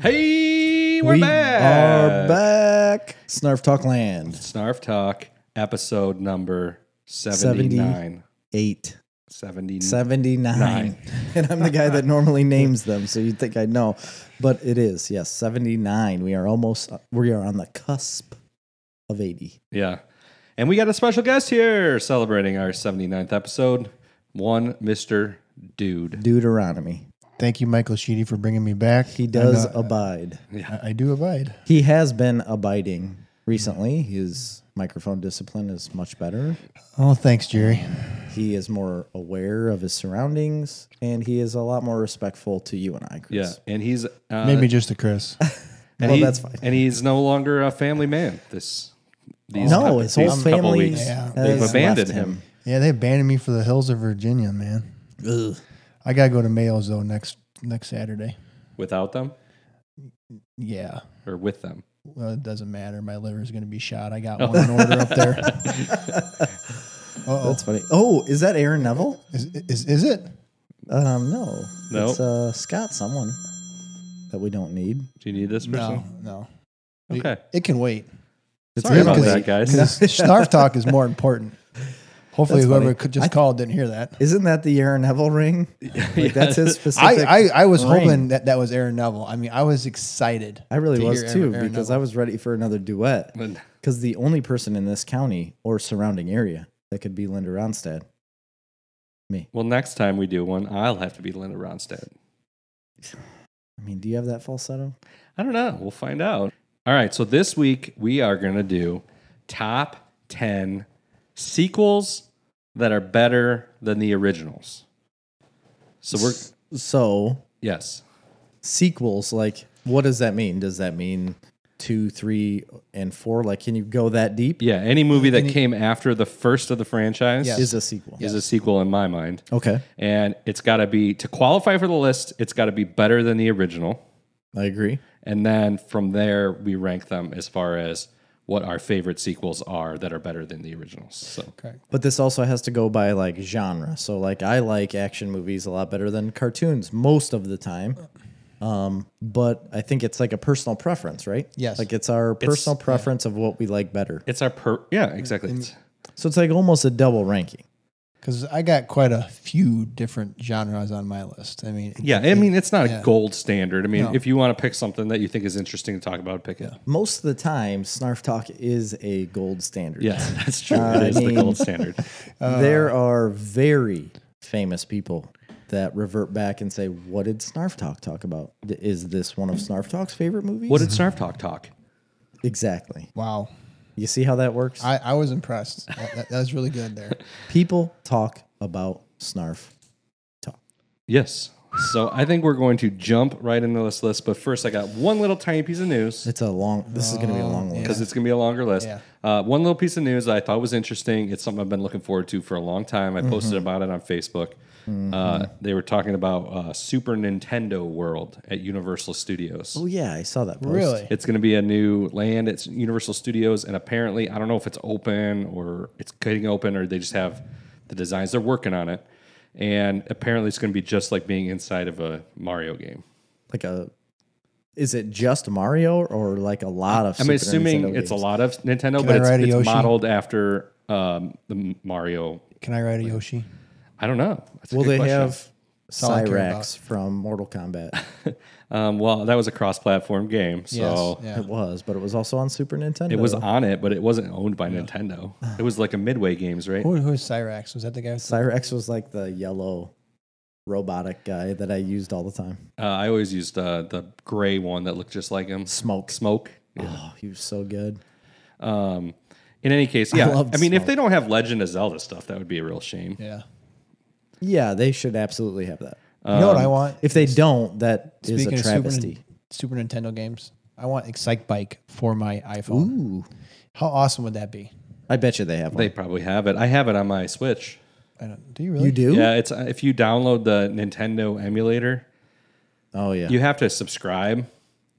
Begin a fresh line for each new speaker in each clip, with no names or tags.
Hey, we're
we
back.
are back. Snarf Talk Land.
Snarf Talk, episode number 79.
Eight
79.
seventy-nine.
Nine.
And I'm the guy that normally names them, so you'd think I know. But it is, yes, 79. We are almost, we are on the cusp of 80.
Yeah. And we got a special guest here celebrating our 79th episode. One Mr. Dude.
Deuteronomy.
Thank you, Michael Sheedy, for bringing me back.
He does
I, know-
abide.
I, I do abide.
He has been abiding recently. His microphone discipline is much better.
Oh, thanks, Jerry.
He is more aware of his surroundings, and he is a lot more respectful to you and I,
Yeah.
Chris.
And he's. Uh,
Maybe just a Chris.
and
well,
he-
that's fine.
And he's no longer a family man. This. These
No,
couple-
his whole
these couple
family
weeks.
Yeah.
has
They've
left
abandoned him.
yeah, they abandoned me for the hills of Virginia, man.
Ugh.
I gotta go to Mayo's though next next Saturday.
Without them
Yeah.
or with them.
Well, it doesn't matter. My liver's gonna be shot. I got one in order up there. Uh-oh.
That's funny. Oh, is that Aaron Neville?
Is, is is it?
Um, no,
No.
it's uh, Scott someone that we don't need.
Do you need this
No,
person?
no.
Okay.
It can wait.
It's
Sorry
him
about
'cause-
that, guys.
Snarf talk is more important. Hopefully,
That's
whoever
funny.
could just called didn't hear that.
Isn't that the Aaron Neville ring? Like, That's his
I,
specific.
I, I was
ring.
hoping that that was Aaron Neville. I mean, I was excited.
I really
to
was
hear
too
Aaron- Aaron
because I
Neville.
was ready for another duet.
Lin-
Because the only person in this county or surrounding area that could be Linda Ronstadt.
Well, next time we do one, I'll have to be Linda Ronstadt.
I mean, do you have that falsetto?
I don't know. We'll find out. All right. So this week we are going to do top 10 sequels that are better than the originals. So we're,
So
yes.
sequels, like, what does that mean? Does that mean two, three, and four? Like, can you go that deep?
Yeah. Any movie that came after the first of the franchise
Yes.
Is a sequel?
is a sequel in my mind.
Okay,
And it's got to be, to qualify for the list, it's got to be better than the original.
I agree.
And then from there, we rank them as far as what our favorite sequels are that are better than the originals. So,
But this also has to go by like genre. So like I like action movies a lot better than cartoons most of the time. Um, but I think it's like a personal preference, right?
Yes.
Like it's our personal preference of what we like better.
it's our per, yeah, exactly. It's-
So it's like almost a double ranking.
Because I got quite a few different genres on my list. I mean,
Yeah, I mean it's not a
Yeah.
gold standard. I mean,
No.
if you want to pick something that you think is interesting to talk about, pick it.
Most of the time, Snarf Talk is a gold standard.
Yes, that's true.
Uh,
it is the
I mean-
gold standard.
there are very famous people that revert back and say, What did Snarf Talk talk about? Is this one of Snarf Talk's favorite movies?
What did Snarf Talk talk?
exactly.
wow.
You see how that works?
I, I was impressed. that, that- that was really good there.
People talk about snarf talk.
Yes. So I think we're going to jump right into this list. But first, I got one little tiny piece of news
It's a long. This is going to be a long list.
because it's going to be a longer list.
Yeah.
Uh, one little piece of news I thought was interesting. It's something I've been looking forward to for a long time. I
Mm-hmm.
posted about it on Facebook. Uh, they were talking about uh, Super Nintendo World at Universal Studios.
Oh yeah, I saw that. Post.
Really?
It's going to be a new land. It's Universal Studios, and apparently, I don't know if it's open or it's getting open, or they just have the designs. They're working on it, and apparently, it's going to be just like being inside of a Mario game.
Like a. Is it just Mario or like a lot of?
I'm
Super
assuming
Nintendo
it's a
games?
lot of Nintendo,
I
but it's,
ride a
it's
Yoshi?
modeled after um, the Mario.
Can I write a Yoshi?
I don't know. That's a
Will
good
they
question.
have
all I care about.
Cyrax from Mortal Kombat?
Um, well, that was a cross-platform game, so
yes. Yeah.
Oh. It was, but it was also on Super Nintendo.
it was on it, but it wasn't owned by Nintendo. It was like a Midway Games, right?
Who, who is Cyrax? Was that the guy? With
Cyrax was like the yellow robotic guy that I used all the time.
Uh, I always used uh, the gray one that looked just like him.
Smoke.
Smoke.
Oh, he was so good.
Um, in any case, yeah. I,
loved
mean, if
Smoke.
they don't have Legend of Zelda stuff, that would be a real shame.
yeah.
Yeah, they should absolutely have that.
you know what I want?
If they don't, that Um, is
Uh, Speaking
a
of Super Nin-
travesty.
Super, Nintendo games, I want Excite Bike for my iPhone.
Ooh.
How awesome would that be?
I bet you they have one.
They probably have it. I have it on my Switch.
I don't, do you really?
you do?
Yeah, it's uh, if you download the Nintendo emulator,
Oh yeah.
you have to subscribe,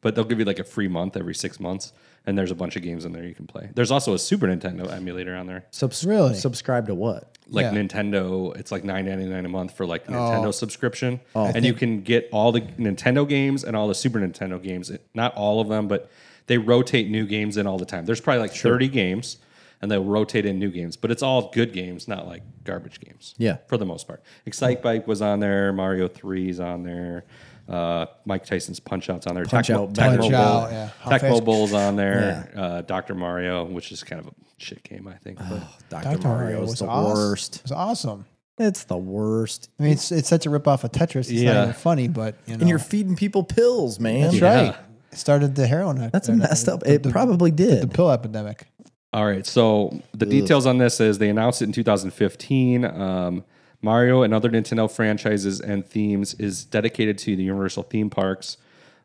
but they'll give you like a free month every six months, and there's a bunch of games in there you can play. There's also a Super Nintendo emulator on there,
Subs-
Really?
Subscribe to what?
like
Yeah. Oh.
Nintendo. It's like nine ninety nine a month for like Nintendo subscription, and
think-
you can get all the Nintendo games and all the Super Nintendo games. It- Not all of them, but they rotate new games in all the time. There's probably like thirty games, and they'll rotate in new games, but it's all good games, not like garbage games.
Yeah.
for the most part. Excite Bike was on there. Mario Three's on there. Uh, Mike Tyson's Punch Out's on there.
Punch Out,
Tecmo
Punch
Bowl-
Out, yeah. How
Tecmo
fast-
Bowl's on there. Uh, Doctor Mario, which is kind of a shit game, I think. But
Dr. Mario is the
awes-
worst.
was awesome.
It's the worst.
I mean, it's it's such a rip off of Tetris. It's
Yeah.
not even funny, but you know,
And you're feeding people pills, man.
Oh. that's
Yeah.
right. It started the heroin. ep-
That's
or not-
messed up.
the-
It
the-
probably did.
the pill epidemic.
All right. So the details on this is they announced it in 2015. Um, Mario and other Nintendo franchises and themes is dedicated to the Universal theme parks.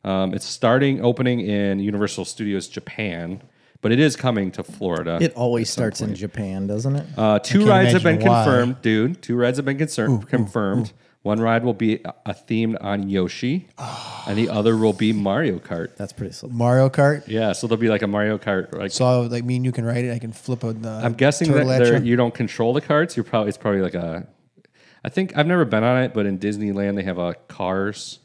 Um, it's starting opening in Universal Studios Japan, but it is coming to Florida.
it always starts in Japan, doesn't it?
Uh, two rides have been
imagine why.
confirmed, dude. Two rides have been concern- confirmed. One ride will be uh, a, a themed on Yoshi,
Ah.
and the other will be Mario Kart.
That's pretty slick.
Mario Kart.
Yeah, so there'll be like a Mario Kart. Like,
So like me and you can write it. I can flip a. The
I'm guessing that
turtle at
there,
you.
you don't control the carts. You're probably it's probably like a. I think I've never been on it, but in Disneyland they have a Cars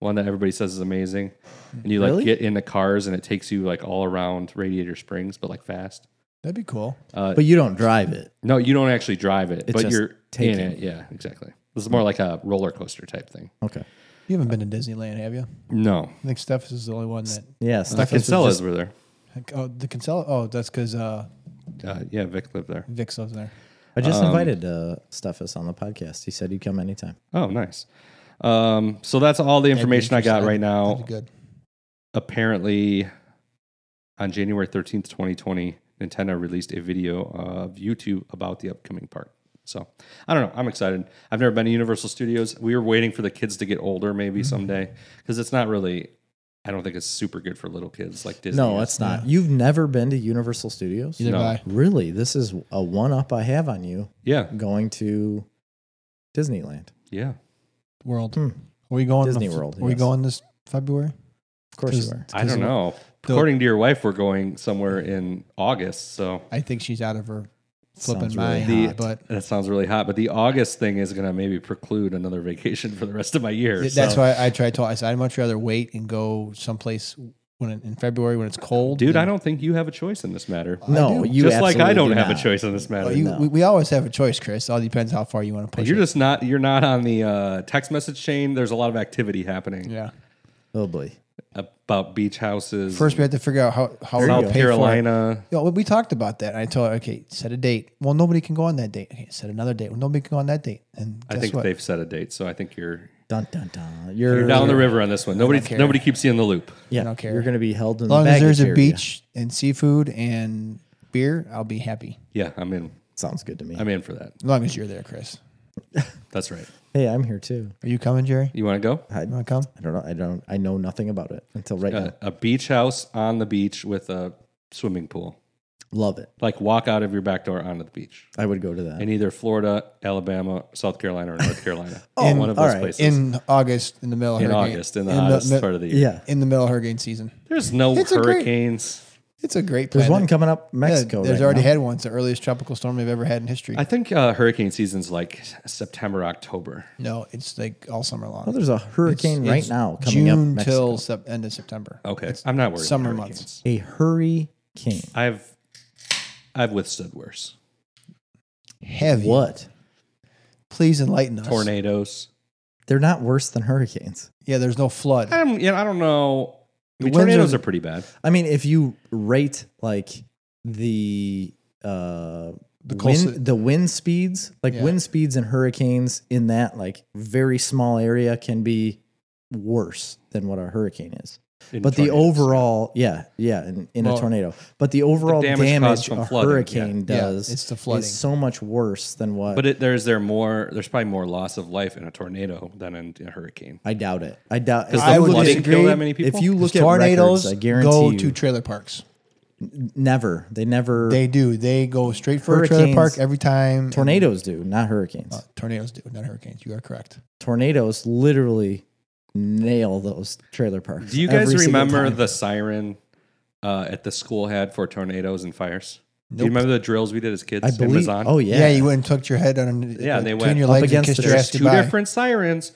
one that everybody says is amazing, and you like
Really?
get in the cars and it takes you like all around Radiator Springs, but like fast.
That'd be cool.
Uh,
But you don't drive it.
No, you don't actually drive it, but
just
you're in
taking-
it. Yeah, exactly. This is more like a roller coaster type thing.
Okay.
You haven't been to Disneyland, have you? I
No,
think Steph is the only one that.
Yeah.
the
Stefan was
Kinsellas
just-
were there.
Oh, the Kinsella. Oh, that's because uh,
Uh, yeah, Vic lived there.
Vix lives there.
I
um,
just invited uh, Stefus on the podcast. He said he'd come anytime.
Oh, nice. Um, so that's all the
That'd be
information I got
interesting.
right now.
That'd be good.
apparently on January 13th, 2020, Nintendo released a video of YouTube about the upcoming park. So I don't know. I'm excited. I've never been to Universal Studios. We were waiting for the kids to get older maybe someday because it's not really, I don't think it's super good for little kids like Disney.
No,
is.
it's not. You've never been to Universal Studios?
Either
No.
guy.
Really? This is a one up I have on you
Yeah.
going to Disneyland.
Yeah.
World.
Hmm.
Are we going
Disney World,
Are we
yes.
going this February?
Of course
Does-
you are.
I don't
Disney-
know.
the-
According to your wife, we're going somewhere in August. So
I think she's out of her flipping
Sounds really
mind.
hot.
but
that sounds really hot. But the August thing is going to maybe preclude another vacation for the rest of my year.
th-
so-
that's why I tried to. I said I'd much rather wait and go someplace when in February when it's cold.
Dude, I
than-
don't think you have a choice in this matter.
No,
do.
you
just like I
absolutely
don't
do
have
not.
a choice in this matter.
Well, you, we, we always have a choice, Chris. It all depends how far you want to push.
are
it.
just not. Oh, You're not on the uh, text message chain. There's a lot of activity happening
yeah.
Probably.
about beach houses.
First, we
and
have to figure out how how we're
you
gonna
South
pay for it.
Carolina.
Yeah, well, we talked about that. I told her, okay, set a date. Well, nobody can go on that date. Okay, set another date. Well, nobody can go on that date. And guess
I think
what?
they've set a date, so I think you're
Dun dun dun. You're,
you're down the river on this one. Nobody
care.
nobody keeps you in the loop.
Yeah,
I don't care.
You're going to be held in
As long
the
as there's
baggage
a
area.
beach and seafood and beer, I'll be happy.
Yeah, I'm in.
Sounds good to me.
I'm in for that.
As long as you're there, Chris.
That's right.
hey, I'm here too.
Are you coming, Jerry?
You want to go?
I,
You want to come?
I don't know. I don't. I know nothing about it until right
Uh,
now.
a beach house on the beach with a swimming pool.
Love it.
Like walk out of your back door onto the beach
I would go to that.
in either Florida, Alabama, South Carolina, or North Carolina.
Oh,
in one of
all
those
right.
places in,
In August, in the middle of hurricane-
August, in the hottest
mi-
part of the year.
yeah.
in the middle of hurricane season.
There's no
It's a great-
hurricanes.
It's a great.
There's
plan.
one coming up
Yeah,
Mexico.
there's
right
already
now.
had one. It's the earliest tropical storm we've ever had in history.
I think uh, hurricane season's like September, October.
no, it's like all summer long.
Oh, there's a hurricane right
It's
now coming up.
June
Mexico.
till sep- end of September.
Okay, I'm not worried. about
summer
hurricanes.
months.
a hurricane.
I've I've withstood worse.
Heavy.
What?
Please enlighten us.
Tornadoes.
They're not worse than hurricanes.
Yeah, there's no flood.
I'm, you know, I don't know. I mean,
winds
tornadoes
are-
are pretty bad.
I mean, if you rate like the uh the,
coast-
wind, the wind speeds, like
Yeah.
wind speeds and hurricanes in that like very small area can be worse than what a hurricane is.
in
But the
tornadoes.
overall, yeah, yeah, in, in
Well,
a tornado. But the overall
damage caused
damage,
from
a
flooding,
hurricane
yeah. Yeah,
does
it's the flooding.
is so much worse than what.
But it, there's there more. There's probably more loss of life in a tornado than in a hurricane.
I doubt it. I doubt. If,
Does the
I would
flooding
disagree.
kill that many people?
if you look at
tornadoes
tornadoes, records, I
go
guarantee
to
you,
trailer parks.
never. They never.
They do. They go straight for a trailer
Hurricanes-
park every time.
tornadoes do, not hurricanes.
Tornadoes do, not hurricanes. You are correct.
tornadoes literally nail those trailer parks.
do you guys
every single
remember
time.
the siren uh, at the school had for tornadoes and fires? Do
Nope.
you remember the drills we did as kids?
I
in
believe.
Mazan?
Oh
Yeah.
yeah.
you went and tucked your head on.
Yeah,
uh,
they
between
went
your
up
legs and
against
kissed
the-
your
there's
There's two
ass goodbye.
different sirens.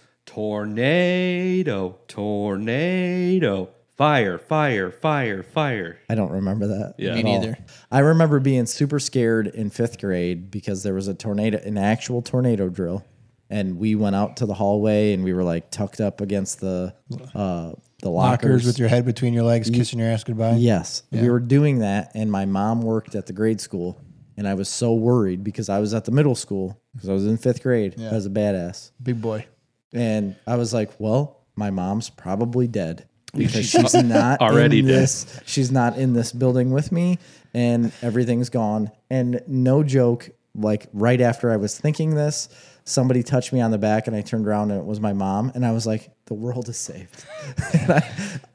Tornado, tornado, fire, fire, fire, fire.
I don't remember that.
Yeah. Me
at all.
neither.
I remember being super scared in fifth grade because there was a tornado, an actual tornado drill, and we went out to the hallway and we were like tucked up against the uh, the lockers.
Lockers with your head between your legs, kissing your ass goodbye.
yes, we were doing that, and my mom worked at the grade school, and I was so worried because I was at the middle school because I was in fifth grade. I was a badass,
Big boy.
and I was like, well, my mom's probably dead. Because she's not
already
in
dead.
this, she's not in this building with me, and everything's gone. And no joke, like right after I was thinking this, somebody touched me on the back, and I turned around, and it was my mom, and I was like, "The world is saved." And I,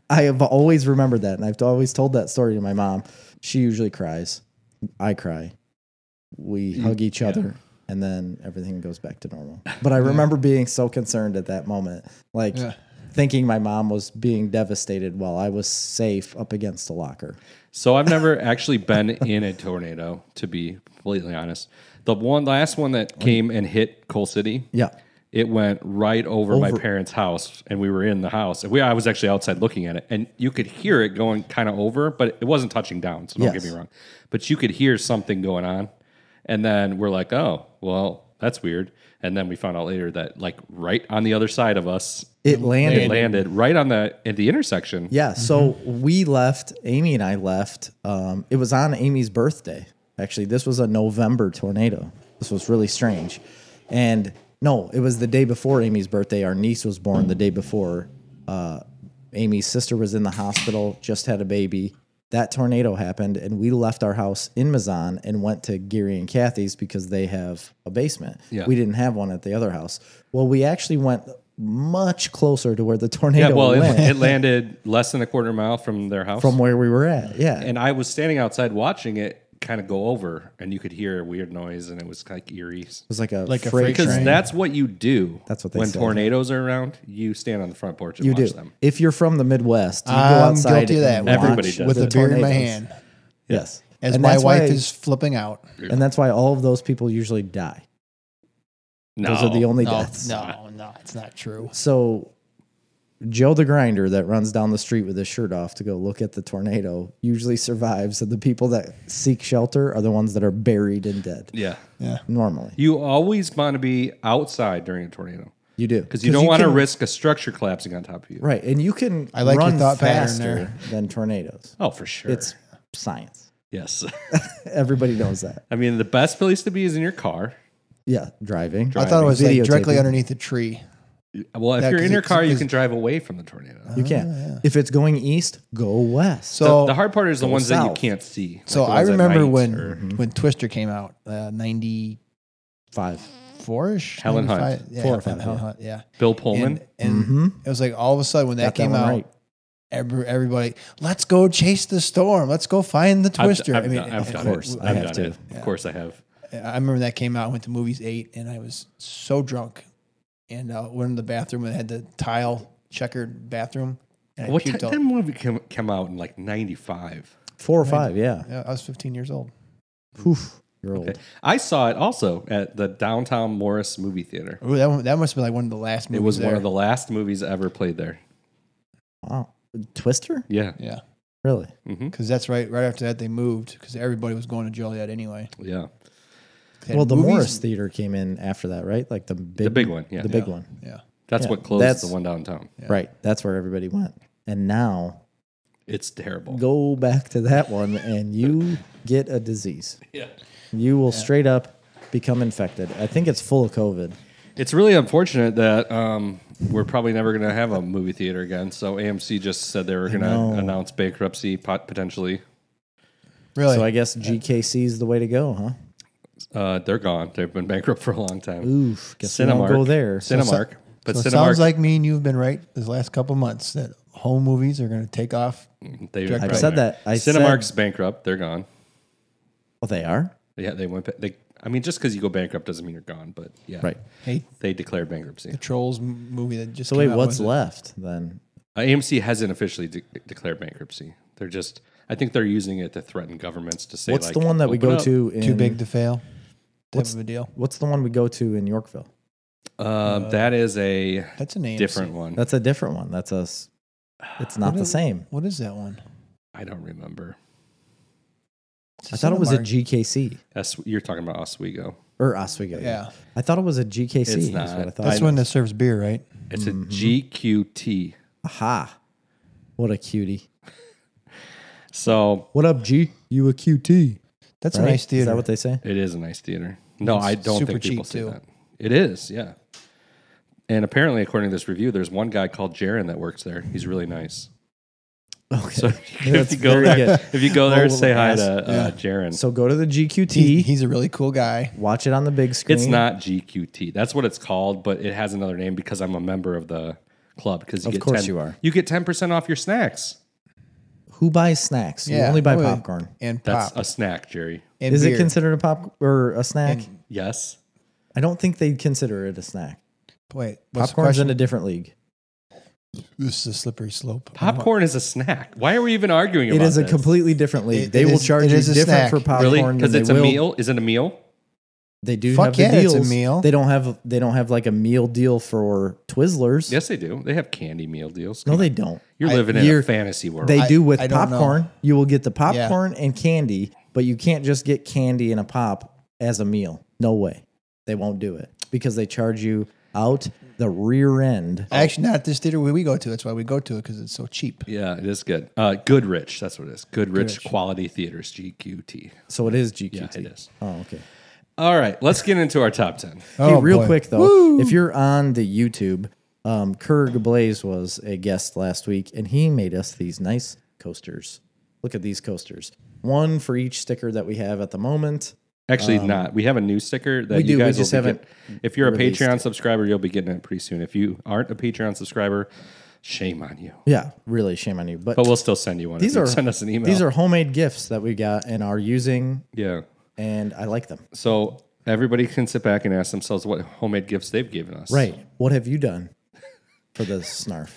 I have always remembered that, and I've always told that story to my mom. She usually cries. I cry. We hug each other, and then everything goes back to normal. But I remember being so concerned at that moment, like
Yeah.
thinking my mom was being devastated while I was safe up against a locker.
So I've never actually been in a tornado, to be completely honest. The one the last one that came and hit Coal City.
Yeah.
It went right over, my
Over.
parents' house, and we were in the house. And we, I was actually outside looking at it, and you could hear it going kind of over, but it wasn't touching down. So don't
Yes.
get me wrong, but you could hear something going on. And then we're like, "Oh, well, that's weird." And then we found out later that, like, right on the other side of us,
It landed.
it landed right on the at the intersection.
Yeah. So we left, Amy and I left. Um, it was on Amy's birthday. Actually, this was a November tornado. This was really strange. And no, it was the day before Amy's birthday. Our niece was born the day before. Uh, Amy's sister was in the hospital, just had a baby. That tornado happened, and we left our house in Mazan and went to Geary and Kathy's because they have a basement.
Yeah.
We didn't have one at the other house. Well, we actually went much closer to where the tornado
Yeah, well,
went
it, it landed less than a quarter mile from their house.
from where we were at. Yeah.
and I was standing outside watching it kind of go over, and you could hear a weird noise, and it was like eerie.
It was like a
Like a
freight
freight
train.
Because that's what you do.
That's what they
when
say.
tornadoes are around, you stand on the front porch and
you
watch
do.
them.
If you're from the Midwest, you go
I'm
outside.
guilty of that.
and watch
Everybody does.
With
the
a beer in my
tornadoes.
hand.
Yes.
As
And
my
that's
wife
why-
is flipping out.
and that's why all of those people usually die.
No,
Those are the only
No,
deaths.
no, no, it's not true.
So Joe the grinder that runs down the street with his shirt off to go look at the tornado usually survives, and the people that seek shelter are the ones that are buried and dead.
Yeah,
Normally,
you always want to be outside during a tornado
you do
because you don't
you
want to
can-
risk a structure collapsing on top of you.
right, and you can
I like your
run
thought pattern
faster
there.
than tornadoes.
Oh, for sure.
It's science.
yes.
Everybody knows that.
I mean, the best place to be is in your car.
Yeah, driving.
I thought it was like directly
Videotaping.
underneath a tree.
Well, if
Yeah,
you're
'cause
in your
it-
car, you
'cause-
can drive away from the tornado.
You can't. If it's going east, go west.
So
the hard part is the ones that you
south.
can't see. like
So
the
I
ones at
remember
night
when
or-
when Twister came out, uh, ninety
Five.
four ish,
Helen Hunt.
yeah,
Four or five,
Helen
yeah.
Hunt, yeah.
Bill Pullman.
And, and
Mhm.
it was like all of a sudden when that
Got that
came
one
out,
right.
every, everybody, let's go chase the storm, let's go find the
I've-
Twister.
I've,
I mean,
done- I've
of
done
course,
it.
I
I've
have
done
too.
it. Of course, I have.
I remember when that came out. I went to movies eight, and I was so drunk, and uh, went in the bathroom and had the tile checkered bathroom. And I
What
puked
time
all-
that movie came, came out in like '95?
Four or five, yeah.
Yeah, I was fifteen years old.
Poof. You're old.
I saw it also at the downtown Morris movie theater.
Ooh, that one, that must have been like one of the last
It
movies.
was one of
there.
the last movies ever played there.
Wow. Twister?
Yeah,
yeah,
Really?
hmm
because that's right. Right after that, they moved because everybody was going to Joliet anyway.
yeah.
They had
well, the
movies-
Morris Theater came in after that, right? Like the big,
big one, yeah.
The big one.
Yeah,
That's
Yeah,
what closed
that's-
the one downtown.
Right. That's where everybody went. And now
It's terrible.
go back to that one and you get a disease. Yeah. You will straight up become infected. I think it's full of COVID.
It's really unfortunate that um, we're probably never going to have a movie theater again. So AMC just said they were going
know.
to announce bankruptcy pot- potentially.
really.
So I guess GKC is the way to go, huh?
Uh, they're gone. They've been bankrupt for a long time.
Oof. Guess we don't go there.
Cinemark. but
so it
Cinemark,
sounds like me and you've been right this last couple months that home movies are going to take off.
Mm-hmm.
they
I've
probably
said
there.
that. I said-
Cinemark's bankrupt. They're gone.
Oh, they are?
Yeah, they went. ba- They, I mean, just because you go bankrupt doesn't mean you're gone. But yeah,
Right.
Hey,
They declared bankruptcy.
the Trolls m- movie that just
So
came
wait,
out,
what's
was it-
left then?
Uh, AMC hasn't officially de- declared bankruptcy. They're just. I think they're using it to threaten governments to say
What's
like,
the one that we
"Open
go
up."
to? In,
Too big to fail. Type
What's-
of a deal.
What's the one we go to in Yorkville?
Um, that is a
That's a name.
different one.
That's a different one. That's us. It's not
What
the
is-
same.
What is that one?
I don't remember.
It's
I thought it was a
Cinemark.
GKC
That's you're talking about Oswego.
or Oswego.
Yeah,
I thought it was a GKC.
It's
is
not.
what I thought.
that's one that serves beer, right?
It's
Mm-hmm.
a GQT.
Aha. What a cutie.
So
What up, G? You a QT.
That's
right?
a nice theater.
Is that what they say?
It is a nice theater. No, I don't
super
think people
cheap,
say
too.
that. It is, yeah. And apparently, according to this review, there's one guy called Jaron that works there. He's really nice.
Okay.
So if
That's
you go
very
there,
good.
if you go there,
Well,
say hi
yes.
to uh, Jaron.
So go to the GQT.
He- he's a really cool guy.
watch it on the big screen.
it's not GQT. That's what it's called, but it has another name because I'm a member of the club. Because
Of course you are.
You get ten percent off your snacks.
Who buys snacks? You
Yeah,
only buy
oh, yeah.
popcorn.
and
That's
pop.
a snack, Jerry.
and
Is it
beer.
considered a pop or a snack?
Yes.
I don't think they'd consider it a snack.
Wait, what's
Popcorn's
the
in
question?
a different league.
This is a slippery slope.
Popcorn is a snack. Why are we even arguing
It
about
is a
this?
completely different league.
It-
they
it
will
is-
charge
it
you
is a
different
snack.
for popcorn
really
than
because
they
it's a
will-
meal. Is it a meal?
They do
Fuck
have the
yeah, it's
deals.
a meal.
They don't have they don't have like a meal deal for Twizzlers.
Yes, they do. They have candy meal deals.
No, they don't.
You're living in
you're-
a fantasy world.
They
I-
do with
I don't know.
popcorn. You will get the popcorn and candy, but you can't just get candy and a pop as a meal. No way. They won't do it because they charge you out the rear end.
Actually, not at this theater we, we go to. That's why we go to it because it's so cheap.
yeah, it is good. Uh, Goodrich, that's what it is. Goodrich, Quality Theaters, GQT.
So it is GQT.
Yeah, it is.
Oh, okay.
All right, let's get into our top 10.
hey, real
boy.
quick though, if you're on the YouTube, um, Kurg Blaze was a guest last week, and he made us these nice coasters. Look at these coasters. One for each sticker that we have at the moment.
Actually, not. We have a new sticker that
Um, we do.
you
We
guys
just
will be
haven't
get- If you're a
released
Patreon subscriber, you'll be getting it pretty soon. If you aren't a Patreon subscriber, shame on you.
Yeah, really shame on you. But,
But we'll still send you one.
these
if you
are
send us an email.
These are homemade gifts that we got and are using,
yeah.
and I like them.
So everybody can sit back and ask themselves what homemade gifts they've given us.
Right. What have you done for the snarf?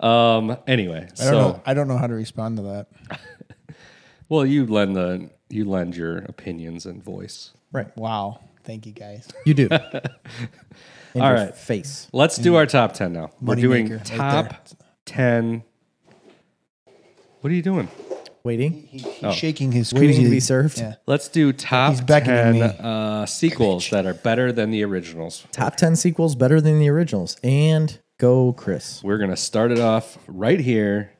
Um. Anyway,
I don't
so
know. I don't know how to respond to that.
well, you lend the you lend your opinions and voice.
Right.
Wow. Thank you guys.
You do. In your
right.
Face.
Let's do our top 10 now. We're
Moneymaker,
doing
right
top
there.
10. What are you doing?
Waiting.
He- He's shaking his
Waiting to
koozie.
be served.
Yeah.
Let's do top
He's
10
beckoning me.
uh, sequels that are better than the originals.
Top ten sequels better than the originals. And go, Chris.
We're going to start it off right here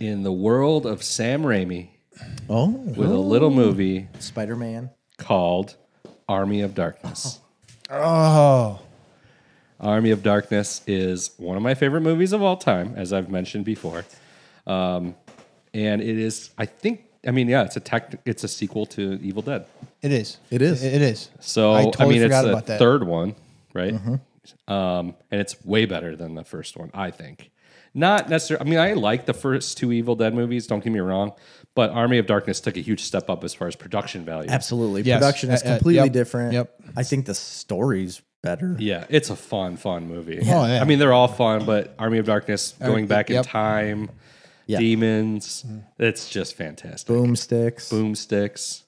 in the world of Sam Raimi
Oh,
with a little movie
Spider Man.
called Army of Darkness.
Oh,
Army of Darkness is one of my favorite movies of all time, as I've mentioned before. Um, and it is, I think, I mean, yeah, it's a tech, it's a sequel to Evil Dead.
it is.
It is.
It is.
So I,
I totally
mean, it's
forgot
the
about that. Mm-hmm.
third one, right? Um, and it's way better than the first one, I think. Not necessarily. I mean, I like the first two Evil Dead movies. Don't get me wrong, but Army of Darkness took a huge step up as far as production value.
Absolutely.
Yes.
Production is
Uh, uh,
completely
yep.
different.
Yep.
I think the story's better.
Yeah, it's a fun, fun movie.
Oh, yeah.
I mean, they're all fun, but Army of Darkness, going back
yep. Mm-hmm.
in time,
Yeah.
demons, it's just fantastic.
Boomsticks.
Boomsticks.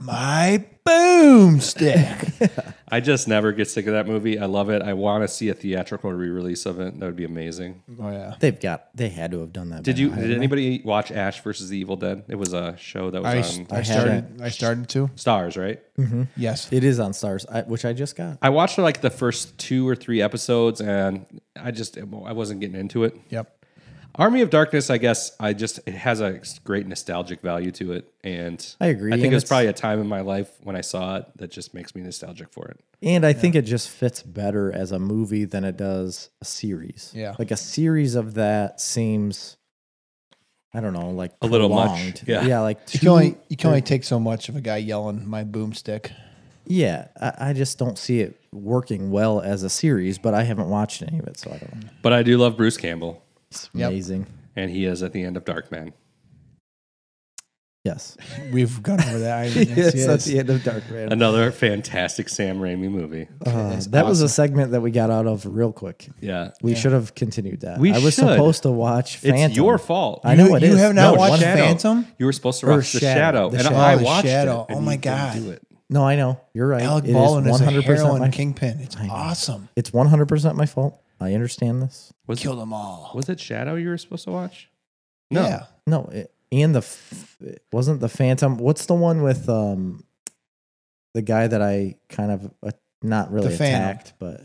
My boomstick.
I just never get sick of that movie. I love it. I want to see a theatrical re-release of it. That would be amazing.
oh yeah.
They've got. They had to have done that.
Did you? Did anybody watch Ash versus the Evil Dead? It was a show that was
I,
on
I
haven't.
started. I started to.
Stars, right?
Mm.
Yes.
It is on Stars, I, which I just got.
I watched like the first two or three episodes, and I just I wasn't getting into it.
Yep.
Army of Darkness, I guess I just it has a great nostalgic value to it, and
I agree,
I think
and
it was
it's-
probably a time in my life when I saw it that just makes me nostalgic for it.
And I think it just fits better as a movie than it does a series.
Yeah.
Like a series of that seems, I don't know, like
A little much.
prolonged.
Yeah.
Yeah. Like too,
You can only you can only take so much of a guy yelling my boomstick.
yeah. I, I just don't see it working well as a series, but I haven't watched any of it, so I don't know.
But I do love Bruce Campbell,
It's
Yep.
amazing.
and he is at the end of Darkman.
Yes.
We've gone over that. I
yes, that's
yes.
the end of Dark Random.
Another fantastic Sam Raimi movie.
Uh, that was a segment that we got out of real quick.
Yeah.
We should have continued that.
We
I was
should.
supposed to watch Phantom.
It's your fault.
I know
You-
it is.
you have not
no,
watched
one-
Phantom?
You were supposed to
Or
watch The
Shadow.
Shadow,
The
and
Shadow.
I
Oh, The
watched
Shadow.
it. and
Oh my
you didn't
God.
do it.
No, I know. You're right.
Alec
It is
Baldwin is, a
100%
heroin
my
kingpin. It's awesome.
It's 100% my fault. I understand this.
Was
Kill them all.
was it Shadow you were supposed to watch? No.
Yeah.
No, it, and the f- it wasn't the Phantom. What's the one with um the guy that I kind of uh, not really
The Phantom.
attacked, but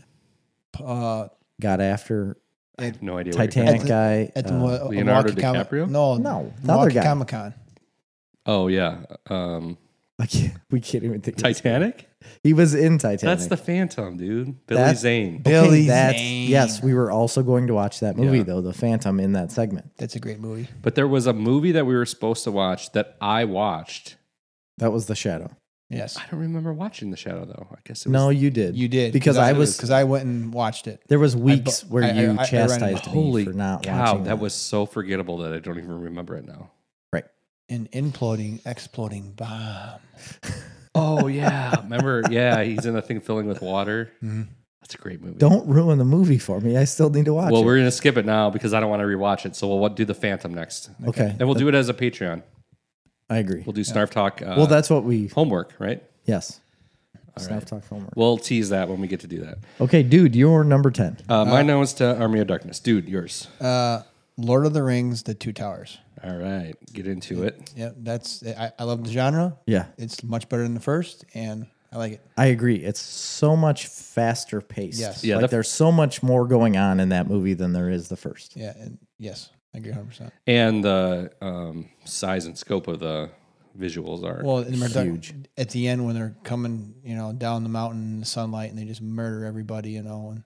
Uh,
got after
I have no idea. what you're
Titanic
At the-
guy?
at the
uh,
Wa-
Leonardo
Milwaukee Comic-
DiCaprio?
No,
No, the other
Milwaukee
guy.
Comic Con.
talking- Oh yeah. Um,
I can't- we can't even think. of his-
Titanic?
He was in Titanic.
That's the Phantom, dude. Billy
That's-
Zane.
Bill- Billy
that's,
Zane.
Yes, we were also going to watch that movie
Yeah.
though, The Phantom, in that segment.
That's a great movie.
But there was a movie that we were supposed to watch that I watched.
That was The Shadow.
Yes,
I don't remember watching The Shadow though. I guess it was
No, you did.
you did
because I was.
because I went and watched it.
there was weeks
bu-
where
I- I- I- I
you
ran into-
chastised
Holy
me for not
cow,
watching.
that. was so forgettable that I don't even remember it now.
An imploding, exploding bomb.
Oh yeah, remember? Yeah, he's in the thing filling with water. That's a great movie.
Mm-hmm. Don't ruin the movie for me. I still need to watch
well,
it.
we're gonna skip it now because I don't want to rewatch it. So we'll do the Phantom next,
okay,
and we'll do it as a Patreon.
I agree.
We'll do Snarf Talk. Uh,
Well, that's what we.
homework, right?
Yes. Snuff talk homework.
We'll tease that when we get to do that.
Okay, dude, you're number ten.
Uh, my nose to Army of Darkness, dude. Yours.
Uh, Lord of the Rings: The Two Towers.
All right, get into it.
Yeah, that's I, I love the genre.
Yeah,
It's much better than the first, and I like it.
I agree. It's so much faster paced.
Yes.
Yeah,
like
that-
there's so much more going on in that movie than there is the first.
Yeah, and yes, I agree 100. percent
And the um, size and scope of the visuals are.
Well, and they're huge at the end when they're coming, you know, down the mountain in the sunlight, and they just murder everybody, you know, and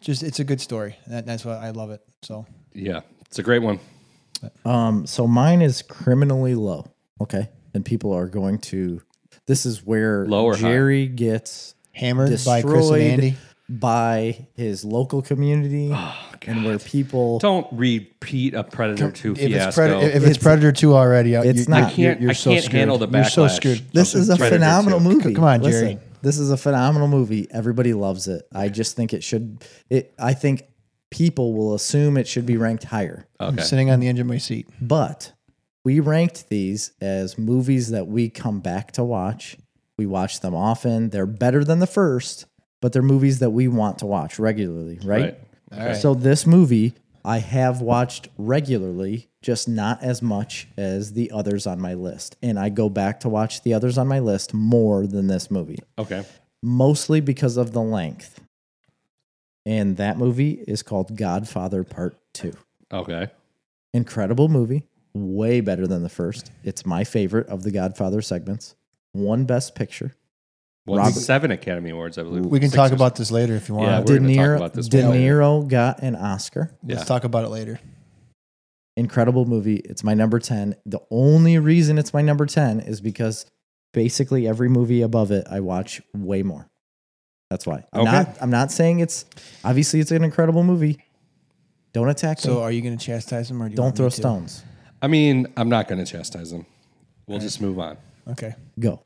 just it's a good story. And that, that's why I love it. So
yeah, it's a great one.
Um, so mine is criminally low. Okay, and people are going to. This is where
Low or high?
Jerry gets
hammered by Chris and
Destroyed.
Andy.
by his local community
Oh,
and where people.
Don't repeat a Predator Two
If it's,
fiasco.
Pred- if it's Predator Two already, uh,
It's
you-
not.
you-
I can't.
you're
I
so
can't
screwed.
handle the backlash.
You're so screwed.
This
of
is a
Predator
phenomenal
2.
movie.
Come on, Jerry.
this is a phenomenal movie. Everybody loves it. I just think it should. It. I think people will assume it should be ranked higher,
I'm
Okay.
sitting on the edge of my seat.
but we ranked these as movies that we come back to watch. We watch them often. They're better than the first, but they're movies that we want to watch regularly, right?
Right.
So this movie I have watched regularly, just not as much as the others on my list. And I go back to watch the others on my list more than this movie,
Okay.
mostly because of the length. And that movie is called Godfather Part 2.
Okay.
Incredible movie, way better than the first. It's my favorite of the Godfather segments. One best picture.
Well,
Robert-
seven Academy Awards, I believe.
We can
Six
talk
or
about this later if you want.
Yeah,
De
we're gonna talk
Niro,
about this
De
one.
Niro got an Oscar.
Let's
Yeah.
talk about it later.
incredible movie. It's my number 10. The only reason it's my number 10 is because basically every movie above it I watch way more. That's why. I'm
Okay.
not I'm not saying it's obviously it's an incredible movie. Don't attack
So,
me.
are you going to chastise him or do you
Don't
want
throw
me to?
stones.
I mean, I'm not going to chastise him. We'll just move on.
Okay.
Go.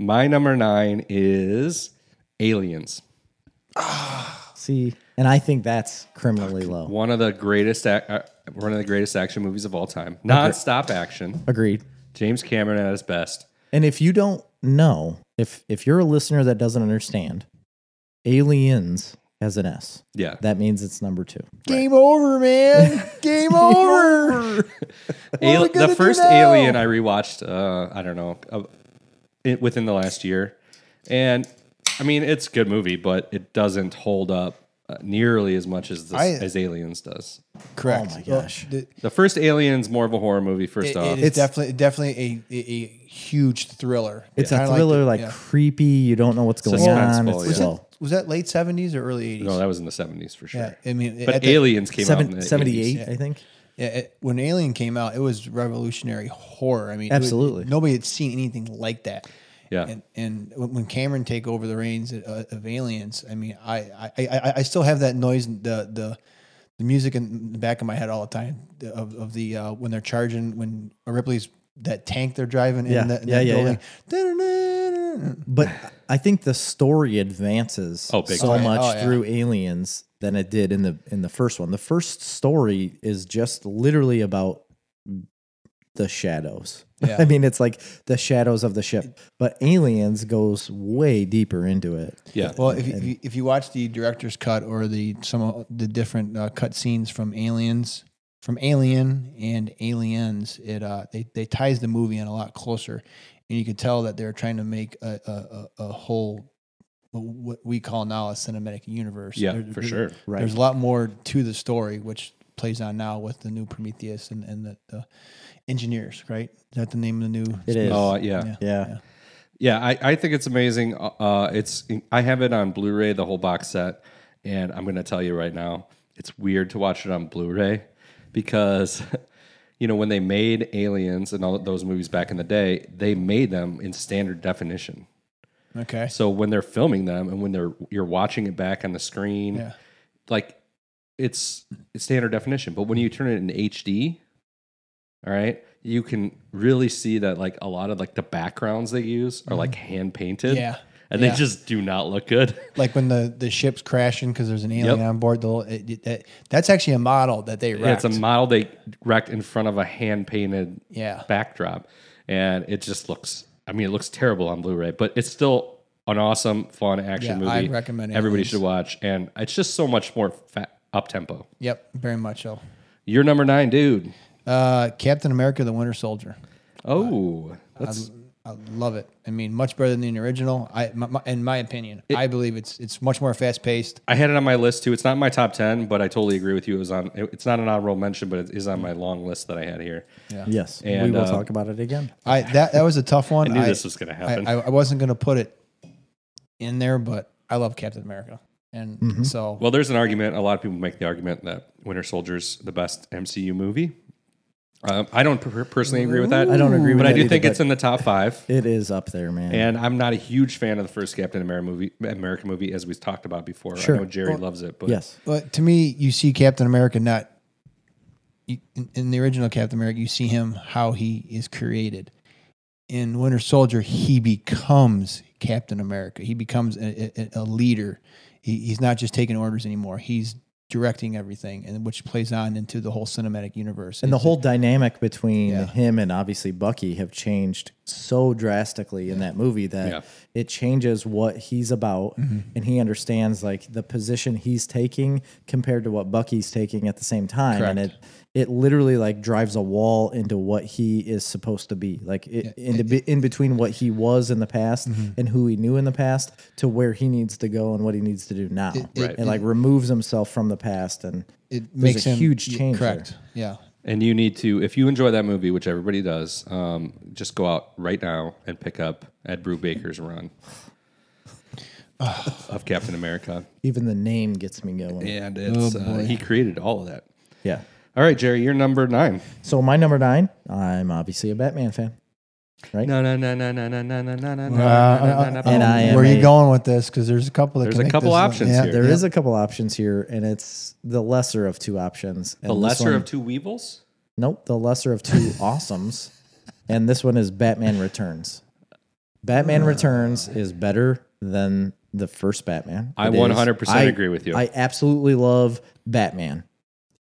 My number nine is Aliens.
See, and I think that's criminally low.
One of the greatest, ac- uh, one of the greatest action movies of all time. Non-stop action.
Agreed.
James Cameron at his best.
And if you don't know, if if you're a listener that doesn't understand, Aliens has an S.
Yeah.
That means it's number 2.
Game over, man. Game over.
Al-
we
the
gonna do
first
now?
Alien I rewatched. Uh, I don't know, uh, it, within the last year, and I mean it's a good movie, but it doesn't hold up uh, nearly as much as this,
I-
as Aliens does.
Correct.
Oh my
Well,
gosh.
the-
The first Alien's more of a horror movie. First
it-
off,
it is definitely definitely a, a, a huge thriller.
It's
Kinda
a thriller, like,
the- yeah.
creepy. You don't know what's going on.
Suspenseful,
It's
yeah.
slow.
was that late seventies or early eighties?
no, that was in the seventies for sure.
yeah, I mean, at
but
the-
Aliens came out in
Seven,
the
78,
80s.
I think.
yeah, it- when Alien came out, it was revolutionary horror. I mean, it was-
Absolutely.
nobody had seen anything like that.
Yeah.
and, and when when Cameron take over the reins uh, of Aliens, I mean, I, I I I still have that noise, the the the music in the back of my head all the time the- of of the uh, when they're charging when Ripley's that tank they're driving
Yeah,
in that, in
yeah,
that
yeah,
building. Da-da-da-da-da.
But I think the story advances
Oh, big
so
time.
much
Oh, yeah.
through Aliens than it did in the in the first one. The first story is just literally about the shadows.
Yeah.
I mean, it's like the shadows of the ship, but Aliens goes way deeper into it.
Yeah.
Well, if you, if you if you watch the director's cut or the some of the different uh, cut scenes from Aliens, from Alien and Aliens, it uh, they they ties the movie in a lot closer, and you could tell that they're trying to make a a, a, a whole what we call now a cinematic universe.
yeah,
There-
for
there's-
sure.
Right.
There's a lot more to the story, which plays on now with the new Prometheus and and the, the engineers. Right, is that the name of the new?
It is.
Oh, yeah. Yeah,
yeah.
I, I think it's amazing. Uh, it's I have it on Blu-ray, the whole box set, and I'm going to tell you right now, it's weird to watch it on Blu-ray because you know, when they made Aliens and all those movies back in the day, they made them in standard definition.
Okay.
So when they're filming them and when they're you're watching it back on the screen,
Yeah.
like it's it's standard definition. But when you turn it in HD, all right, you can really see that like a lot of like the backgrounds they use are like hand painted.
Mm-hmm. Yeah.
And
Yeah.
they just do not look good.
like when the the ship's crashing because there's an alien
Yep.
on board. The, it, it, that, that's actually a model that they
Yeah,
wrecked.
it's a model they wrecked in front of a hand painted
yeah,
backdrop. And it just looks I mean, it looks terrible on Blu-ray, but it's still an awesome, fun action
Yeah,
movie.
I recommend
everybody
Aliens.
should watch. And it's just so much more fa- up tempo.
yep, very much so.
You're number nine, dude.
Uh, Captain America: The Winter Soldier.
Oh,
I,
that's
I love it. I mean, much better than the original. I, my, my, in my opinion, I believe it's it's much more fast paced.
I had it on my list too. It's not in my top ten, but I totally agree with you. It was on. It's not an honorable mention, but it is on my long list that I had here.
Yeah,
Yes.
And,
we will
uh,
talk about it again.
I that that was a tough one.
I knew this was gonna happen.
I, I wasn't gonna put it in there, but I love Captain America, and so
Well, there's an argument. A lot of people make the argument that Winter Soldier's the best MCU movie. Um, I don't per- personally agree with that.
I don't agree with
but I
that
do
either,
think
but-
it's in the top five.
It is up there, man.
And I'm not a huge fan of the first Captain America movie, America movie, as we've talked about before.
Sure.
I know Jerry loves it, but
yes.
But to me, you see Captain America not you, in, in the original Captain America. You see him how he is created. In Winter Soldier, he becomes Captain America. He becomes a, a, a leader. He, he's not just taking orders anymore. He's directing everything, and which plays on into the whole cinematic universe.
And the
It's-
whole dynamic between
Yeah.
him and obviously Bucky have changed so drastically in that movie that
Yeah.
it changes what he's about
Mm-hmm.
and he understands like the position he's taking compared to what Bucky's taking at the same time and it
Correct.
it literally like drives a wall into what he is supposed to be like it, in, be in between what he was in the past
Mm-hmm.
and who he knew in the past to where he needs to go and what he needs to do now
Right.
and like removes himself from the past and
it
there's
makes
a
him
huge
yeah,
change there.
Correct. Yeah.
Uh,
And you need to, if you enjoy that movie, which everybody does, um, just go out right now and pick up Ed Brubaker's run of Captain America.
even the name gets me going
And it's,
Oh,
uh,
boy.
he created all of that.
yeah.
All right, Jerry, you're number nine.
So my number nine, I'm obviously a Batman fan,
No, no, no, no, no, no, no, no, no, no, no, no, no,
and
no.
I am
Where are
a-
you going with this? Because there's a couple. That
There's a
connect
couple
this-
options
yeah,
here.
There is
yeah.
a couple options here, and it's the lesser of two options. And
The
this
lesser
one-
of two weevils?
nope, the lesser of two awesomes, and this one is Batman Returns.
Uh.
Batman Returns is better than the first Batman.
I
It is-
100%
I-
agree with you.
I absolutely love Batman.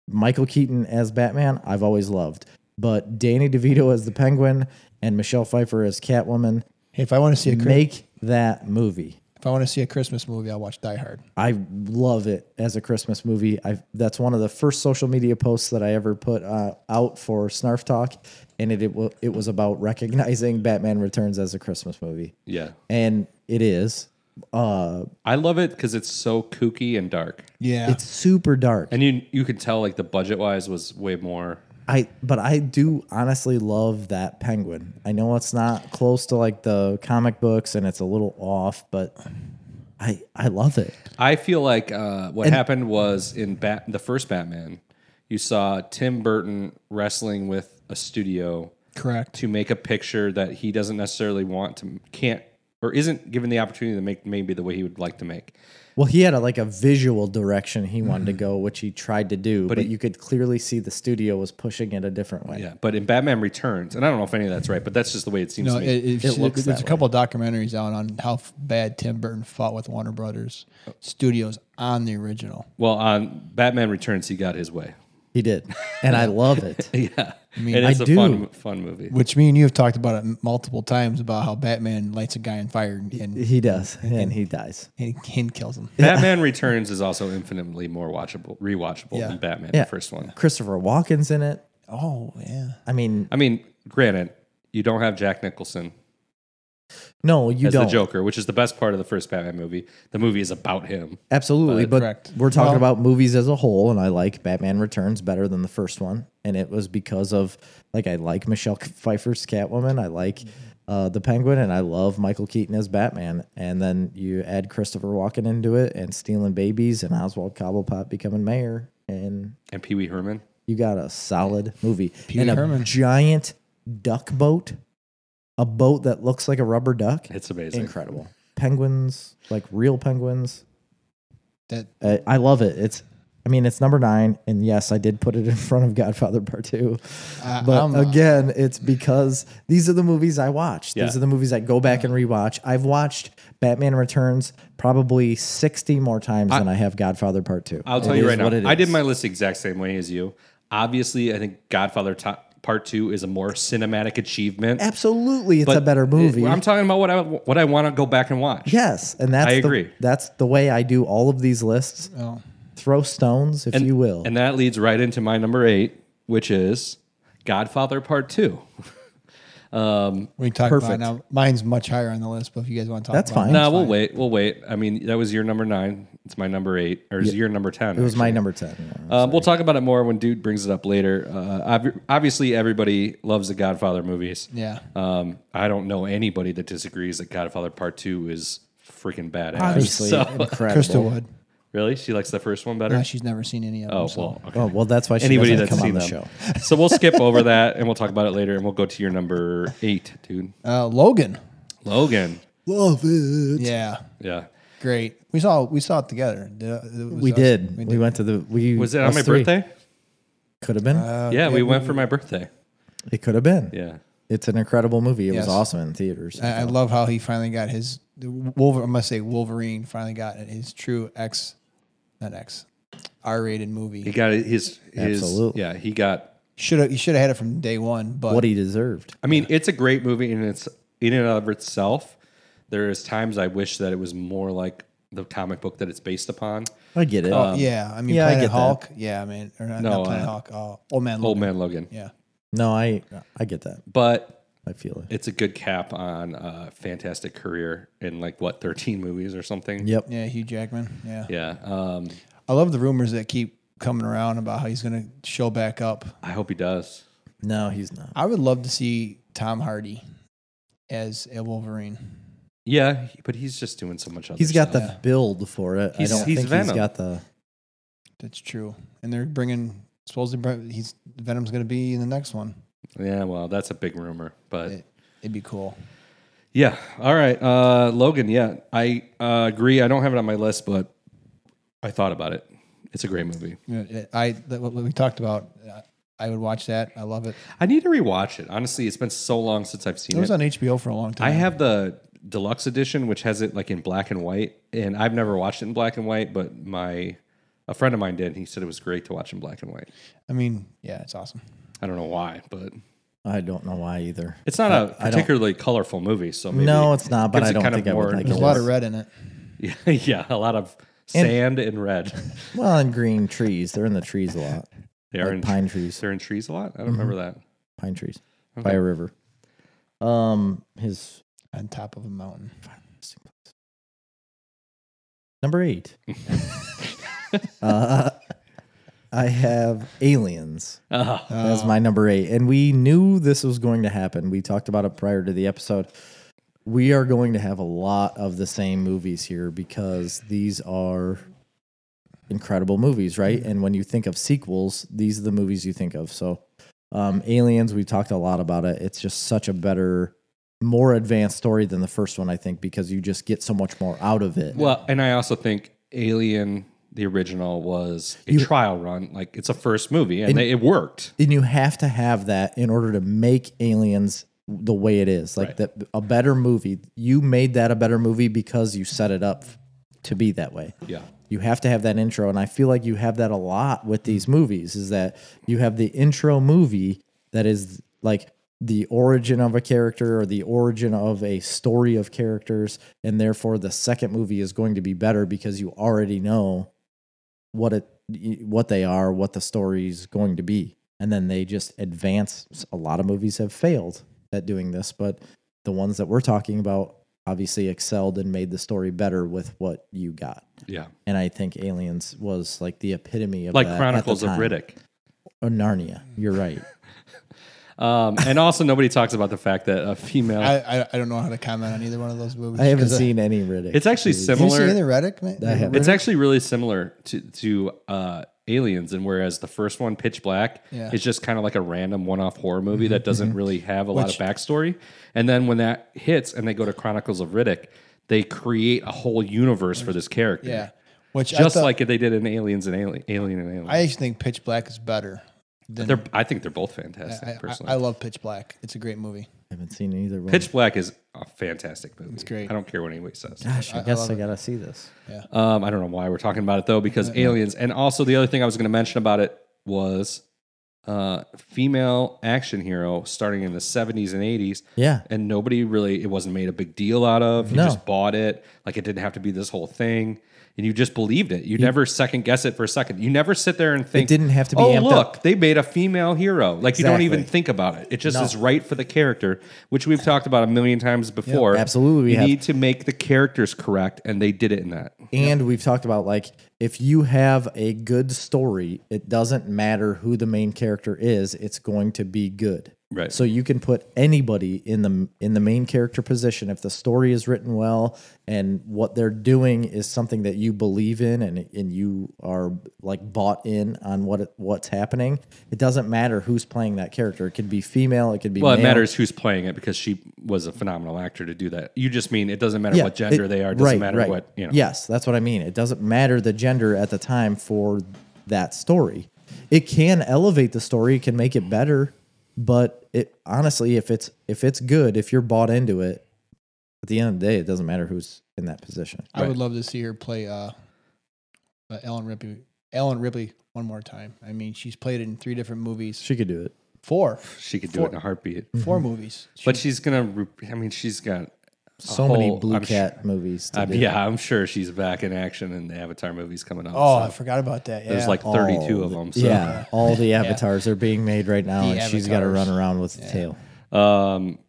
Michael Keaton as Batman, I've always loved, but Danny DeVito as the Penguin and Michelle Pfeiffer as Catwoman
Hey, if I want to see a Chris-
make that movie.
if I want to see a Christmas movie, I'll watch Die Hard.
I love it as a Christmas movie. I that's one of the first social media posts that I ever put uh, out for Snarf Talk, and it it, wa- it was about recognizing Batman Returns as a Christmas movie,
Yeah.
and it is. Uh,
I love it because it's so kooky and dark.
Yeah.
it's super dark.
And you you could tell like the budget wise was way more.
I but I do honestly love that penguin. I know it's not close to like the comic books, and it's a little off, but I I love it.
I feel like uh, what happened was in Bat- the first Batman, you saw Tim Burton wrestling with a studio
correct.
to make a picture that he doesn't necessarily want to can't or isn't given the opportunity to make maybe the way he would like to make.
Well, he had a, like a visual direction he wanted to go, which he tried to do, but,
Mm-hmm. he-
you could clearly see the studio was pushing it a different way.
Yeah, but in Batman Returns, and I don't know if any of that's right, but that's just the way it seems
No,
to
it,
me.
it's-
It looks
there's
that
a couple of documentaries out on how f- bad Tim Burton fought with Warner Brothers Studios on the original.
well, on Batman Returns, he got his way.
He did, and I love it.
Yeah, and it's a
I do.
fun fun movie.
Which me and you have talked about it multiple times about how Batman lights a guy on fire and and,
He does, and he dies.
and, and kills him.
Batman Returns is also infinitely more watchable, rewatchable
Yeah.
than Batman
Yeah.
the first one.
Christopher Walken's in it.
Oh yeah,
I mean,
I mean, granted, you don't have Jack Nicholson
no, you
as
don't.
the Joker, which is the best part of the first Batman movie. The movie is about him.
Absolutely, but
correct.
we're talking
Well-
about movies as a whole, and I like Batman Returns better than the first one, and it was because of like I like Michelle Pfeiffer's Catwoman, I like uh, the Penguin, and I love Michael Keaton as Batman, and then you add Christopher Walken into it, and stealing babies, and Oswald Cobblepot becoming mayor, and
And Pee Wee Herman.
you got a solid movie
Pee Wee
and a
Herman.
giant duck boat, a boat that looks like a rubber duck,
It's amazing.
incredible. Penguins, like real penguins.
that
I, I love it. It's, I mean, it's number nine, and yes, I did put it in front of Godfather Part Two,
I-
but
I'm, uh,
again, it's because these are the movies I watch.
Yeah.
These are the movies I go back and rewatch. I've watched Batman Returns probably sixty more times than I have Godfather Part Two.
I'll tell
It
you
is
right now.
what it
I did
is.
my list the exact same way as you. Obviously, I think Godfather to- Part Two is a more cinematic achievement.
absolutely. It's
but
a better movie.
it- I'm talking about what I what I want to go back and watch.
yes, and that's
I
the,
agree.
That's the way I do all of these lists.
oh,
Throw stones if you will.
And that leads right into my number eight, which is Godfather Part Two.
we can talk
Perfect.
about it now. Mine's much higher on the list, but if you guys want to talk,
That's
about
fine.
No, we'll wait. We'll wait. I mean, that was your number nine. It's my number eight, or is your number ten?
it was my number ten.
Um, we'll talk about it more when Dude brings it up later. Uh, ob- obviously, everybody loves the Godfather movies.
it. yeah,
Uh,
Um, I don't know anybody that disagrees that Godfather Part Two is freaking badass.
Obviously,
So-
incredible.
Krista would.
really, she likes the first one better.
No, she's never seen any of them.
oh
so.
well, okay.
Oh well, that's why she
anybody
doesn't
that's
come on
seen
the
them.
show.
so we'll skip over that and we'll talk about it later, and we'll go to your number eight, dude.
uh, Logan.
Logan.
Love it.
Yeah,
Yeah.
great. We saw we saw it together. Did- it was
We
us-
did. We, went to the. We
Was it on my birthday?
Could have been.
yeah, we went for my birthday.
it could have been.
Uh, Yeah.
It's an incredible movie. It
Yes. Uh,
was awesome in theaters.
I, I love how he finally got his Wolver. I must say, Wolverine finally got his true X, not X, R-rated
He
movie.
got his his
Absolutely.
yeah, he got
Should have you should have had it from day one, but
what he deserved.
I mean, it's a great movie and it's in and of itself. There is times I wish that it was more like the comic book that it's based upon.
I get it.
yeah, I mean,
yeah, I
Planet
get that.
Hulk. Yeah, I mean, or not,
No,
not Planet
uh,
Hulk. Oh, Old Man.
Old
Logan.
Man Logan.
Yeah,
no, I I get that.
But
I feel it.
it's a good cap on a fantastic career in like what 13 movies or something.
Yep.
yeah, Hugh Jackman. Yeah,
Yeah. Um,
I love the rumors that keep coming around about how he's going to show back up.
I hope he does.
No, he's not.
I would love to see Tom Hardy as a Wolverine.
Yeah, but he's just doing so much other
He's got the
stuff.
Yeah.
build for it.
He's-
I don't
he's
think he's
Venom.
got the.
That's true, and they're bringing supposedly bring- he's Venom's going to be in the next one.
Yeah, well, that's a big rumor, but
It, it'd be cool.
Yeah. All right. Uh, Logan, yeah. I uh, agree. I don't have it on my list, but I thought about it. It's a great movie.
You know, it- I that what we talked about. uh, I would watch that. I love it.
I need to rewatch it. Honestly, it's been so long since I've
It
seen
was
it.
on HBO for a long
I
time.
have the deluxe edition, which has it like in black and white. And I've never watched it in black and white, but my a friend of mine did. And he said it was great to watch in black and white.
I mean, yeah, it's awesome.
I don't know why, but
I don't know why either.
it's not a particularly colorful movie. So maybe
No, it's not. But
gives
I
it
don't
kind of
think I would
more
like
There's
it.
a lot of red in it.
yeah, yeah, a lot of sand and red.
Well, and green trees. They're in the trees a lot.
They are
Like
in
pine trees.
they're in trees a lot. I don't remember that.
Pine trees by a river. Um, his
On top of a mountain.
Number eight. uh, I have aliens
Uh,
as my number eight. And we knew this was going to happen. We talked about it prior to the episode. We are going to have a lot of the same movies here because these are incredible movies, right? And when you think of sequels, these are the movies you think of. So, um, Aliens, we talked a lot about it. It's just such a better more advanced story than the first one, I think, because you just get so much more out of it.
Well, and I also think Alien, the original, was a trial run. Like it's a first movie, and, they, it worked.
and you have to have that in order to make aliens the way it is like that a better movie you made that a better movie because you set it up to be that way
Yeah.
you have to have that intro and i feel like you have that a lot with these movies is that you have the intro movie that is like the origin of a character or the origin of a story of characters and therefore the second movie is going to be better because you already know what it what they are, what the story's going to be. And then they just advance. A lot of movies have failed at doing this, but the ones that we're talking about obviously excelled and made the story better with what you got.
Yeah,
And I think Aliens was like the epitome of
like
that at the
Chronicles of
time.
Riddick.
or Narnia. You're right.
Um, and also, nobody talks about the fact that a female.
I, I I don't know how to comment on either one of those movies.
I haven't
'cause uh,
seen any Riddick.
it's actually
movies.
Have you seen
similar.
either Reddick? man?
I haven't.
It's actually really similar to to uh, Aliens, and whereas the first one, Pitch Black,
Yeah. Mm-hmm,
is just kind of like a random one-off horror movie that doesn't really have a lot of
Which-
backstory. And then when that hits, and they go to Chronicles of Riddick, they create a whole universe for this character.
Yeah, which I
just
thought-
like they did in Aliens and Alien, Alien and Alien.
I actually think Pitch Black is better. Than,
They're, I think they're both fantastic.
I, I-
personally,
I love Pitch Black. It's a great movie.
I haven't seen either one.
Pitch Black is a fantastic movie. It's
great.
I don't care what anybody says.
Gosh, I, guess I, gotta see this.
Um, I don't know why we're talking about it though, because aliens. And also, the other thing I was going to mention about it was uh, female action hero starting in the 70s and 80s.
Yeah.
And nobody really, it wasn't made a big deal out of. You
No.
just bought it. Like it didn't have to be this whole thing. And you just believed it. You, never second guess it for a second. You never sit there and think.
didn't have to be
Oh,
amped
look,
up."
they made a female hero. Like you don't even
Exactly.
think about it. It just is right for the character, which we've talked about a million times before.
absolutely we
You
have.
need to make the characters correct, and they did it in that.
And we've talked about like if you have a good story, it doesn't matter who the main character is, it's going to be good.
Right.
So you can put anybody in the in the main character position if the story is written well and what they're doing is something that you believe in and and you are like bought in on what it, what's happening. It doesn't matter who's playing that character. It could be female, it could be
Well, it
male.
matters who's playing it because she was a phenomenal actor to do that. You just mean it doesn't matter what
Yeah,
gender
it-
they are. It doesn't
right,
matter
right.
what you know.
Yes, that's what I mean. It doesn't matter the gender at the time for that story. It can elevate the story, it can make it better, but it honestly, if it's if it's good, if you're bought into it, at the end of the day, it doesn't matter who's in that position.
I
Right.
would love to see her play uh, uh, Ellen Ripley. Ellen Ripley one more time. I mean, she's played it in three different movies.
She could do it.
Four,
she could do it in a heartbeat.
4 movies.
Mm-hmm. But she's gonna. re- I mean, she's got
So many
whole-
blue
I'm sure-
cat movies. To
I
do.
mean, yeah, I'm sure she's back in action in the Avatar movies coming up.
oh, I
so
forgot about that. Yeah.
there's like 32 of them. So.
Oh, Yeah, all the avatars are being made right now,
The
and she's got to
avatars.
run around with the tail.
Um.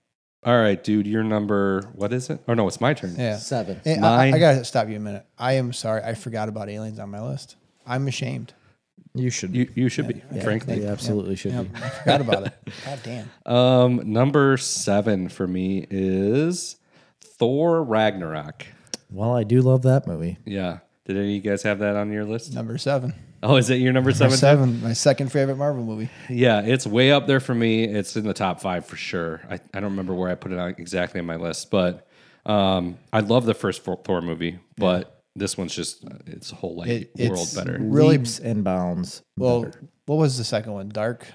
All right, dude. Your number. What is it? Oh no, it's my turn.
yeah.
Seven.
Hey, I, I- I
Mine-
gotta stop you a minute. I am sorry. I forgot about aliens on my list. I'm ashamed.
You should.
You you should be frankly.
you absolutely should
Yep,
be.
I forgot about it. God damn.
Um. Number seven for me is Thor Ragnarok.
Well, I do love that movie.
Yeah. Did any of you guys have that on your list?
Number seven.
Oh, is it your number
Number
seven?
seven. My second favorite Marvel movie.
Yeah, it's way up there for me. It's in the top five for sure. I, I don't remember where I put it on exactly on my list, but um, I love the first Thor- Thor movie, but this one's just it's a whole like
It-
world
it's
better.
Really
leaps and bounds.
Well,
better.
what was the second one? Dark,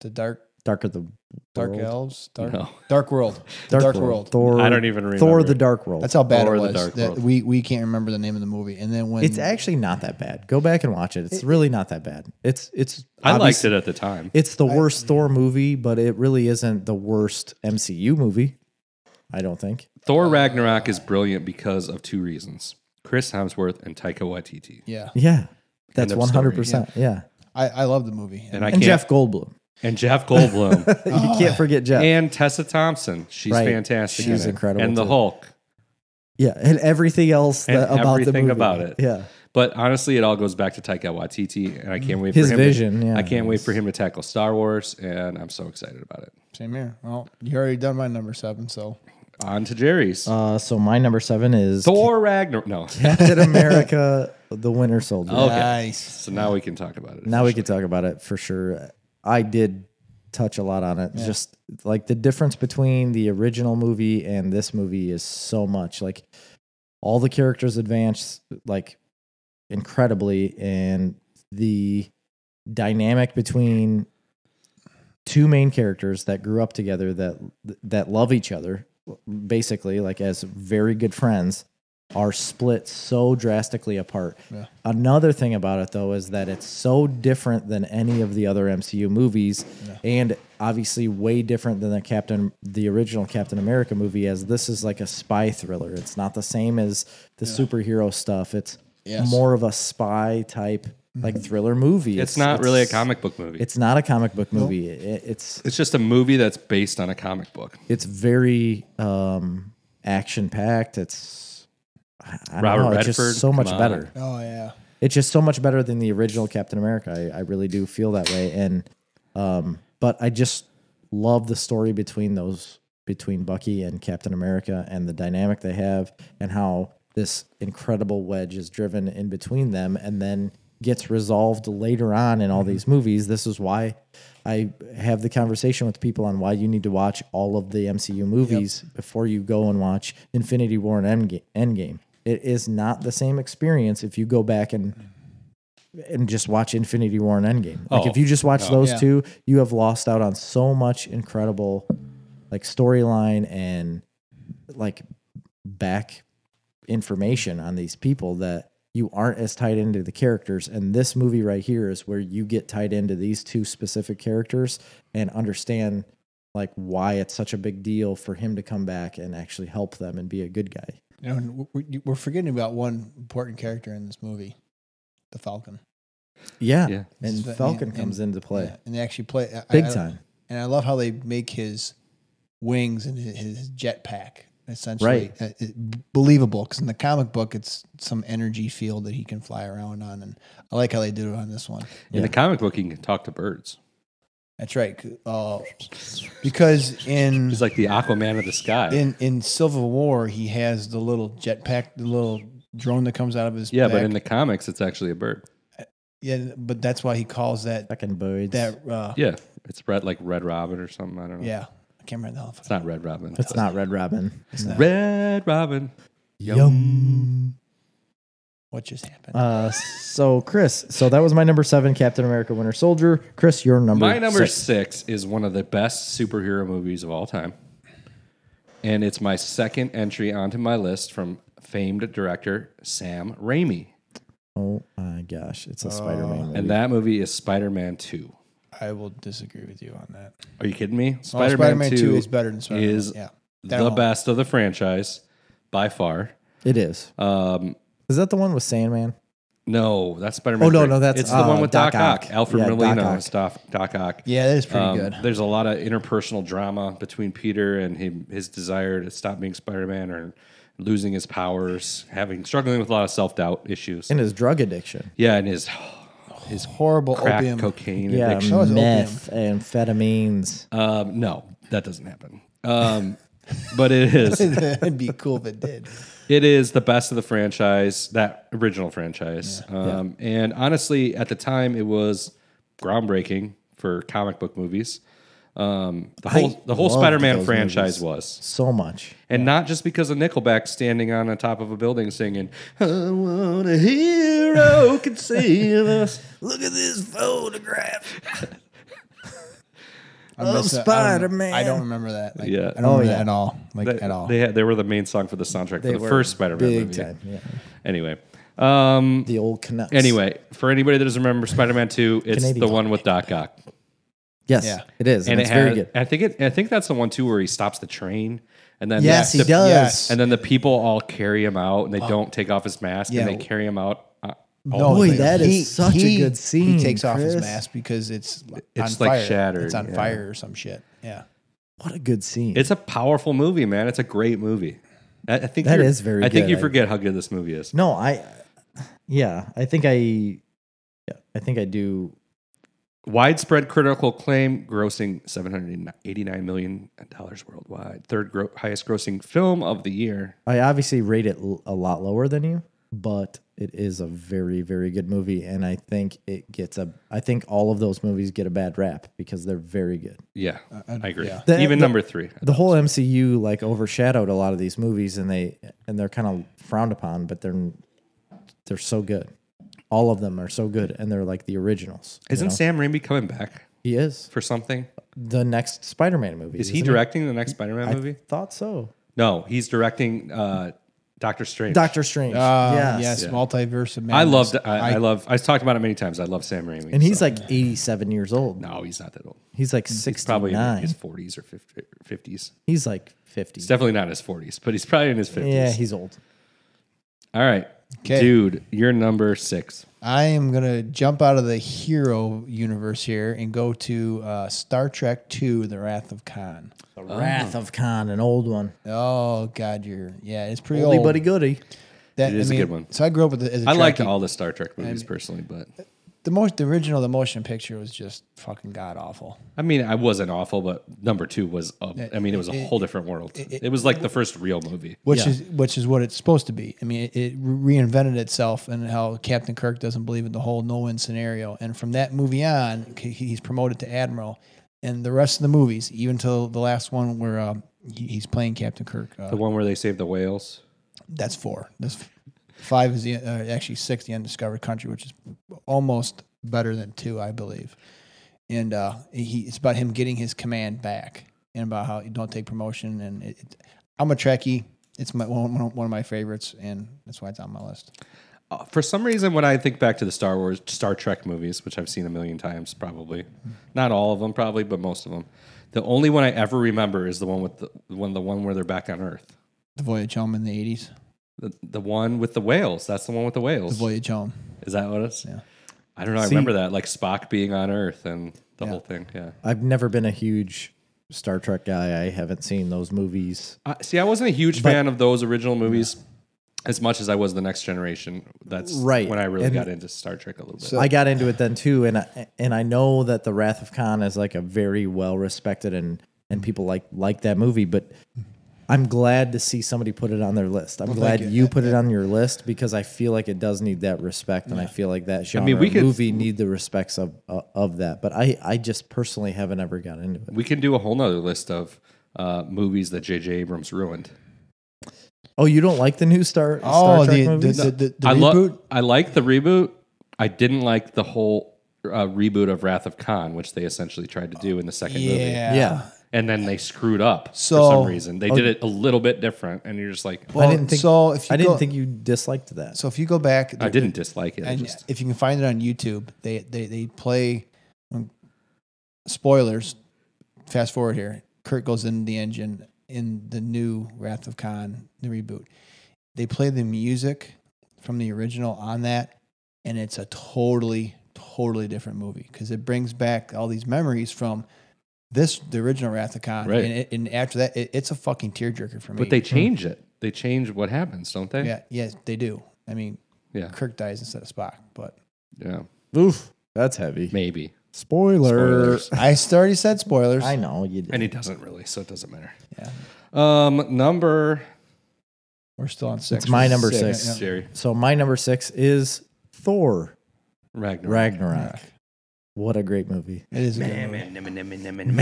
the dark,
darker the
dark
world.
elves, dark,
No.
dark world, dark, world.
Thor.
I don't even remember.
Thor the
it.
Dark World.
That's how bad
Thor
it
the
was.
Dark
that
World.
we we can't remember the name of the movie. And then when
it's actually not that bad. Go back and watch it. It's really not that bad. It's it's
I liked
obvious-
it at the time.
It's the worst Thor movie, but it really isn't the worst MCU movie. I don't think.
Thor Ragnarok is brilliant because of two reasons: Chris Hemsworth and Taika Waititi.
yeah,
Yeah, that's
of
one
story,
hundred percent. Yeah,
I I love the movie.
And I
and
can't
Jeff Goldblum.
and Jeff Goldblum
you can't forget Jeff.
and Tessa Thompson. She's
Right.
fantastic.
She's
in it.
incredible,
And the
too.
Hulk.
yeah, and everything else
And
that, about the
everything
movie.
about it.
Yeah,
But honestly, it all goes back to Taika Waititi, and I can't wait
his
for him. to-
vision. yeah,
I can't wait for him to tackle Star Wars, and I'm so excited about it.
Same here. Well, you already done my number seven, so
On to Jerry's
Uh, so my number seven is
Thor Ragnarok. No,
Captain America: The Winter Soldier.
Okay.
nice.
so now we can talk about it.
Now we can talk about it for sure. I did touch a lot on it. Just like the difference between the original movie and this movie is so much. Like all the characters advance like incredibly, and the dynamic between two main characters that grew up together that that love each other basically like as very good friends are split so drastically apart.
Yeah.
Another thing about it though is that it's so different than any of the other MCU movies and obviously way different than the Captain the original Captain America movie as this is like a spy thriller. It's not the same as the superhero stuff. It's
Yes. Mm-hmm.
more of a spy type like thriller movie.
It's, not really a
it's-
comic book movie. It's,
It's not a comic book movie. It, it's
just a movie that's based on a comic book.
it's very um, action packed. It's I- I don't
Robert
know, It's
Redford,
just so much
come on.
better.
Oh yeah.
It's just so much better than the original Captain America. I, I really do feel that way. And um, but I just love the story between those between Bucky and Captain America and the dynamic they have and how this incredible wedge is driven in between them and then gets resolved later on in all these movies. This is why I have the conversation with people on why you need to watch all of the MCU movies before you go and watch Infinity War and Endga- Endgame. It is not the same experience if you go back and and just watch Infinity War and Endgame. Like
Oh,
if you just watch those
yeah.
two, you have lost out on so much incredible like storyline and like back information on these people that you aren't as tied into the characters and this movie right here is where you get tied into these two specific characters and understand like why it's such a big deal for him to come back and actually help them and be a good guy.
You know, and we're, we're forgetting about one important character in this movie, the Falcon.
Yeah.
Yeah.
And
It's-
Falcon
and-
comes into play
Yeah, and they actually play I-
big
I-
time.
And I love how they make his wings and his, his jetpack essentially
Right.
uh, it- believable. Because in the comic book, it's some energy field that he can fly around on, and I like how they do it on this one.
In the comic book, he can talk to birds.
That's right. c- Uh, because in
He's like the Aquaman of the sky.
in in Civil War, he has the little jetpack, the little drone that comes out of his
yeah, but
back.
in the comics, it's actually a bird.
yeah, but that's why he calls that
Fucking birds.
that uh, yeah.
Yeah, it's red like Red Robin or something. I don't know.
I can't remember the hell.
it's not Red Robin.
it's not Red Robin.
Red Robin.
Yum.
What just happened?
Uh, so Chris, so that was my number seven, Captain America: Winter Soldier. Chris, your number.
My number
six.
six is one of the best superhero movies of all time. And it's my second entry onto my list from famed director Sam Raimi.
Oh my gosh, it's
Uh,
a Spider-Man. Movie.
And that movie is Spider Man 2.
I will disagree with you on that.
Are you kidding me? Spider
Oh,
Man
Spider-Man 2 is better than Spider-Man.
is
yeah. That
the
one.
best of the franchise by far.
It is.
Um,
Is that the one with Sandman?
no, that's Spider Man.
Oh, no, no, that's,
It's the
uh,
one with
Doc
Doc, Ock.
Ock.
Alfred
Yeah, Doc
Molina,
Ock.
Doc, Doc Ock.
Yeah, that is pretty
Um,
good.
There's a lot of interpersonal drama between Peter and him, his desire to stop being Spider-Man or losing his powers, having struggling with a lot of self-doubt issues.
And his drug addiction.
yeah, and his his
Horrible
crack
opium.
cocaine
Yeah,
addiction. Oh,
was
meth, amphetamines.
Um, no, that doesn't happen. Um, but it is
It'd be cool if it did.
it is the best of the franchise, that original franchise. Um, And honestly, at the time, it was groundbreaking for comic book movies. Um, the whole the whole
loved
Spider-Man
those
franchise
movies.
was.
So much.
And not just because of Nickelback standing on the top of a building singing, I want a hero can save us.
Look at this photograph.
I
Love
miss that.
Spider-Man.
I don't, I don't remember that. Like,
Oh, Yeah.
I don't
Oh,
remember
yeah.
that at all. Like
They,
at all.
They, had, they were the main song for the soundtrack for the
were
first Spider Man
Big
movie.
time. Yeah.
Anyway. Um,
The old Canucks.
anyway, for anybody that doesn't remember Spider Man 2, it's
Canadian.
the one with Doc Ock.
Yes,
Yeah.
it is, and,
And
it's
it had,
very good.
I think it, I think that's the one too where he stops the train and then
Yes,
the,
he does. Oh.
yes.
and then the people all carry him out and they don't take off his mask
Yeah.
and they carry him out. Uh,
No,
Boy,
like,
that is such a good scene,
He takes off his
Chris.
mask because it's on
It's,
fire.
like, shattered,
It's on
yeah.
fire or some shit. Yeah.
What a good scene.
It's a powerful movie, man. It's a great movie. I, I think
That
you're-
is very
I think
good.
you
I-
forget how good this movie is.
No, I. Yeah, I think I. Yeah, I think I do.
Widespread critical acclaim, grossing seven hundred eighty-nine million dollars worldwide. Third gro- highest grossing film of the year.
I obviously rate it l- a lot lower than you, but It is a very very good movie, and I think it gets a. I think all of those movies get a bad rap because they're very good.
Yeah, I agree.
yeah.
Uh, The-
Even
the-
number three.
The whole MCU like overshadowed a lot of these movies, and they and they're kind of frowned upon, but they're they're so good. All of them are so good, and they're like the originals. you
Isn't
know?
Sam Raimi coming back
he is
for something?
the next Spider-Man movie?
Is he
isn't
directing the next Spider-Man movie?
Thought so.
No, he's directing uh, Doctor Strange.
Doctor Strange.
Ah,
Uh, yes,
yes.
multiverse of
I
madness.
loved. I, I, love. I've talked about it many times. I love Sam Raimi.
And he's like 87 years old.
no, he's not that old.
He's like
He's probably
69.
in his forties or fifties.
he's like 50.
He's definitely not in his forties, but he's probably in his fifties.
yeah, he's old.
All right,
'Kay.
dude, you're number six.
I am gonna jump out of the hero universe here and go to uh, Star Trek Two: The Wrath of Khan.
The Wrath of Khan, an old one.
Oh God, you're yeah, it's pretty
Oldie
old.
buddy goody.
That,
It is
I
a
mean,
good one.
So I grew up with the, as a
I liked
Trekkie.
all the Star Trek movies personally, but
the most the original. The motion picture was just fucking god awful.
I mean, I wasn't awful, but number two was. A, I mean, it was a whole different world. It, was like the first real movie.
which
Yeah.
is which is what it's supposed to be. I mean, it, it reinvented itself, and how Captain Kirk doesn't believe in the whole no-win scenario. And from that movie on, he- he's promoted to admiral, and the rest of the movies, even till the last one where um, he- he's playing Captain Kirk. Uh,
The one where they saved the whales.
that's four. That's f- five is the uh, actually six, the undiscovered country, which is almost better than two, I believe. And uh, he, it's about him getting his command back, and about how you don't take promotion. And it, it, I'm a Trekkie. It's my one, one one of my favorites, and that's why it's on my list.
Uh, for some reason, when I think back to the Star Wars, Star Trek movies, which I've seen a million times, probably not all of them, probably, but most of them, the only one I ever remember is the one with the one, the one where they're back on Earth,
The Voyage Home in the '80s.
the, the one with the whales. That's the one with the
The
whales.
Voyage Home.
Is that what it's?
Yeah.
I don't know. I
See-
remember that, like Spock being on Earth and the
Yeah.
whole thing. Yeah.
I've never been a huge Star Trek guy. I haven't seen those movies.
Uh, see, I wasn't a huge fan of those original movies as much as I was the Next Generation. That's
Right.
when I really
And-
got into Star Trek a little bit.
So-
I got into it then too, and I, and I know that the Wrath of Khan is like a very well respected and and people like like that movie, but I'm glad to see somebody put it on their list. I'm glad
thank
you.
you.
put it on your list because I feel like it does need that respect, and I feel like that genre
we could-
movie need the respects of uh, of that. But I I just personally haven't ever got into it.
we can do a whole nother list of uh, movies that J.J. Abrams ruined.
Oh, you don't like the new Star, Star
Oh,
Trek
the, the,
movies?
the, the, the
I
reboot.
love. I like the reboot. I didn't like the whole uh, reboot of Wrath of Khan, which they essentially tried to do in the second movie,
yeah.
yeah,
and then they screwed up for
So-
some reason. They did it a little bit different, and you're just like,
Well,
I didn't think
so. If you
I didn't
go,
think you disliked that.
so, if you go back,
I didn't dislike it. I
and
just
if you can find it on YouTube, they they they play. um, Spoilers. Fast forward here. Kurt goes into the engine in the new Wrath of Khan, the reboot. They play the music from the original on that, and it's a totally, totally different movie because it brings back all these memories from this, the original Wrath of Khan.
Right.
And, it, and after that, it, it's a fucking tearjerker for me.
but they
hmm.
change it. They change what happens, don't they?
yeah, yes, they do. I mean,
Yeah.
Kirk dies instead of Spock, but
Yeah.
Oof, that's heavy.
Maybe.
Spoiler.
Spoilers.
I already said spoilers.
I know you did.
And he doesn't really, so it doesn't matter.
Yeah.
Um, number
We're still on six.
It's my number six.
yeah.
Jerry
So my number six is Thor
Ragnar.
Ragnarok. What a great movie.
It is a good movie.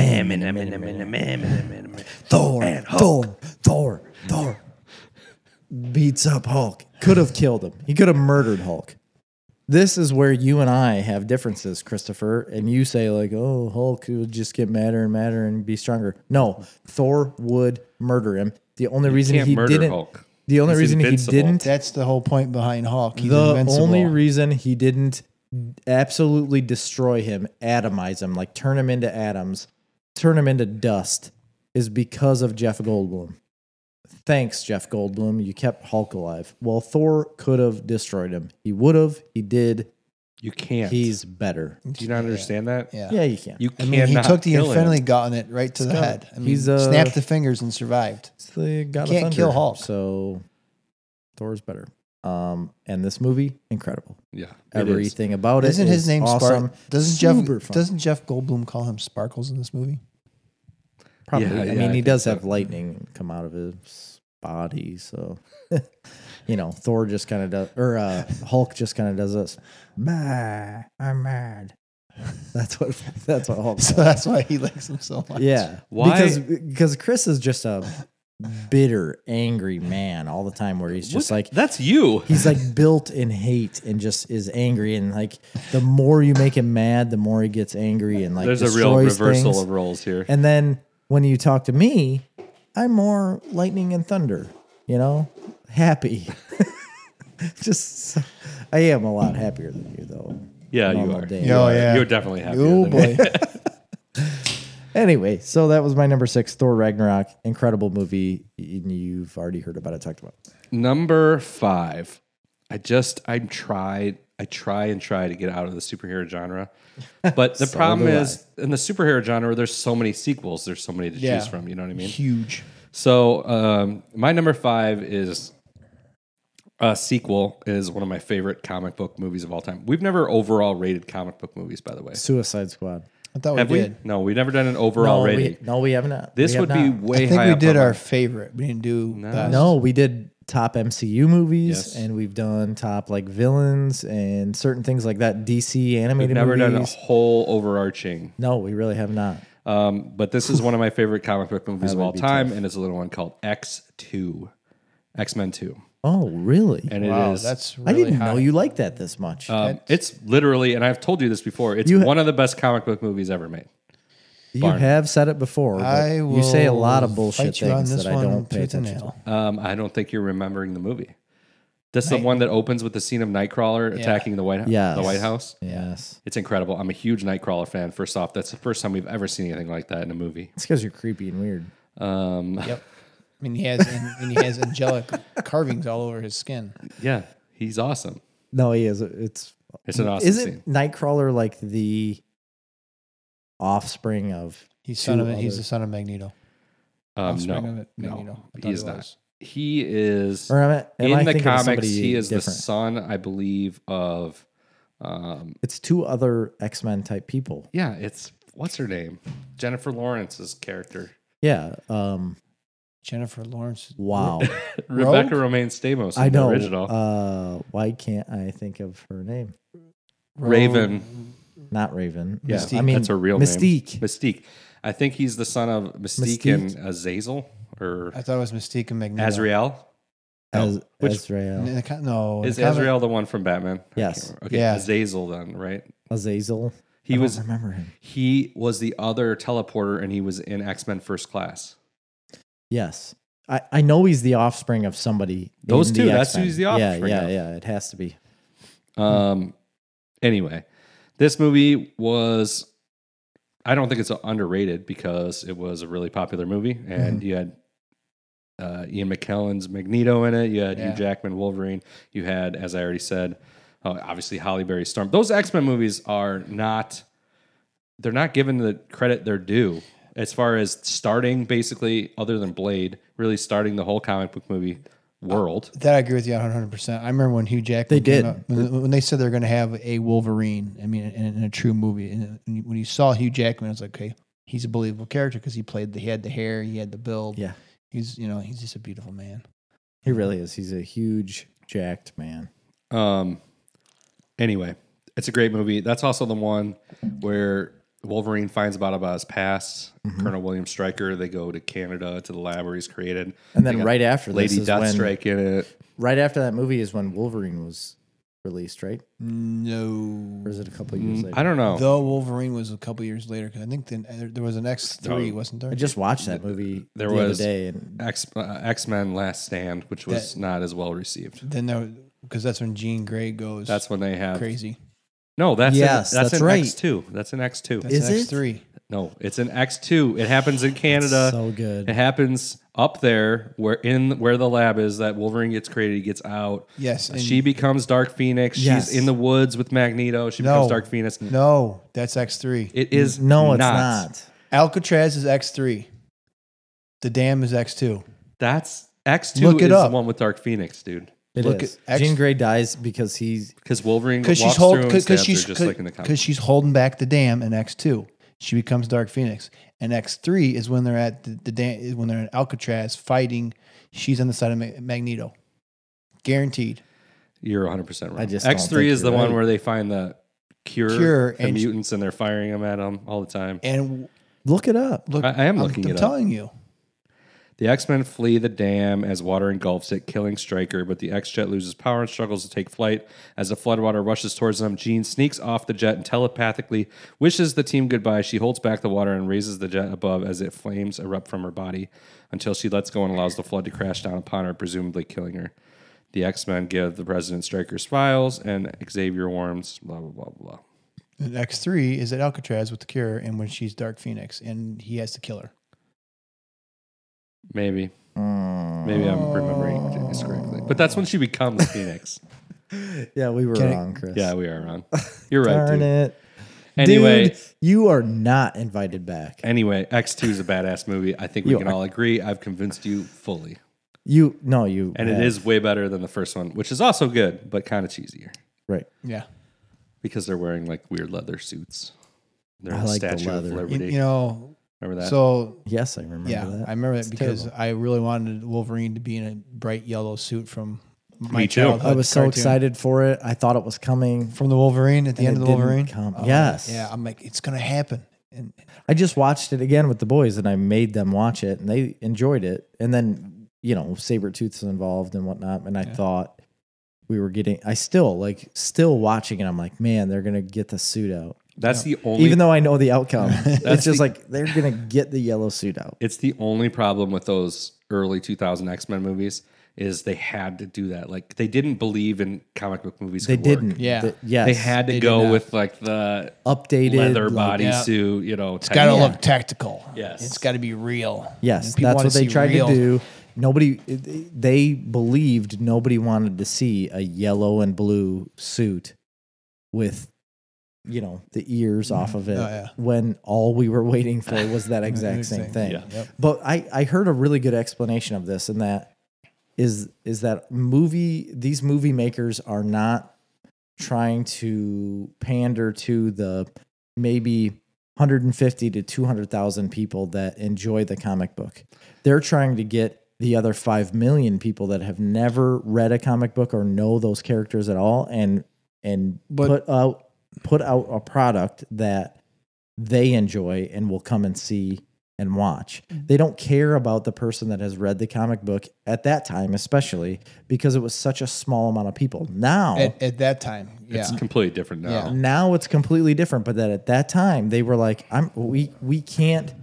Thor, Thor, Thor, Thor beats up Hulk. Could have killed him. He could have murdered Hulk. This is where you and I have differences, Christopher. And you say like, "Oh, Hulk would just get madder and madder and be stronger." No, Thor would murder him. The only reason
can't
he
murder
didn't.
Hulk.
The only
He's
reason
invincible.
he didn't
That's the whole point behind Hulk. He's
the
invincible.
only reason he didn't absolutely destroy him, atomize him, like turn him into atoms, turn him into dust, is because of Jeff Goldblum. Thanks, Jeff Goldblum. You kept Hulk alive. Well, Thor could have destroyed him. He would have. He did.
You can't.
He's better.
Do you not understand that?
yeah.
Yeah, you can.
You
I
cannot
mean, he took the
kill him.
Infinity Gauntlet right to the
Scott,
head. I mean,
he's, uh,
snapped the fingers and survived.
It's the God
Can't
of Thunder.
kill Hulk.
So Thor's better. Um, and this movie, incredible.
Yeah. it is.
Everything about it.
Isn't his
is
name
awesome.
Spark? Doesn't
Super
Jeff
fun.
doesn't Jeff Goldblum call him Sparkles in this movie?
Probably.
Yeah,
I
yeah,
mean,
I
he
think
does
so.
have lightning come out of his body. So, you know, Thor just kind of does, or uh, Hulk just kind of does this. Bah, I'm mad. That's what. That's what Hulk.
So that's why he likes him so much.
Yeah.
Why-
Because because Chris is just a bitter, angry man all the time, where he's just like
That's you.
he's like built in hate and just is angry, and like the more you make him mad, the more he gets angry and like
There's a real
destroys
reversal
things.
of roles here.
And then when you talk to me, I'm more lightning and thunder, you know, happy. Just, I am a lot happier than you, though.
Yeah, you
Normal
are.
day.
You
Oh,
are.
yeah.
You're definitely happier.
Oh
than me.
boy.
Anyway, so that was my number six, Thor Ragnarok. Incredible movie. And you've already heard about it, talked about. it.
Number five. I just I tried I try and try to get out of the superhero genre. But the problem
do I.
is in the superhero genre, there's so many sequels, there's so many to
Yeah.
choose from. You know what I mean?
Huge.
So um, my number five is a sequel is one of my favorite comic book movies of all time. We've never overall rated comic book movies, by the way.
Suicide Squad.
I thought Oh, we
Have we?
did.
No, we've never done an overall
no,
rating.
we, no, we have not.
this
We have
would be
not.
way.
I think
high
we
up
did
on
our favorite. We didn't do best.
No, we did top MCU movies
Yes.
and we've done top like villains and certain things like that. DC
We've
animated
never done a
movies.
whole overarching
No, we really have not.
Um, but this is one of my favorite comic book movies of all
be
time, and it's a little one called X Two, X Men Two,
Oh, really?
and
Wow,
it is
that's
I
really
didn't
high.
know you liked that this much.
um, it's literally, and I've told you this before, it's
You ha-
one of the best comic book movies ever made.
you
Barn.
have said it before. but
I will
you say a lot of bullshit
fight you on
things
this
that I
one
don't pay
tooth and
attention to.
nail.
Um, I don't think you're remembering the movie. That's the one that opens with the scene of Nightcrawler attacking the White House.
Yes.
the White House.
Yes.
It's incredible. I'm a huge Nightcrawler fan. First off, that's the first time we've ever seen anything like that in a movie.
It's because you're creepy and weird.
Um,
Yep. I mean, he has and, and he has angelic carvings all over his skin.
yeah, he's awesome.
No, he is. It's
It's an awesome
isn't
scene.
Nightcrawler like the offspring of
He's son of
Two
he's
other-
the son of Magneto.
Um,
Offspring of
no,
it,
no,
Magneto. I thought
he is
it
not.
was.
He is.
or am I, am I
in the
thinking of
comics,
somebody
he is the
different?
son, I believe, of. Um,
It's two other X Men type people.
yeah, it's what's her name? Jennifer Lawrence's character,
Yeah. Um.
Jennifer Lawrence.
Wow.
Rebecca Romaine Stamos. in
I know.
The original.
Uh. Why can't I think of her name?
Raven.
Not Raven.
Yeah,
I mean,
that's her real name.
Mystique.
Mystique. I think he's the son of Mystique,
Mystique.
and Azazel or
I thought it was Mystique and Magneto.
Azrael.
As,
Which-
Azrael.
In the co- no, in
Is
the comic-
Azrael the one from Batman? I
Yes.
can't remember. Okay.
Yeah.
Azazel then, right?
Azazel.
He
I don't
was
remember him.
he was the other teleporter, and he was in X Men First Class.
Yes. I, I know he's the offspring of somebody.
Those
in
two, that's who
X-Men.
he's the offspring
Yeah, yeah,
of.
yeah. It has to be.
Um. Anyway, this movie was. I don't think it's underrated because it was a really popular movie, and you had uh, Ian McKellen's Magneto in it. You had
Yeah.
Hugh Jackman Wolverine. You had, as I already said, uh, obviously Holly Berry Storm. Those X Men movies are not. They're not given the credit they're due as far as starting basically, other than Blade, really starting the whole comic book movie world.
That I agree with you 100. percent I remember when Hugh Jackman
They did.
came out- when, when they said they're going to have a Wolverine. I mean, in, in a true movie, and when you- when you saw Hugh Jackman, I was like, okay, he's a believable character because he played. The, he had the hair, he had the build.
Yeah.
he's you know he's just a beautiful man.
He really is. He's a huge jacked man.
Um. Anyway, it's a great movie. That's also the one where Wolverine finds out about his past.
Mm-hmm.
Colonel William Stryker. They go to Canada to the lab where he's created,
And then
They got
right after this
uh, Lady
is when-
Deathstrike in it.
Right after that movie is when Wolverine was released, right? Or
No,
is it a couple of years later?
Mm, I don't know.
the Wolverine was a couple years later because I think then uh, there- there was an X three, wasn't there?
I just watched that movie
There
the
was-
other day, and
X uh, X Men Last Stand, which was not as well received.
then there because that's when Jean Grey goes.
That's when they have
crazy.
no. That's in-
Yes,
that's,
that's
in
right.
X two. That's in X two.
That's
Is it?
X three.
No, it's in X two. It happens in Canada.
so
It
good.
happens up there where in where the lab is that Wolverine gets created, he gets out.
Yes, and-
she becomes Dark Phoenix.
Yes.
She's in the woods with Magneto. She becomes
No.
Dark Phoenix.
No, that's X three.
It is
No, it's
not.
not.
Alcatraz is X three. The dam is X two.
That's X two
Look
is
it
the
up.
one with Dark Phoenix, dude.
It
Look
is.
at X-
Jean Grey dies because he's
Because Wolverine
because
walks
she's
through
holding
and
because
stabs her
she's
just like in the
because
comic.
she's holding back the dam in X two. She becomes Dark Phoenix, and X three is when they're at the, the dam when they're in Alcatraz fighting She's on the side of Ma- Magneto, guaranteed.
You're 100 percent right.
I just don't
X
think
three is the
you're
one
right.
where they find the cure,
Cure,
the
and-
mutants, and they're firing them at them all the time.
And
Look it up.
look,
I- I am
I'm-
looking
I'm,
it up.
telling you,
The X Men flee the dam as water engulfs it, killing Stryker, but the X Jet loses power and struggles to take flight. As the floodwater rushes towards them, Jean sneaks off the jet and telepathically wishes the team goodbye. She holds back the water and raises the jet above as it flames erupt from her body until she lets go and allows the flood to crash down upon her, presumably killing her. The X Men give the President Stryker's files, and Xavier warns, blah, blah, blah, blah.
the X three is at Alcatraz with the Cure, and when she's Dark Phoenix, and he has to kill her.
Maybe.
Mm.
Maybe I'm remembering this correctly. But that's when she becomes Phoenix.
Yeah, we were
Can I-
wrong, Chris.
Yeah, we are wrong. You're right,
Darn
dude.
it.
Anyway,
Dude, you are not invited back.
anyway, X two is a badass movie. I think we
You
can
are.
all agree. I've convinced you fully,
You no, you
and it
have-
is way better than the first one, which is also good, but kind of cheesier
right.
Yeah,
because they're wearing like weird leather suits. They're
I
a
like the
Statue of
leather. You-
Liberty.
you, you know.
Remember that?
So
Yes, I remember
yeah,
that.
I remember that
It's
because
terrible.
I really wanted Wolverine to be in a bright yellow suit from my
Me too.
childhood
I was so
cartoon.
excited for it. I thought it was coming.
from the Wolverine at the
And
end
it
of the
didn't
Wolverine.
come.
Oh,
Yes.
yeah, I'm like, it's gonna happen. And
I just watched it again with the boys and I made them watch it and they enjoyed it. And then, you know, Sabretooth's involved and whatnot. And I thought we were getting, I still like, still watching it. I'm like, man, they're going to get the suit out.
That's the only.
Even though I know the outcome, it's just
the-
like they're going to get the yellow suit out.
it's the only problem with those early 2000 X Men movies is they had to do that. Like they didn't believe in comic book movies.
They
could work.
didn't.
Yeah.
They, yes.
They had to
They did
go
not.
with like the
updated
leather
like-
body
Yeah.
suit. You know,
it's gotta
type-
look tactical.
Yes.
it's gotta be real.
Yes,
And people
that's
wanna
what they
see
tried
real.
to do. Nobody, they believed nobody wanted to see a yellow and blue suit with, you know, the ears off of it.
Oh, yeah.
When all we were waiting for was that exact same thing.
Yeah.
Yep.
But I, I heard a really good explanation of this, and that is is that movie these movie makers are not trying to pander to the maybe 150 to 200,000 people that enjoy the comic book. They're trying to get the other 5 million people that have never read a comic book or know those characters at all and and
But-
put out put out a product that they enjoy and will come and see and watch. They don't care about the person that has read the comic book at that time especially because it was such a small amount of people. Now
At, at that time, yeah,
It's completely different now.
Yeah.
now it's completely different but that at that time they were like i'm we we can't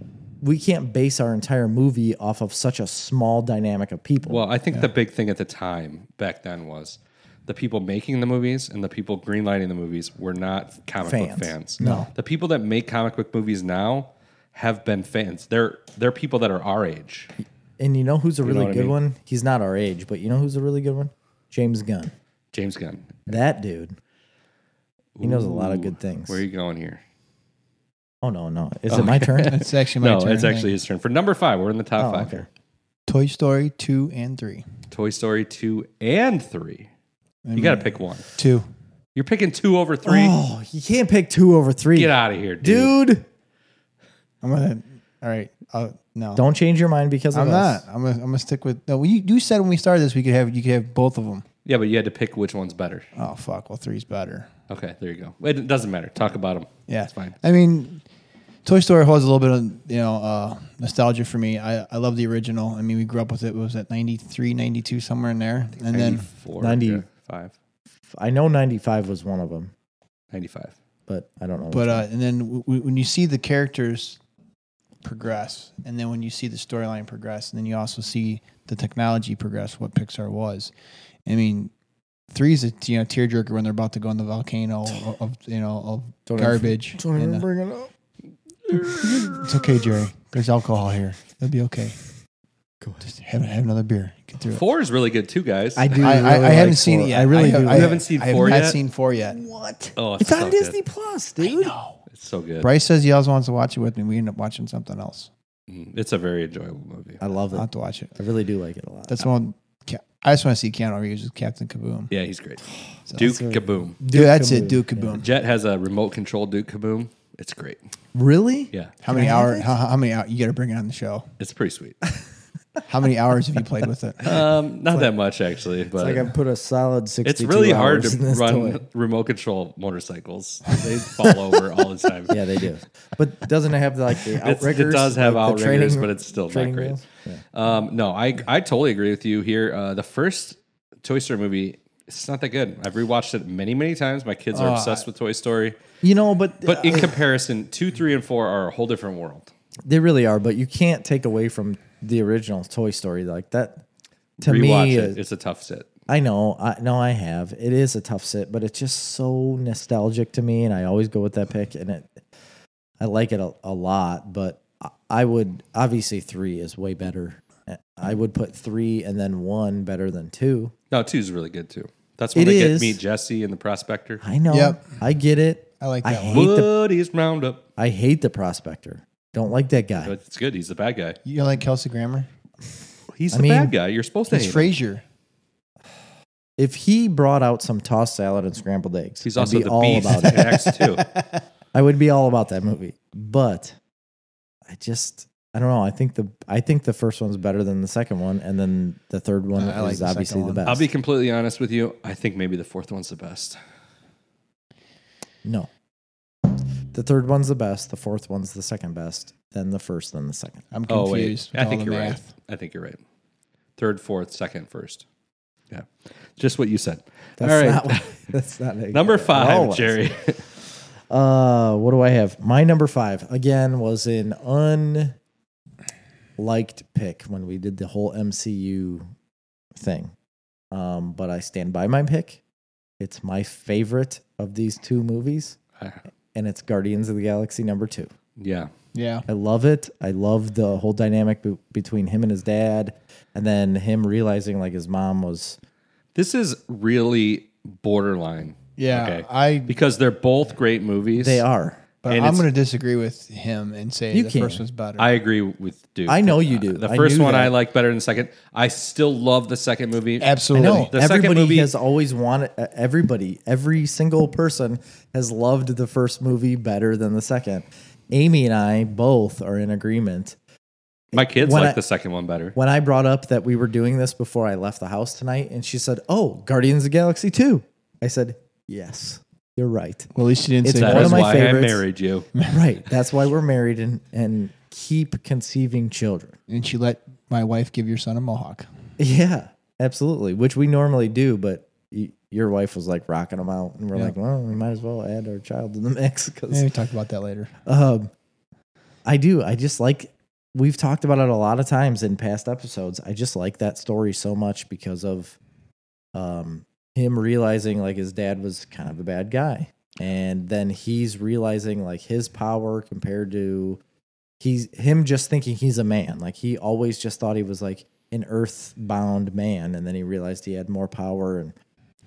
we can't base our entire movie off of such a small dynamic of people
Well, I think the big thing at the time back then was the people making the movies and the people greenlighting the movies were not comic
Fans.
book fans. No, the people that make comic book movies now have been fans. They're they're people that are our age.
and you know who's a really
what I
good
mean?
one he's not our age but you know who's a really good one james gunn
James Gunn.
that dude he knows a lot of good things
Where are you going here?
oh no no is it my turn
it's actually my
No,
turn.
it's
Hank.
actually his turn for number five. We're in the top
Oh,
five
okay.
here.
Toy Story two and three.
Toy Story two and three. You got to pick one.
Two.
You're picking two over three.
oh you can't pick two over three
Get out of here, dude.
dude
I'm gonna. All right. Uh, no,
don't change your mind because of
I'm
us.
not. I'm gonna. I'm gonna stick with. No, you, you said when we started this, we could have. You could have both of them.
Yeah, but you had to pick which one's better.
Oh fuck. Well, three's better.
Okay, there you go. It doesn't matter. Talk about them.
Yeah,
it's fine.
I mean, Toy Story holds a little bit of you know uh, nostalgia for me. I, I love the original. I mean, we grew up with it. What was that 93, 92, somewhere in there? And then
94,
95. i know 95 was one of them
95.
but i don't know
but uh, and then w- w- when you see the characters progress, and then when you see the storyline progress, and then you also see the technology progress, what Pixar was. I mean, three's a you know tearjerker when they're about to go in the volcano of, of you know of
Don't even-
garbage. and, uh,
bring it up
It's okay, Jerry. There's alcohol here. It'll be okay. Just have, have another beer. Get through it.
Four is really good too, guys.
I do.
I, I,
really
I haven't
like
seen
four.
it yet.
I really
have-
do.
I
You haven't seen
I have
four
not
yet?
seen four yet.
what?
Oh, it's
it's,
so
on
good.
Disney Plus, dude.
it's so good.
Bryce says he always wants to watch it with me. We end up watching something else.
Mm, It's a very enjoyable movie.
I love it.
I'll have to watch it.
I really do like it a lot.
That's the one. Ca- I just want to see Keanu Reeves as Captain Kaboom.
Yeah, he's great. Duke Kaboom.
Dude, that's it. Duke Kaboom.
Jet has a remote control Duke Kaboom. It's great.
Really?
Yeah,
How many
I have
hours?
it?
How, how many hours? You got to bring it on the show.
it's pretty sweet.
How many hours have you played with it?
Um, not that much actually, but
Like I put a solid sixty.
it's really hard to
in this
run
toy.
remote control motorcycles. They fall over all the time.
Yeah, they do. But doesn't it have like the
It's-
outriggers?
it does have
like, the
outriggers,
training-
but it's still not
training
great.
wheels? Yeah.
Um, no, I I totally agree with you here. Uh, the first Toy Story movie, it's not that good. I've rewatched it many many times. My kids are obsessed with Toy Story,
You know, but uh,
but in comparison, two, three, and four are a whole different world.
They really are, but you can't take away from the original Toy Story like that. To
Rewatch
me,
it;
uh,
it's a tough sit.
I know, I no, I have. It is a tough sit, but it's just so nostalgic to me, and I always go with that pick, and it, I like it a, a lot. But I- I would obviously three is way better. I would put three and then one better than two.
No, two's really good too. That's when
It
they
is.
get meet Jesse and the prospector.
I know.
Yep.
I get it.
I like
I
that one.
hate the
Woody's Roundup.
I hate the prospector. Don't like that guy.
But it's good. He's the bad guy.
You like Kelsey Grammer?
He's
I
the
mean,
bad guy. You're supposed to hate
It's
him.
Frasier.
If he brought out some tossed salad and scrambled eggs,
He's
I'd
also
be
the
all
beast
about
in
it.
Acts two.
I would be all about that movie. But I just I don't know. I think the I think the first one's better than the second one, and then the third one
Uh, I like
is
the second
obviously the
one.
best.
I'll be completely honest with you. I think maybe the fourth one's the best.
no. The third one's the best. The fourth one's the second best. Then the first, then the second.
I'm
Oh wait,
confused. with
I
all
think
the
you're right.
math.
I think you're right. Third, fourth, second, first. Yeah, just what you said.
That's
All right,
not what, that's not it.
number five,
Always.
Jerry.
Uh, what do I have? My number five again was an unliked pick when we did the whole MCU thing. Um, but I stand by my pick. It's my favorite of these two movies, and it's Guardians of the Galaxy number two.
yeah,
Yeah.
I love it. I love the whole dynamic be- between him and his dad, and then him realizing like his mom was
this is really borderline.
Yeah.
Okay.
I
Because they're both great movies.
they are.
but
and
I'm
it's-
going to disagree with him and say
You
the
can.
first was better.
I agree with dude.
I know you do.
The
I
first
knew
one
that.
I like better than the second. I still love the second movie.
Absolutely.
I
No,
know.
The second
everybody
movie-
has always wanted. uh, Everybody, every single person has loved the first movie better than the second. Amy and I both are in agreement.
My kids
When
like
I-
the second one better.
When I brought up that we were doing this before I left the house tonight, and she said, "Oh, Guardians of the Galaxy 2. I said, "Yes, you're right.
well, at least you didn't
It's
say
one
That
of
is
my
why
favorites.
I married you.
right. That's why we're married and and keep conceiving children."
and she let my wife give your son a mohawk.
Yeah, absolutely. Which we normally do, but y- your wife was like rocking them out, and we're like, well, we might as well add our child to the mix because
Yeah, we talked about that later.
um, I do. I just like we've talked about it a lot of times in past episodes. I just like that story so much because of um him realizing like his dad was kind of a bad guy, and then he's realizing like his power compared to he's him just thinking he's a man. Like he always just thought he was like an earthbound man, and then he realized he had more power and.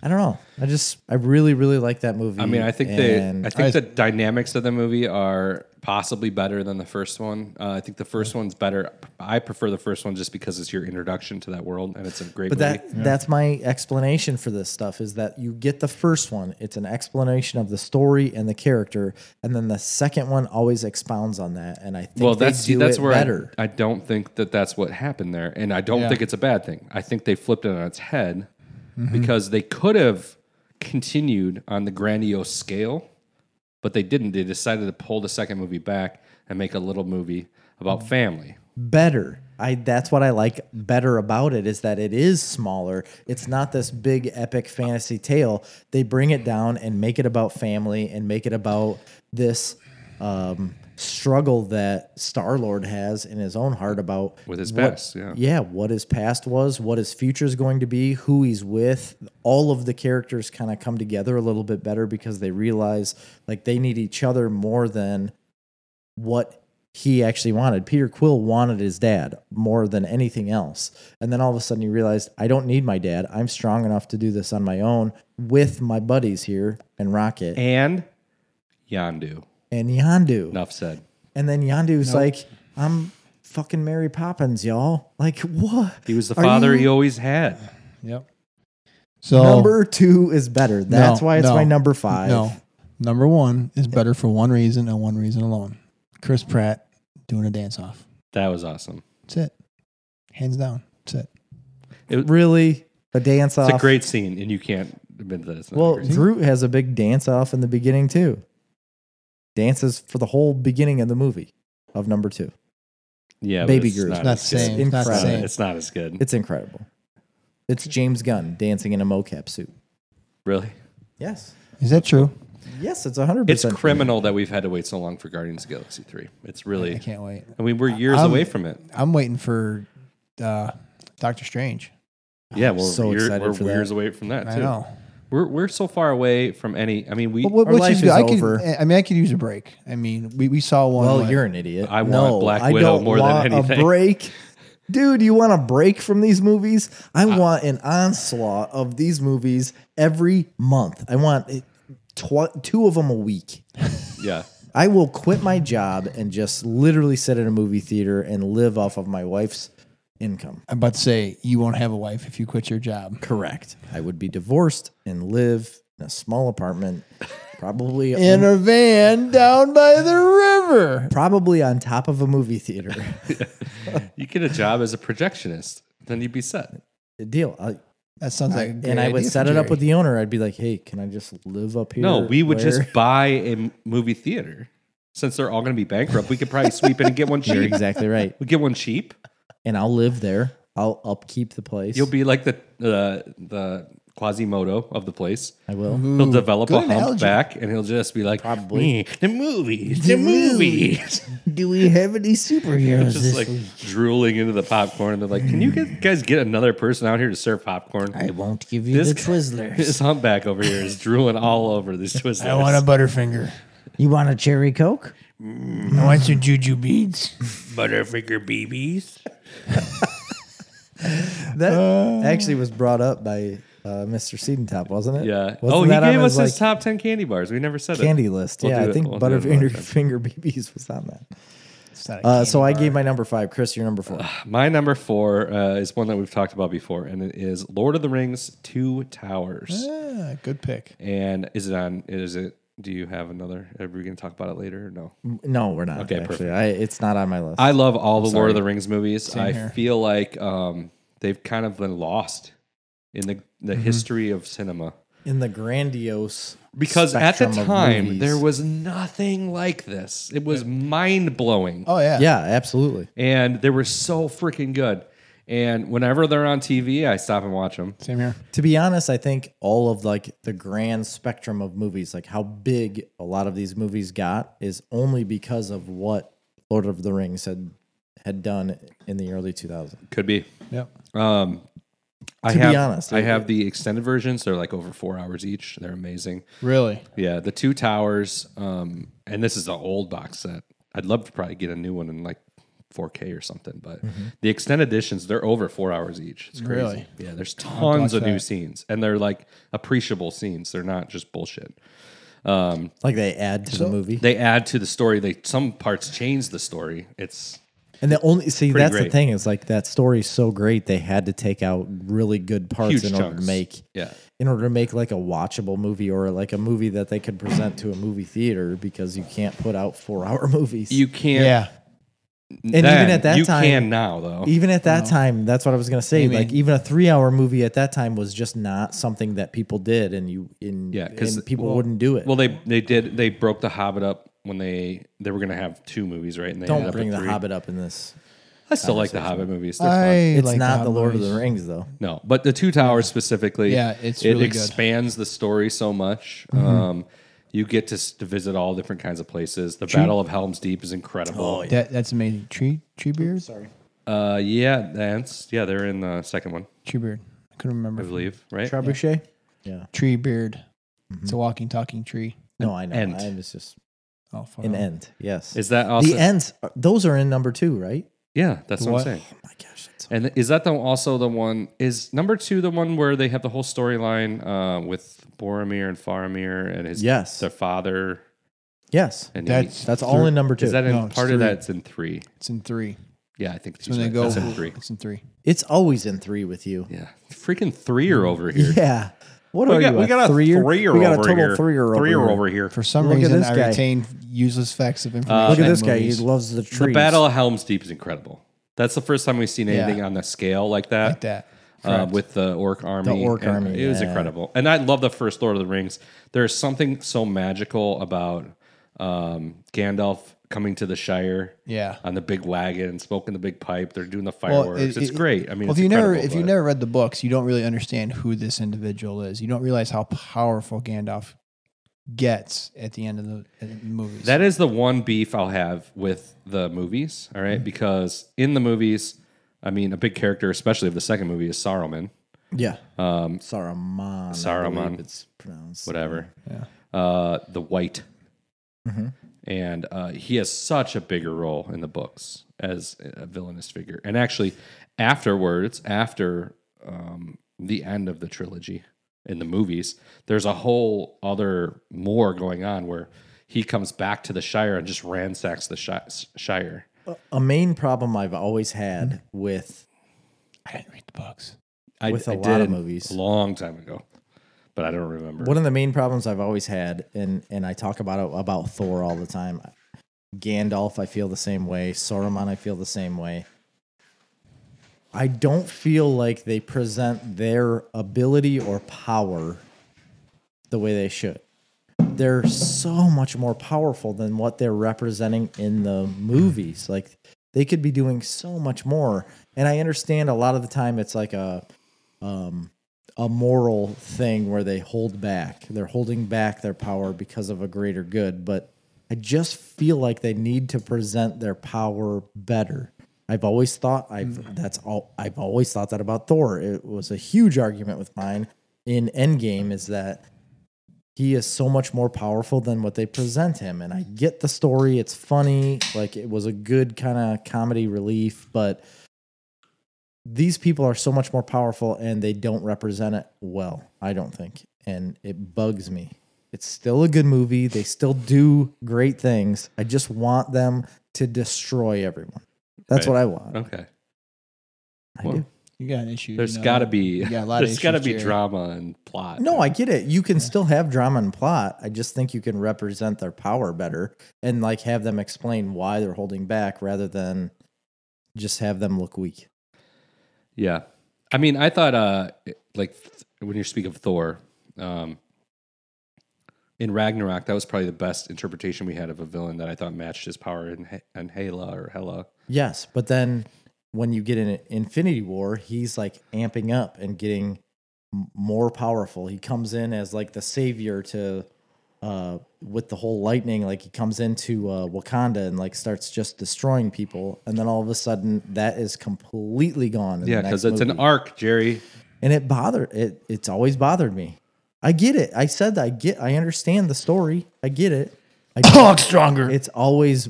I don't know. I just I really really like that movie.
I mean, I think
and-
the I think the dynamics of the movie are possibly better than the first one. Uh, I think the first one's better. I prefer the first one just because it's your introduction to that world, and it's a great
But
movie.
that that's my explanation for this stuff is that you get the first one, it's an explanation of the story and the character, and then the second one always expounds on that. And I think
well,
they
that's
do
that's
it
where
better.
I, I don't think that that's what happened there, and I don't
Yeah.
think it's a bad thing. I think they flipped it on its head
Mm-hmm.
because they could have continued on the grandiose scale, but they didn't. They decided to pull the second movie back and make a little movie
Mm.
about family.
better. I that's what I like better about it is that it is smaller. It's not this big epic fantasy tale. They bring it down and make it about family and make it about this um, struggle that Star Lord has in his own heart about
With his past, yeah.
yeah, what his past was, what his future is going to be, who he's with. All of the characters kind of come together a little bit better because they realize like they need each other more than what he actually wanted. Peter Quill wanted his dad more than anything else. And then all of a sudden he realized, I don't need my dad. I'm strong enough to do this on my own with my buddies here and Rocket
And Yandu,
and Yandu.
enough said.
And then Yandu's like, I'm fucking Mary Poppins, y'all. Like, what?
He was the
Are
father
you-
he always had.
Yep. So
Number two is better.
no,
That's why it's
no,
my number five.
No. Number one is better for one reason and one reason alone. Chris Pratt doing a dance off.
That was awesome.
That's it. hands down. That's it.
Really, a dance off.
It's a great scene, and you can't admit that it's not. a
Well,
great scene.
Groot has a big dance off in the beginning too. Dances for the whole beginning of the movie of number two.
yeah, but
Baby
it's
Groot.
not
It's
not
as
the
good.
same. It's not
It's
the
not-
same.
It's not as good.
It's incredible. It's James Gunn dancing in a mocap suit.
really.
Yes.
Is that true?
Yes, it's hundred
It's
percent.
criminal that we've had to wait so long for Guardians of the Galaxy three. It's really.
I can't wait.
I mean, we're years
I'm-
away from it.
I'm waiting for uh, Doctor Strange.
Yeah, well,
so
year-
excited
we're
for that.
years away from that. Too.
I know.
We're we're so far away from any. I mean, we.
But what,
Our
which
life
is, good.
is
I could,
over.
I mean, I could use a break. I mean, we, we saw one.
Well,
when-
you're an idiot.
I want
no,
Black
I
Widow
don't
more than
want
anything.
A break, dude. You want a break from these movies? I want an onslaught of these movies every month. I want it, tw- two of them a week.
yeah.
I will quit my job and just literally sit at a movie theater and live off of my wife's income.
I'm about to say you won't have a wife if you quit your job.
Correct. I would be divorced and live in a small apartment, probably
In a van down by the river.
probably on top of a movie theater.
You get a job as a projectionist, then you'd be set.
Deal. I,
That sounds like. a great
and I would
idea
set
for
it up
Jerry.
with the owner. I'd be like, "Hey, can I just live up here?"
No, we would
where-"
just buy a m- movie theater. Since they're all going to be bankrupt, we could probably sweep in and get one
You're
cheap.
exactly right.
We get one cheap.
And I'll live there. I'll upkeep the place.
You'll be like the uh, the Quasimodo of the place.
I will.
He'll develop a
good analogy.
humpback, and he'll just be like,
Probably.
"Mm, the movies, the movies."
Do we have any superheroes?
just like drooling into the popcorn. And they're like, "Can you get, guys get another person out here to serve popcorn?"
I won't give you
This-
the Twizzlers.
This humpback over here is drooling all over these Twizzlers.
I want a Butterfinger.
You want a cherry coke?
I want some Juju beads.
Butterfinger BBs.
That
Uh,
actually was brought up by uh, Mr. Seedentop, wasn't it?
Yeah.
Wasn't
oh, he
that on
gave us his
like,
top ten candy bars. We never said
candy list.
We'll
yeah,
do
I
it-
think
we'll do it another
Butterfinger
time.
Finger BBs was on that.
It's not a
Uh, so
candy
I
bar.
gave my number five. Chris, your number four.
it. My number four uh, is one that we've talked about before, and it is Lord of the Rings: Two Towers.
Ah, good pick.
And is it on? Is it? Do you have another? Are we going to talk about it later? Or no.
no, we're not.
Okay,
Okay, actually,
perfect.
I, it's not on my list.
I love all the Lord of the Rings movies. I
here.
feel like um, they've kind of been lost in the the
Mm-hmm.
history of cinema.
in the grandiose
because at the
spectrum of
time
movies.
there was nothing like this. It was mind blowing,
Oh yeah.
yeah absolutely
and they were so freaking good. And whenever they're on TV, I stop and watch them.
Same here.
to be honest i think all of like the grand spectrum of movies like how big a lot of these movies got is only because of what lord of the rings had had done in the early 2000s
Could be.
Yep.
Um, I
To be
have,
honest,
I
I-
have the extended versions. They're like over four hours each. They're amazing.
Really.
Yeah, the two towers. Um, and this is the old box set. I'd love to probably get a new one in like 4K or something, but
Mm-hmm.
the extended editions they're over four hours each. It's crazy.
Really?
Yeah, there's tons of
watch
new
that.
scenes, and they're like appreciable scenes. They're not just bullshit.
like they add to the movie
They add to the story. They some parts change the story. It's
and the only see that's the
great.
thing is like that story is so great they had to take out really good parts
huge
in
chunks.
order to make
yeah.
in order to make like a watchable movie or like a movie that they could present to a movie theater because you can't put out four hour movies
You can't.
Yeah.
And
even at that
you
time-
can now though.
even at that time, that's what I was gonna say.
Maybe.
Like even a three-hour movie at that time was just not something that people did, and you in
Yeah, 'cause-
because people wouldn't do it.
Well, they they did they broke the Hobbit up when they they were gonna have two movies right, and they ended
don't
up
bring
with
the
three.
Hobbit up in this.
I still like the Hobbit movies. They're
I
fun.
It's not
Hobbit
the Lord
movies.
of the Rings though.
No, but the Two Towers specifically,
Yeah, it's
it
really good. Mm-hmm.
expands the story so much. Um, you get to, s- to visit all different kinds of places. The Battle of Helm's Deep is incredible.
That, that's amazing. Tree tree beard. Sorry.
Uh, yeah, that's yeah, they're in the second one,
Tree beard. I
I
couldn't remember.
believe, right?
Trebuchet? Yeah.
Tree beard.
Mm-hmm.
It's a walking talking tree.
No, I know.
Ent.
I was just
Oh, fuck.
an end. Yes.
Is that also?
the ends. are- Those are in number two, right?
Yeah, that's what,
What?
I'm saying.
Oh my gosh. That's
And is that the, also the one? Is number two the one where they have the whole storyline uh, with Boromir and Faramir and his
Yes.
their father?
yes.
And he-
That's
That's all in number two.
is that in
No, it's
part of
three.
that's in three?
It's in three.
Yeah, I think
It's when they
she's
go.
right. that's in three.
It's in three.
it's always in three with you.
Yeah, freaking three are over here.
Yeah. What
We
are
got,
you?
we got a
three-er?
three-er,
We got a
over
total
here.
three or
Three-er
over.
over,
here.
here.
For some
Look at
reason,
this
I
guy. Uh,
retain useless facts of information.
Look at
in
this guy. He
movies.
loves the
the
trees.
Battle of Helm's Deep is incredible. That's the first time we've seen
Yeah.
anything on the scale like that.
like that.
uh, with the orc army.
orc
and
army,
It was
yeah.
incredible, and I love the first Lord of the Rings. There's something so magical about um, Gandalf coming to the Shire.
Yeah.
on the big wagon, smoking the big pipe. They're doing the
Well,
fireworks.
it-
it's
it-
great. I mean,
well,
it's
if you never
incredible,
if you
but-
never read the books, you don't really understand who this individual is. You don't realize how powerful Gandalf gets at the end of the, at the movies.
That is the one beef I'll have with the movies, all
Mm-hmm.
right? Because in the movies, I mean, a big character, especially of the second movie, is Saruman,
Yeah. Um, Saruman. I
Saruman.
believe It's pronounced.
whatever,
yeah. Mm-hmm.
uh, the White,
Mhm.
and uh, he has such a bigger role in the books as a villainous figure. And actually, afterwards, after um, the end of the trilogy in the movies, there's a whole other more going on where he comes back to the Shire and just ransacks the shi- Shire.
A main problem I've always had with
I didn't read the books.
I,
with
a
a lot of movies.
a long time ago, but I don't remember.
One of the main problems I've always had, and and I talk about it about Thor all the time. Gandalf, I feel the same way. Saruman, I feel the same way. I don't feel like they present their ability or power the way they should. They're so much more powerful than what they're representing in the movies. Like they could be doing so much more. And I understand a lot of the time it's like a a moral thing where they hold back. They're holding back their power because of a greater good, but I just feel like they need to present their power better. I've always thought I've that's all I've always thought that about Thor. It was a huge argument with mine in Endgame is that he is so much more powerful than what they present him and I get the story, it's funny, like it was a good kind of comedy relief, but these people are so much more powerful and they don't represent it well, I don't think. And it bugs me. It's still a good movie. They still do great things. I just want them to destroy everyone. That's
Right.
what I want.
okay,
I
Well,
do.
You got an issue.
there's
you know.
got to be
you got a lot of
there's got to
issues,
be
Jerry.
drama and plot.
No, I get it. You can still have drama and plot. I just think you can represent their power better and like have them explain why they're holding back rather than just have them look weak.
yeah. I mean, I thought uh, it- like th- when you speak of Thor, um, in Ragnarok, that was probably the best interpretation we had of a villain that I thought matched his power in He- in Hela or Hela.
Yes, but then when you get in Infinity War, he's like amping up and getting m- more powerful. He comes in as like the savior to uh with the whole lightning like he comes into uh Wakanda and like starts just destroying people and then all of a sudden that is completely gone in
Yeah,
because
because it's an arc, Jerry.
and it bothered it it's always bothered me i get it i said i get i understand the story i get it I
Talk stronger.
it's always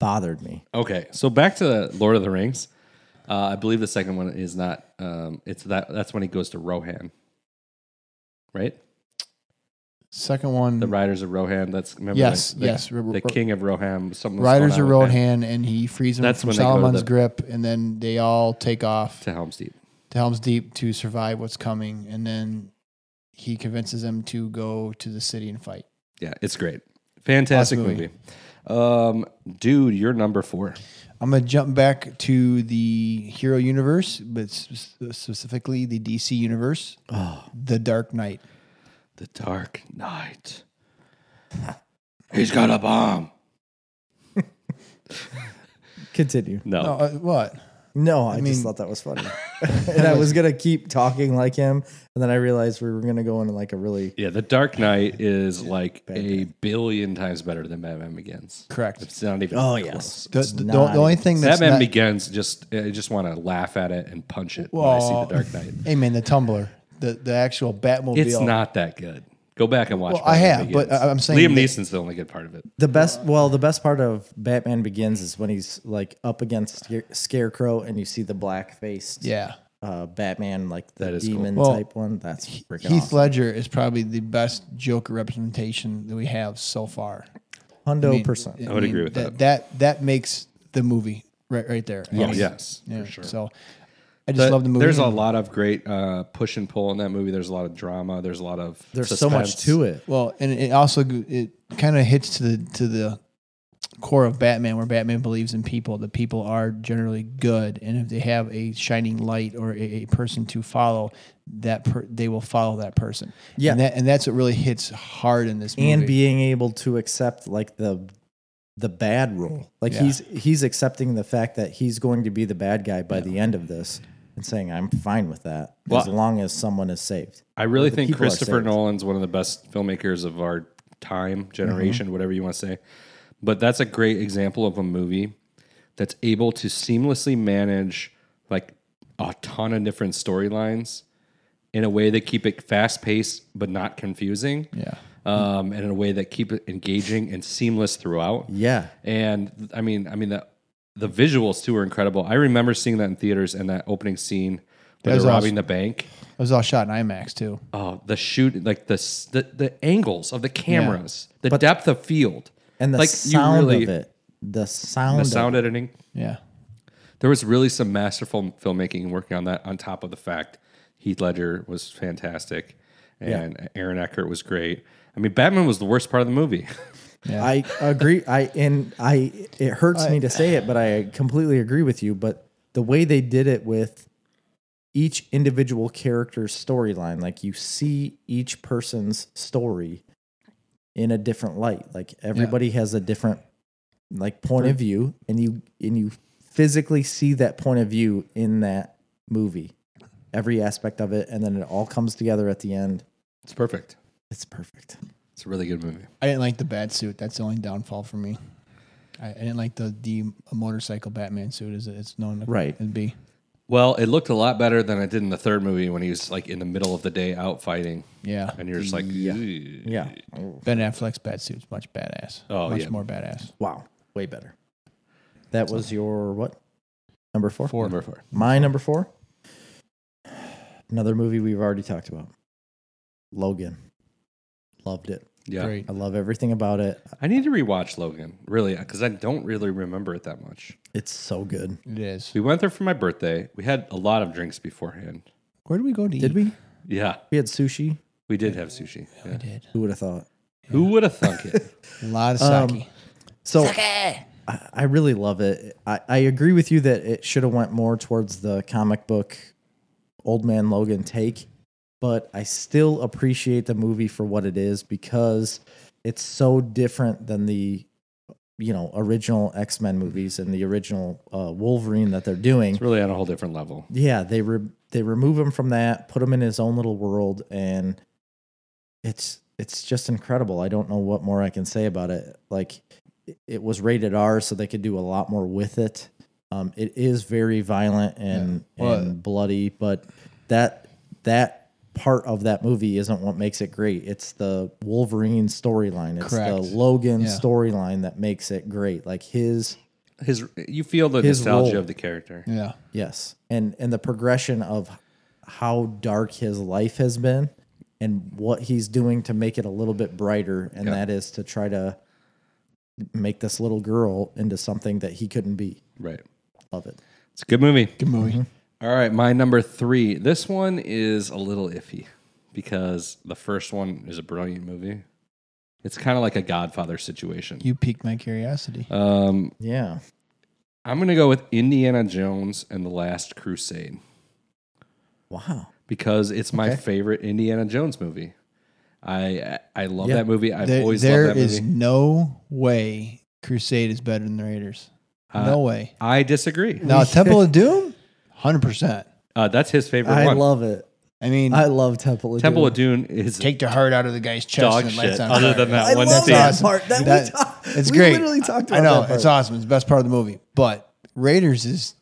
bothered me
Okay, so back to Lord of the Rings. Uh, I believe the second one is not. Um, it's that. That's when he goes to Rohan, right?
Second one,
The Riders of Rohan. That's remember
Mm. Yes,
the, the-
yes.
The, King of Rohan. Something was
Riders
going
of
on with him
Rohan, and he frees him
That's
from
when they go to
Solomon's
the-
grip, and then they all take off
to Helm's Deep.
to Helm's Deep to survive what's coming, and then he convinces them to go to the city and fight.
Yeah, it's great. Fantastic
Awesome
movie.
movie.
Um, dude, you're number four.
I'm gonna jump back to the hero universe, but sp- specifically the DC universe,
Oh.
the Dark Knight.
The Dark Knight. He's got a bomb.
continue
No.
Oh, uh, what?
no i,
mean-
just thought that was funny and i was gonna keep talking like him and then i realized we were gonna go into like a really
Yeah, The Dark Knight is like a billion times better than Batman Begins.
Correct.
It's not even.
Oh,
close.
yes.
The,
It's
the, the
not
only
even-
thing that's
Batman
not,
Begins. Just I just want to laugh at it and punch it when I see
Well,
The Dark Knight.
hey man, the Tumblr, the the actual Batmobile.
It's not that good. Go back and watch.
Well, I
Batman
have, but
Begins.
I- I'm saying
Liam
that-
Neeson's the only good part of it.
the best well the best part of batman begins is when he's like up against Scare- scarecrow and you see the black faced
Yeah,
uh batman like the
That is cool.
demon
Well,
type one that's freaking
Heath
awesome
Ledger is probably the best Joker representation that we have so far.
hundo Oh, percent
I would agree with that.
That that makes the movie right right there.
Oh, yes,
Yeah,
for sure.
So I just
But
love the movie.
There's a lot of great uh, push and pull in that movie. There's a lot of drama. There's a lot of
there's so much to it
Well, and it also g- it kind of hits to the to the core of Batman, where Batman believes in people, the people are generally good, and if they have a shining light or a, a person to follow, that per, they will follow that person.
Yeah.
and, that, and that's what really hits hard in this movie.
and being able to accept like the the bad role. Like
Yeah.
he's he's accepting the fact that he's going to be the bad guy by the end of this and saying I'm fine with that as
Well-
long as someone is saved.
I really think
people are
Christopher
saved.
Nolan's one of the best filmmakers of our time, generation, whatever you want to say. But that's a great example of a movie that's able to seamlessly manage like a ton of different storylines in a way that keep it fast paced but not confusing.
Yeah.
Um, and in a way that keep it engaging and seamless throughout.
Yeah.
And I mean, I mean the the visuals too are incredible. I remember seeing that in theaters and that opening scene where
was
they're robbing
awesome.
the bank
it was all shot in IMAX too.
oh, the shoot, like the, s- the the angles of the cameras, the depth of field,
And the
like
sound of it. The sound,
the
of
sound editing.
Yeah,
There was really some masterful filmmaking and working on that. On top of the fact, Heath Ledger was fantastic, and Aaron Eckert was great. I mean, Batman was the worst part of the movie.
I agree. I and I it hurts me to say it, but I completely agree with you. But the way they did it with each individual character's storyline, like you see each person's story in a different light. Like everybody has a different like point of view, and you and you physically see that point of view in that movie, every aspect of it, and then it all comes together at the end.
it's perfect.
It's perfect.
It's a really good movie.
I didn't like the bat suit. That's the only downfall for me. I, I didn't like the the motorcycle Batman suit as it's known to
Right.
to be.
Well, it looked a lot better than it did in the third movie when he was like in the middle of the day out fighting,
Yeah,
and you're just like, "Ew."
Yeah.
Ben Affleck's bat suit's much badass.
Oh,
much
yeah.
more badass.
Wow, way better. That was your what? Number four?
Four.
Number four.
My number four. Another movie we've already talked about. Logan. Loved it.
Yeah,
Great.
I love everything about it.
I need to rewatch Logan, really, because I don't really remember it that much.
It's so good.
It is.
We went there for my birthday. We had a lot of drinks beforehand.
Where did we go to
Did
eat?
we?
Yeah,
We had sushi.
we did have sushi. Yeah.
We did.
Who would have thought?
Who would have thunk it?
A lot of sake.
So I, I really love it. I, I agree with you that it should have went more towards the comic book old man Logan take, but I still appreciate the movie for what it is because it's so different than the you know original X Men movies and the original uh, Wolverine that they're doing.
It's really on a whole different level.
Yeah, they re- they remove him from that, put him in his own little world, and it's it's just incredible. I don't know what more I can say about it. Like it- it was rated R, so they could do a lot more with it. Um, it is very violent and
Yeah. Well-
and bloody, but that that part of that movie isn't what makes it great. It's the Wolverine storyline. It's
Correct.
the Logan
Yeah.
storyline that makes it great. Like his
His, you feel the
His
nostalgia
role.
of the character.
Yeah.
Yes. And and the progression of how dark his life has been and what he's doing to make it a little bit brighter and that is to try to make this little girl into something that he couldn't be.
Right.
Love it.
It's a good movie.
Good movie.
Mm-hmm.
All right, my number three. This one is a little iffy because the first one is a brilliant movie. It's kind of like a Godfather situation.
You piqued my curiosity.
Um,
Yeah.
I'm going to go with Indiana Jones and the Last Crusade.
Wow.
because it's my
Okay.
favorite Indiana Jones movie. I I love
Yeah.
that movie. I've
There-
always
there
loved that
is
movie.
no way Crusade is better than the Raiders.
Uh,
no way.
I disagree.
Now Temple of Doom, hundred percent.
Uh, that's his favorite
I
one.
love it.
I mean,
I love Temple of
Temple
Doom.
of Dune is
take the heart out of the guy's chest
Dog
and it lights
shit,
on
other
fire.
than that
I
one
love
scene.
that part. That we talk-
it's
we
great.
literally talked
I
about
know
that part.
it's awesome. It's the best part of the movie. But Raiders is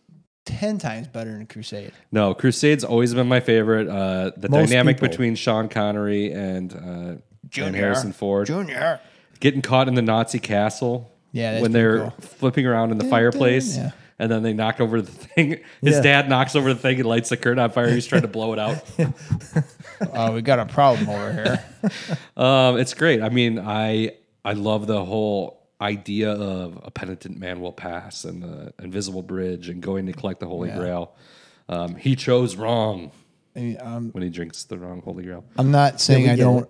ten times better than Crusade.
no Crusade's always been my favorite. Uh, the
Most
dynamic
people.
between Sean Connery and uh, and
Junior.
Harrison Ford
Junior.
getting caught in the Nazi castle.
Yeah, that's
when
pretty
they're
cool.
flipping around in the fireplace.
yeah.
And then they knock over the thing. His
Yeah.
dad knocks over the thing and lights the curtain on fire. He's trying to blow it out.
Oh, we got a problem over here.
Um, it's great. I mean, I I love the whole idea of a penitent man will pass and the invisible bridge and going to collect the Holy Grail. Um, he chose wrong
I mean, um,
when he drinks the wrong Holy Grail.
I'm not saying I
get
don't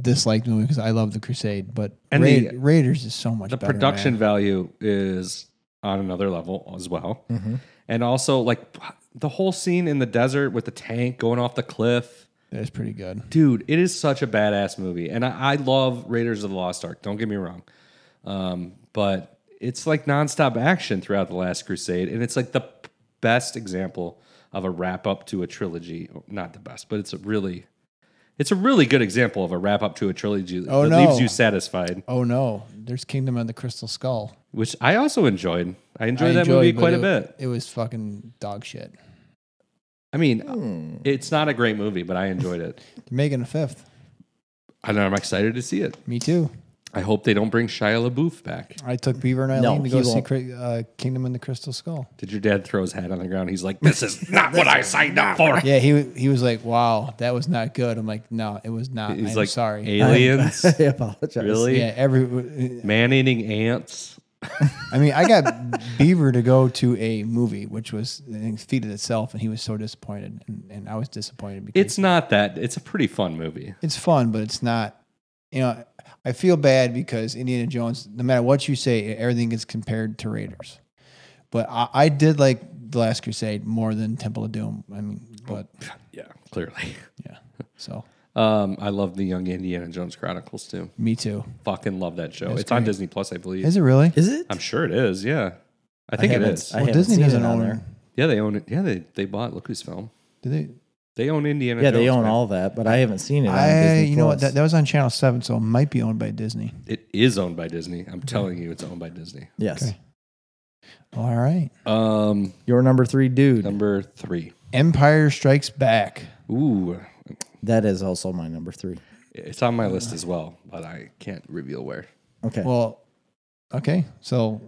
disliked the movie because I love the Crusade, but
And
and
the-
Raiders is so much
the
better,
production
man.
value is on another level as well
Mm-hmm.
and also like the whole scene in the desert with the tank going off the cliff
That's pretty good.
dude it is such a badass movie and i, I love raiders of the lost ark don't get me wrong um, but it's like nonstop action throughout the last crusade and it's like the p- best example of a wrap up to a trilogy not the best but it's a really it's a really good example of a wrap up to a trilogy
Oh,
that
no.
leaves you satisfied
Oh no, there's Kingdom of the Crystal Skull.
which i also enjoyed i enjoyed that
enjoyed,
movie
but
quite a
it-
bit
It was fucking dog shit.
I mean,
Hmm.
it's not a great movie, but I enjoyed it.
They're making a fifth.
I know I'm excited to see it.
Me too.
I hope they don't bring Shia LaBeouf back.
I took Beaver and Eileen to
he
go see
won't.
Cri- uh, Kingdom of the Crystal Skull.
Did your dad throw his hat on the ground? He's like, "This is not what I signed up for."
Yeah, he he was like, "Wow, that was not good." I'm like, "No, it was not."
He's
I'm
like,
"Sorry."
aliens,
I apologize.
really?
yeah, every.
Man-eating ants.
I mean, I got Beaver to go to a movie, which was in defeated itself, and he was so disappointed, and, and I was disappointed because
It's not that. It's a pretty fun movie.
it's fun, but it's not. You know, I feel bad because Indiana Jones. No matter what you say, everything gets compared to Raiders. But I, I did like The Last Crusade more than Temple of Doom. I mean, but
Yeah, clearly.
yeah, so
Um, I love the Young Indiana Jones Chronicles too.
me too.
Fucking love that show. it's on Disney Plus, I believe.
Is it really?
Is it?
I'm sure it is. Yeah, I think it
haven't-
is.
I
Well,
haven't
Disney
seen it
doesn't
on
own.
there.
yeah, they own it. Yeah, they they bought Lucasfilm.
Do they?
They own Indiana.
yeah,
Jones,
they own
man.
all that, but I haven't seen it. On
I,
Disney
you know what?
Plus.
That, that was on Channel Seven, so it might be owned by Disney.
It is owned by Disney. I'm telling you, it's owned by Disney.
yes.
Okay. All right.
Um,
Your number three dude.
number three.
Empire Strikes Back.
Ooh,
That is also my number three.
it's on my list as well, but I can't reveal where.
Okay.
Well, okay. So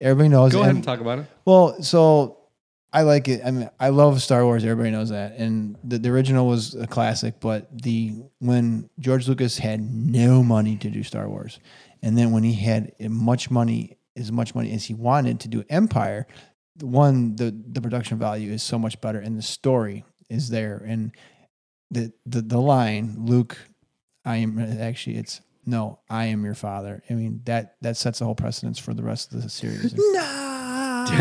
everybody knows.
Go ahead and
and-
talk about it.
Well, so I like it. I mean, I love Star Wars. Everybody knows that. And the, the original was a classic, but the when George Lucas had no money to do Star Wars, and then when he had much money, as much money as he wanted to do Empire, the one the the production value is so much better, and the story is there, and the the the line Luke, I am actually it's. No, I am your father. I mean that that sets the whole precedence for the rest of the series. And-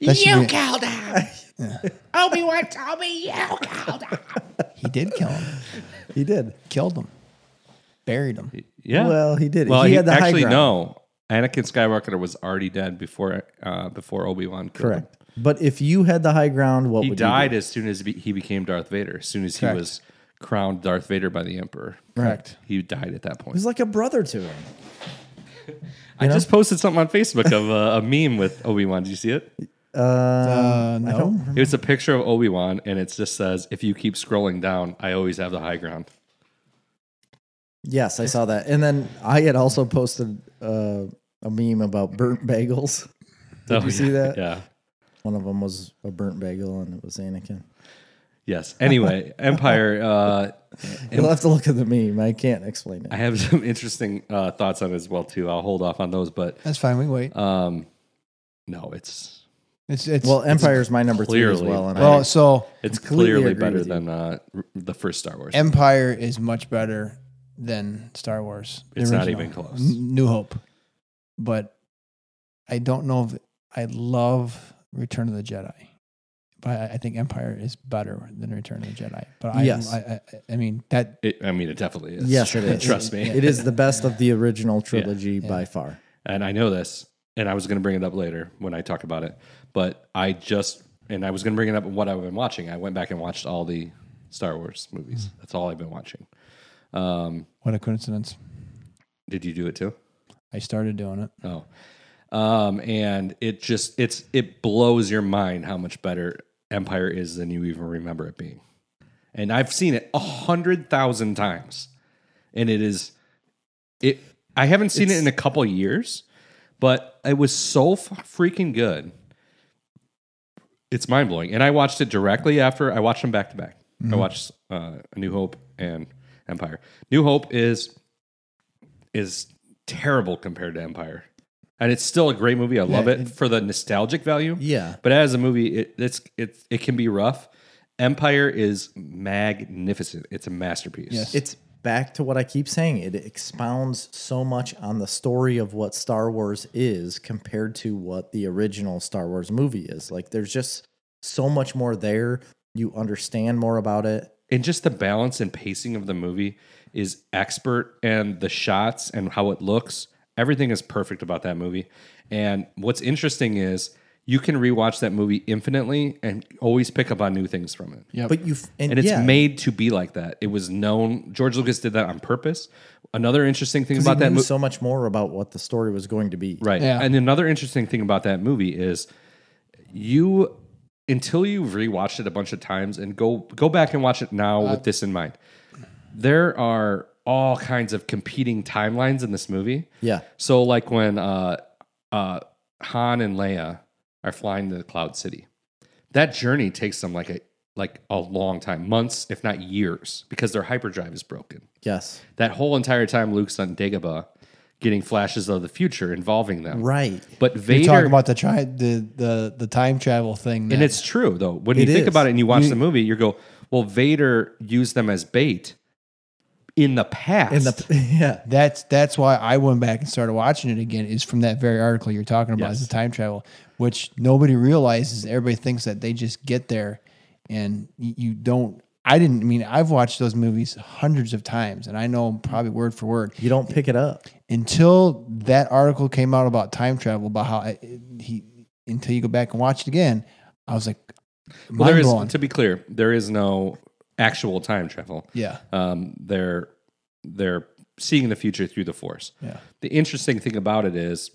That should be-
killed him. Obi Wan told me you killed him.
He did kill him.
he did.
Killed him. Buried him.
Yeah.
Well, he did.
Well,
he,
he-
had the high
actually
ground.
no. Anakin Skywalker was already dead before uh, before Obi Wan.
Correct. But if you had the high ground, what
He
would
died as soon as be- he became Darth Vader. As soon as
Correct.
he was crowned Darth Vader by the Emperor,
Correct.
he died at that point.
you do? He's like a brother to him.
I just posted something on Facebook of uh, a meme with Obi Wan. Did you see it?
Uh, no.
Mm-hmm.
It's a picture of Obi Wan, and it just says, "If you keep scrolling down, I always have the high ground."
Yes, I saw that. And then I had also posted uh, a meme about burnt bagels. Did you see that?
Oh, Yeah.
One of them was a burnt bagel, and it was Anakin.
Yes. Anyway, Empire. Uh,
You'll have to look at the meme. I can't explain
I
it.
have some interesting uh, thoughts on it as well too. I'll hold off on those, but
That's fine. We wait.
um, no, it's
It's it's
Well, Empire's my number three
clearly-
as well. And
well.
I,
So
it's
Completely
clearly
agree
better
with you.
than uh, r- the first Star Wars.
Empire is much better than Star Wars. the
It's not
original.
even close.
N- New Hope, but I don't know if I love Return of the Jedi, but I I think Empire is better than Return of the Jedi. But I,
Yes.
I, I, I mean that
It, I mean, it definitely is.
yes, it is.
Trust me.
It is the best of the original trilogy by far.
and I know this, and I was going to bring it up later when I talk about it, but I just and I was going to bring it up in what I've been watching. I went back and watched all the Star Wars movies. That's all I've been watching.
what a coincidence.
Did you do it too?
I started doing it.
Oh. Um, and it just it's it blows your mind how much better Empire is than you even remember it being. And I've seen it a hundred thousand times. And it is it I haven't seen it in a couple years, but it was so f- freaking good. It's mind blowing. And I watched it directly after I watched them back to back. I watched uh, A New Hope and Empire. New Hope is is terrible compared to Empire. And it's still a great movie. I love it for the nostalgic value.
Yeah.
But as a movie, it, it's it, it can be rough. Empire is magnificent. It's a masterpiece.
Yes.
It's back to what I keep saying. It expounds so much on the story of what Star Wars is compared to what the original Star Wars movie is. Like there's just so much more there. You understand more about it.
and just the balance and pacing of the movie is expert and the shots and how it looks everything is perfect about that movie and what's interesting is you can rewatch that movie infinitely and always pick up on new things from it
Yep.
But you and,
and it's
yeah,
made to be like that it was known george lucas did that on purpose another interesting thing
'cause
about
he
that
knew
movie
so much more about what the story was going to be.
Right.
Yeah.
And another interesting thing about that movie is you until you've rewatched it a bunch of times and go go back and watch it now with this in mind. There are all kinds of competing timelines in this movie.
Yeah.
So like when uh uh Han and Leia are flying to the Cloud City. That journey takes them like a like a long time, months if not years because their hyperdrive is broken
Yes.
that whole entire time Luke's on Dagobah getting flashes of the future involving them.
Right.
But
You're talking
Vader
about the tri- the, the the time travel thing.
and
that-
it's true though. When
It
you think
is.
about it and you watch the movie, you go, "Well, Vader used them as bait in the past."
In the yeah.
that's that's why I went back and started watching it again. Is from that very article you're talking about is
Yes.
the time travel, which nobody realizes. Everybody thinks that they just get there, and y- you don't. I didn't I mean I've watched those movies hundreds of times, and I know 'em probably word for word
You don't pick it up.
until that article came out about time travel about how I, he until you go back and watch it again. I was like,
well, there
mind
is
blown.
to be clear, there is no actual time travel.
yeah,
Um, they're they're seeing the future through the Force.
yeah,
The interesting thing about it is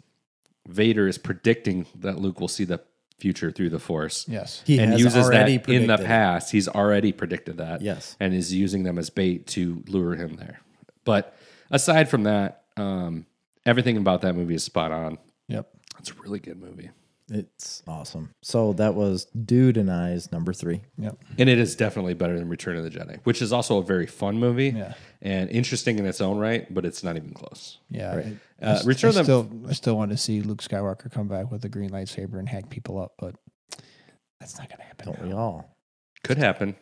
Vader is predicting that Luke will see the future through the Force.
yes,
He
and
has
uses that
already
in the
predicted it.
past. He's already predicted that.
Yes.
And is using them as bait to lure him there. But aside from that, um, everything about that movie is spot on.
yep.
It's a really good movie.
It's awesome. So that was Dude and I's number three.
And it is definitely better than Return of the Jedi, which is also a very fun movie
Yeah.
and interesting in its own right, but it's not even close.
Yeah. I-
Uh,
I, st-
Return of
I
the-
still, I still want to see Luke Skywalker come back with a green lightsaber and hack people up, but that's not going to happen.
Don't we all?
Could happen.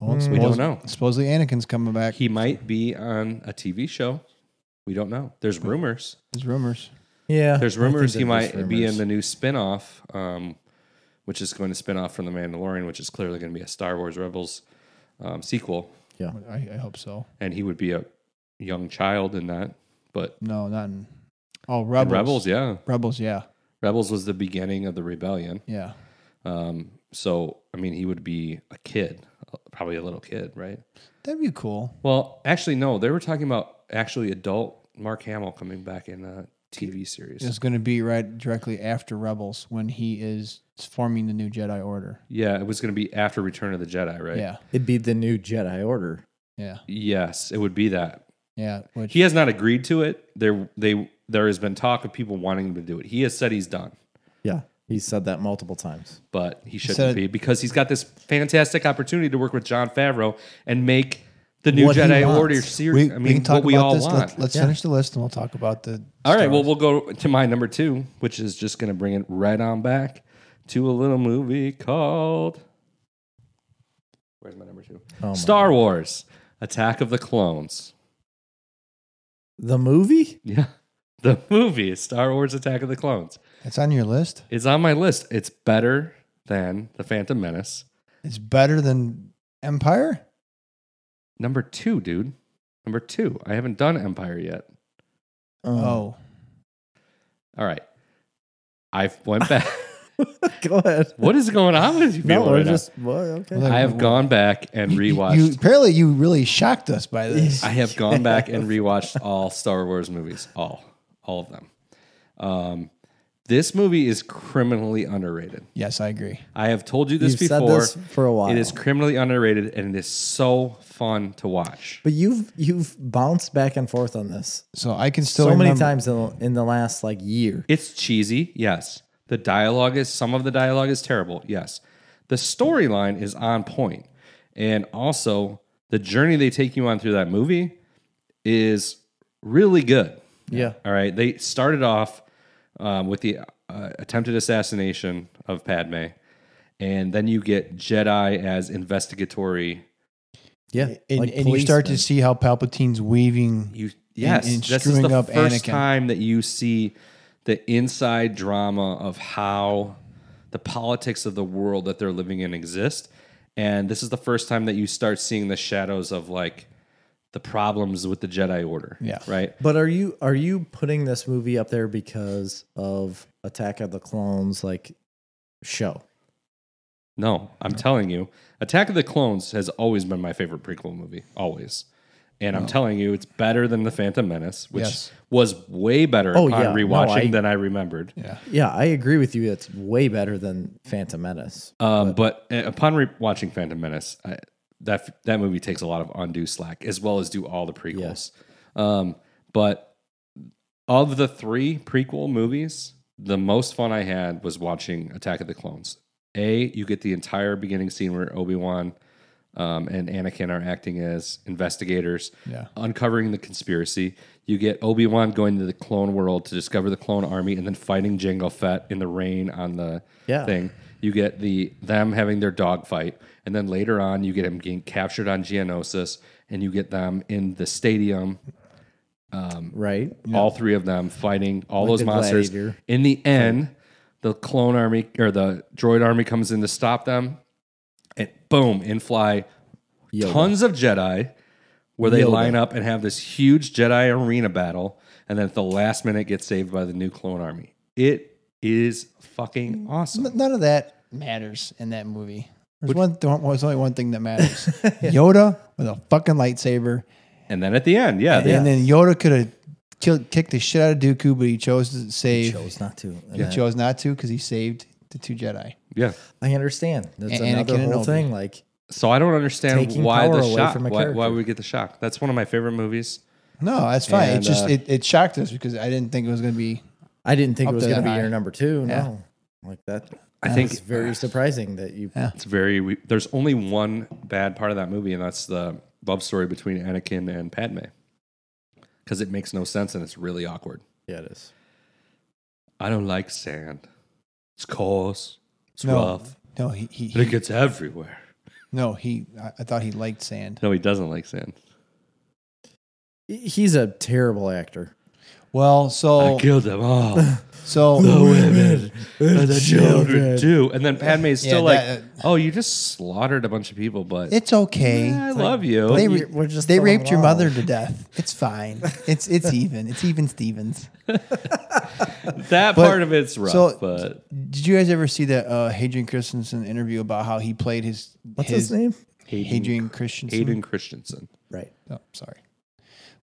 Well,
Mm.
We don't
suppos-
know.
Supposedly Anakin's coming back.
He might be on a TV show. We don't know. There's rumors.
There's rumors.
Yeah.
There's
I think
rumors
that
he
there's
might be in
rumors.
the new spin-off, um, which is going to spin off from The Mandalorian, which is clearly going to be a Star Wars Rebels um, sequel.
I, I hope so.
And he would be a young child in that. But
No, not in. Oh,
Rebels,
Rebels.
yeah.
Rebels, yeah.
Rebels was the beginning of the rebellion.
Yeah.
Um, so, I mean, he would be a kid, uh, probably a little kid, right?
That'd be cool.
Well, actually, no. They were talking about actually adult Mark Hamill coming back in a TV series.
It's going to be right directly after Rebels when he is forming the new Jedi Order.
Yeah, it was going to be after Return of the Jedi, right?
Yeah.
It'd be the new Jedi Order.
Yeah.
Yes, it would be that.
Yeah. Which,
He has not agreed to it. There, they, there has been talk of people wanting him to do it. He has said he's done,
Yeah. He said that multiple times.
but he shouldn't
said-
be because he's got this fantastic opportunity to work with John Favreau and make the new
What he
Jedi
wants.
Order series. I mean, what we all
this.
want.
Let, us
Yeah.
finish the list and we'll talk about the.
all right,
Star
well, we'll go to my number two, which is just going to bring it right on back to a little movie called. Where's my number two?
Oh my
Star Wars: Attack of the Clones.
The movie?
Yeah, the movie is Star Wars: Attack of the Clones.
It's on your list.
It's on my list. It's better than The Phantom Menace.
It's better than Empire.
Number two, dude. Number two. I haven't done Empire yet.
Um,
Oh,
All right. I went back.
Go ahead.
what is going on with you people?
No, we're
right now?
just well, okay.
Well,
I have gone back and rewatched.
You, apparently, you really shocked us by this.
I have gone back and rewatched all Star Wars movies, all, all of them. Um, this movie is criminally underrated.
yes, I agree.
I have told you this
You've said
before.
this for a while.
It is criminally underrated, and it is so fun to watch.
but you've you've bounced back and forth on this
So I can
so,
still
many
remember-
times in the, in the last like year.
It's cheesy, yes. The dialogue is some of the dialogue is terrible, yes. The storyline is on point, and also the journey they take you on through that movie is really good.
Yeah.
All right, they started off um, with the uh, attempted assassination of Padme, and then you get Jedi as investigatory.
Yeah.
and,
like
and you start to
policemen.
see how Palpatine's weaving.
You yes,
and
this is
screwing
the
up
first
Anakin.
time that you see the inside drama of how the politics of the world that they're living in exist, and this is the first time that you start seeing the shadows of like the problems with the Jedi Order.
Yeah.
right.
But are you are you putting this movie up there because of Attack of the Clones like show?
No, I'm telling you, Attack of the Clones has always been my favorite prequel movie, always. And I'm telling you, it's better than The Phantom Menace, which
Oh. Yes.
was way better
Oh,
upon
yeah. No,
rewatching
I-
than I remembered.
Yeah.
Yeah, I agree with you. It's way better than Phantom Menace.
Um, but uh, upon rewatching Phantom Menace, I, that that movie takes a lot of undue slack, as well as do all the prequels. Um, but of the three prequel movies, the most fun I had was watching Attack of the Clones. A, you get the entire beginning scene where Obi Wan um, and Anakin are acting as investigators,
Yeah.
uncovering the conspiracy. You get Obi Wan going to the clone world to discover the clone army, and then fighting Jango Fett in the rain on the
Yeah.
thing. You get the them having their dog fight, and then later on, you get him getting captured on Geonosis, and you get them in the stadium
Right?
all three of them fighting all those
the
monsters.
gladiator.
In the end, the clone army or the droid army comes in to stop them, and boom, in fly
Yoda.
tons of Jedi, where they
Yoda.
line up and have this huge Jedi arena battle, and then at the last minute get saved by the new clone army. It is fucking
Mm.
awesome.
N- None of that matters in that movie. There's one. There's only one thing that matters. Yoda with a fucking lightsaber,
And then at the end, yeah, they,
and then Yoda could have killed, kicked the shit out of Dooku, but he chose to save. He chose,
Chose not to. And that-
not to because he saved the two Jedi.
yeah.
I understand. That's
A-
another
Anakin and
whole
Obi.
thing. Like
So I don't understand
Taking
why
power
the
away
shock.
from a
Why, why
character.
we get the shock? That's one of my favorite movies.
No, that's fine.
And,
it just
uh,
it, it shocked us because I didn't think it was going to be.
I didn't think
Up
it was
to
gonna
that
be
high.
your number two.
Yeah.
No. Like that.
I
that
think-
was very surprising that you
Yeah.
It's very. We, there's only one bad part of that movie, and that's the love story between Anakin and Padme, because it makes no sense and it's really awkward.
yeah, it is.
I don't like sand. It's coarse. It's
No.
rough.
No, he, he,
But it
he
gets everywhere.
no he. I, I thought he liked sand.
No, he doesn't like sand.
He's a terrible actor.
Well, so
I killed them all. Oh. the
so
women and the
children.
children too. And then Padme's
Yeah,
still
that- uh,
like, "Oh, you just slaughtered a bunch of people, but
it's okay.
I love you."
They,
But
ra-
you- we're just
they
throwing
raped your
them all.
mother to death. It's fine. It's it's even. It's even Stevens.
that
But-
part of it's rough,
so-
but
Did you guys ever see that uh, Hadrian Christensen interview about how he played his
What's his, name?
Hadrian Christensen.
Hayden Christensen.
Right.
Oh, sorry.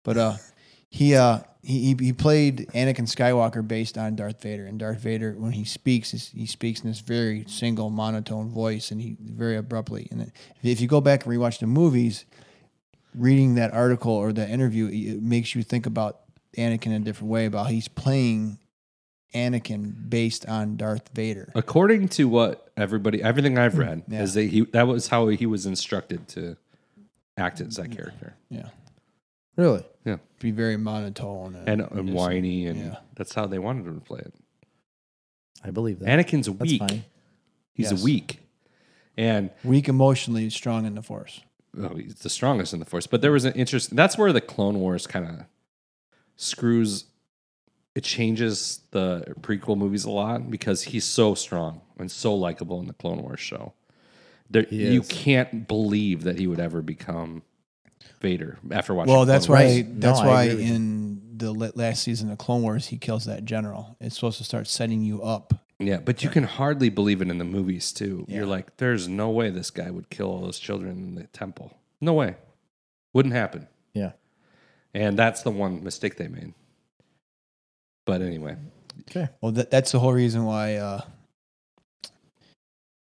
But uh, he uh he he- he played Anakin Skywalker based on Darth Vader, and Darth Vader when he speaks, is- he speaks in this very single monotone voice, and he very abruptly. And if you go back and rewatch the movies, reading that article or that interview, it it makes you think about Anakin in a different way about he's playing Anakin based on Darth Vader.
Uh, According to what everybody, everything I've read
Yeah.
is that he that was how he was instructed to act as that character,
Yeah,
Really?
be very monotone
and, and
just-
whiny, and
yeah.
that's how they wanted him to play it.
I believe that.
Anakin's
That's
weak;
fine.
he's
Yes.
weak, and
weak emotionally, strong in the Force.
well, he's the strongest in the Force. But there was an interest. That's where the Clone Wars kind of screws. It changes the prequel movies a lot because he's so strong and so likable in the Clone Wars show. There,
He
you
is.
can't believe that he would ever become Vader after watching.
Well, that's
Clone
why.
Wars.
Right.
That's
No, I
why
agree with you.
in the la- last season of Clone Wars, he kills that general. It's supposed to start setting you up.
Yeah, but you can hardly believe it in the movies too. You're like, there's no way this guy would kill all those children in the temple. No way, wouldn't happen.
Yeah.
And that's the one mistake they made. But anyway,
Okay.
Well, that, that's the whole reason why. Uh,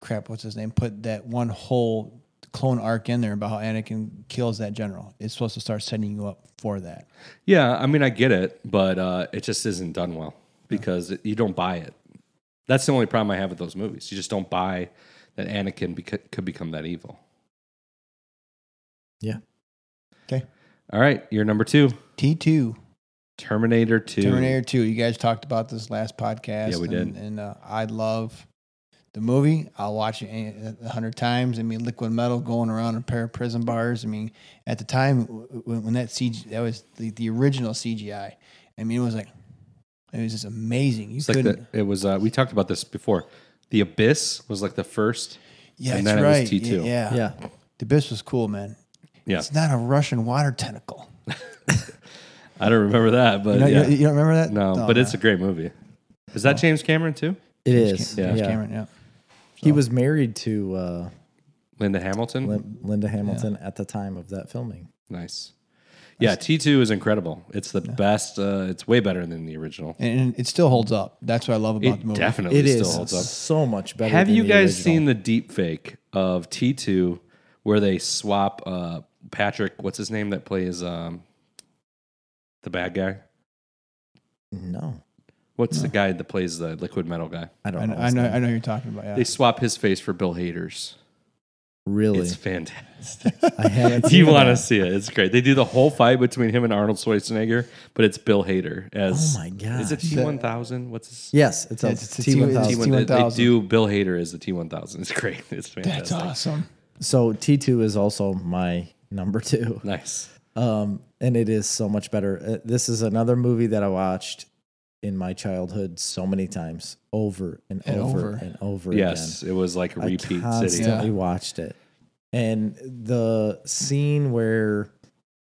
crap, what's his name? Put that one whole clone arc in there about how Anakin kills that general. It's supposed to start setting you up for that.
yeah, I mean, I get it, but uh, it just isn't done well because it, you don't buy it. That's the only problem I have with those movies. You just don't buy that Anakin beca- could become that evil.
Yeah.
Okay.
All right, you're number two,
T two.
Terminator Two.
Terminator Two. You guys talked about this last podcast.
Yeah, we
and,
did.
And uh, I love The movie, I'll watch it a hundred times. I mean, Liquid Metal going around a pair of prison bars. I mean, at the time when, when that CG, that was the, the original CGI. I mean, it was like, it was just amazing. You
It's like
couldn't.
the, it was. Uh, we talked about this before. The Abyss was like the first.
yeah,
and
that's
then
right.
it was T2.
Yeah,
Yeah.
The Abyss was cool, man.
Yeah.
It's not a Russian water tentacle.
I don't remember that, but
You, know, you-
yeah.
you, don't remember that?
no,
Oh,
but it's a great movie. Is that James Cameron too?
It
James
is.
Cam- James
yeah.
Cameron, yeah.
He was married to uh,
Linda Hamilton.
Lin- Linda Hamilton at the time of that filming.
nice. Yeah, T two is incredible. It's the best. Uh, it's way better than the original.
And it still holds up. That's what I love about the
It
movie.
definitely
It
still
is
holds up.
so much better.
Have
than
you
the
guys
original.
seen the deep fake of T2 where they swap uh, Patrick, what's his name, that plays um, the bad guy?
No,
What's the guy that plays the liquid metal guy?
I don't
I know,
know.
I know, I know who you're talking about. Yeah.
They swap his face for Bill Hader's.
Really,
It's fantastic.
I haven't.
you
seen Oh
want to
that.
see it. It's great. They do the whole fight between him and Arnold Schwarzenegger, but it's Bill Hader as.
Oh my
Is it
gosh.
T1000? What's his?
Yes, it's a
It's- it's a
T one
T-
thousand.
T1, they- they,
T1000.
do Bill Hader as the T1000. It's great. It's fantastic.
That's awesome.
So T two is also my number two.
Nice.
um, and it is so much better. Uh, This is another movie that I watched in my childhood so many times, over and,
And
over,
over.
and over
Yes, it was like a
again. I
repeat city.
constantly
Yeah.
watched it, and the scene where,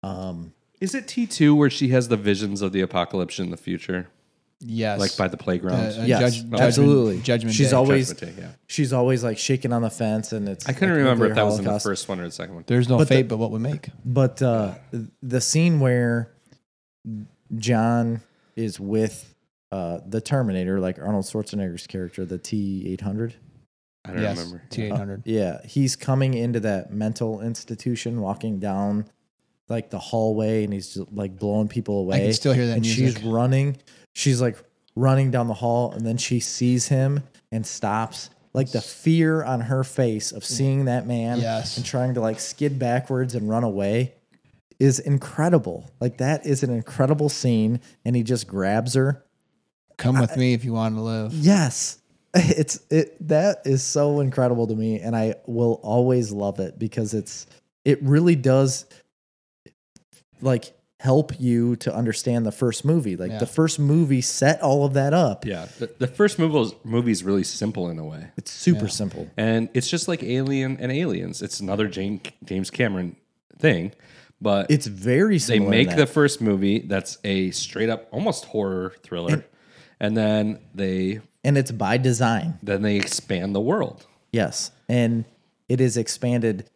um,
Is it T two where she has the visions of the apocalypse in the future,
Yes.
like by the playground?
Uh, uh,
yes,
Judge- Judgment-
absolutely,
Judgment
She's
Day.
always
Judgment Day, yeah.
she's always like shaking on the fence, and it's
I couldn't
like
remember if
nuclear
that was in the
holocaust.
first one or the second one.
There's no
But
fate
the-
but what we make.
But uh, the scene where John is with uh, the Terminator, like Arnold Schwarzenegger's character, the T eight hundred.
I don't
yes.
remember.
T800.
Yeah, he's coming into that mental institution, walking down like the hallway, and he's just, like blowing people away.
I can still hear that
and
music.
she's running. She's like running down the hall, and then she sees him and stops. Like the fear on her face of seeing that man
Yes.
and trying to like skid backwards and run away is incredible. Like that is an incredible scene, and he just grabs her.
Come with me if you want to live.
Yes. It's it that is so incredible to me and I will always love it because it's it really does like help you to understand the first movie. Like
Yeah.
the first movie set all of that up.
Yeah, the, the first movie was, movie's really simple in a way,
It's super simple.
and it's just like Alien and Aliens. It's another Jane, James Cameron thing, but
It's very
they
similar. in
make
that.
the first movie that's a straight up almost horror thriller, and then they
and it's by design.
then they expand the world.
Yes. And it is expanded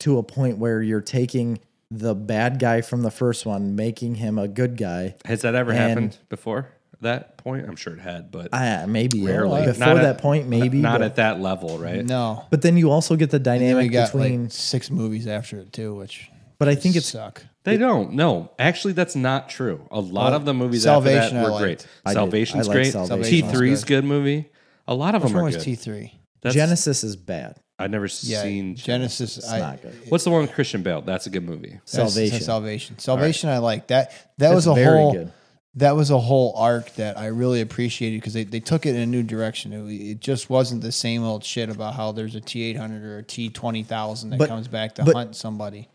to a point where you're taking the bad guy from the first one, making him a good guy.
Has that ever
And-
happened before that point? I'm sure it had, but
I, Ah, maybe
Rarely.
before
Not at-
that point, maybe
not
but-
at that level, right?
No.
But then you also get the
And we
dynamic
got
between.
like six movies after it too, which
but I think it's
suck.
They don't. No, actually, that's not true. A lot of the movies after
Salvation
that
I
were
liked.
great.
I did.
Salvation's
I liked
great.
Salvation.
T three's good movie. A lot of
Which
them
one
are
was
good.
T3?
That's,
Genesis is bad.
I've never
Yeah.
seen Genesis.
Genesis.
It's
I,
not good.
What's the one with Christian Bale? That's a good movie.
That's- that's
Salvation.
Salvation. Salvation. I like that. That was
It's
a
very
whole.
good.
That was a whole arc that I really appreciated because they, they took it in a new direction. It, it just wasn't the same old shit about how there's a T eight hundred or a T twenty thousand that
But-
comes back to
but-
hunt somebody.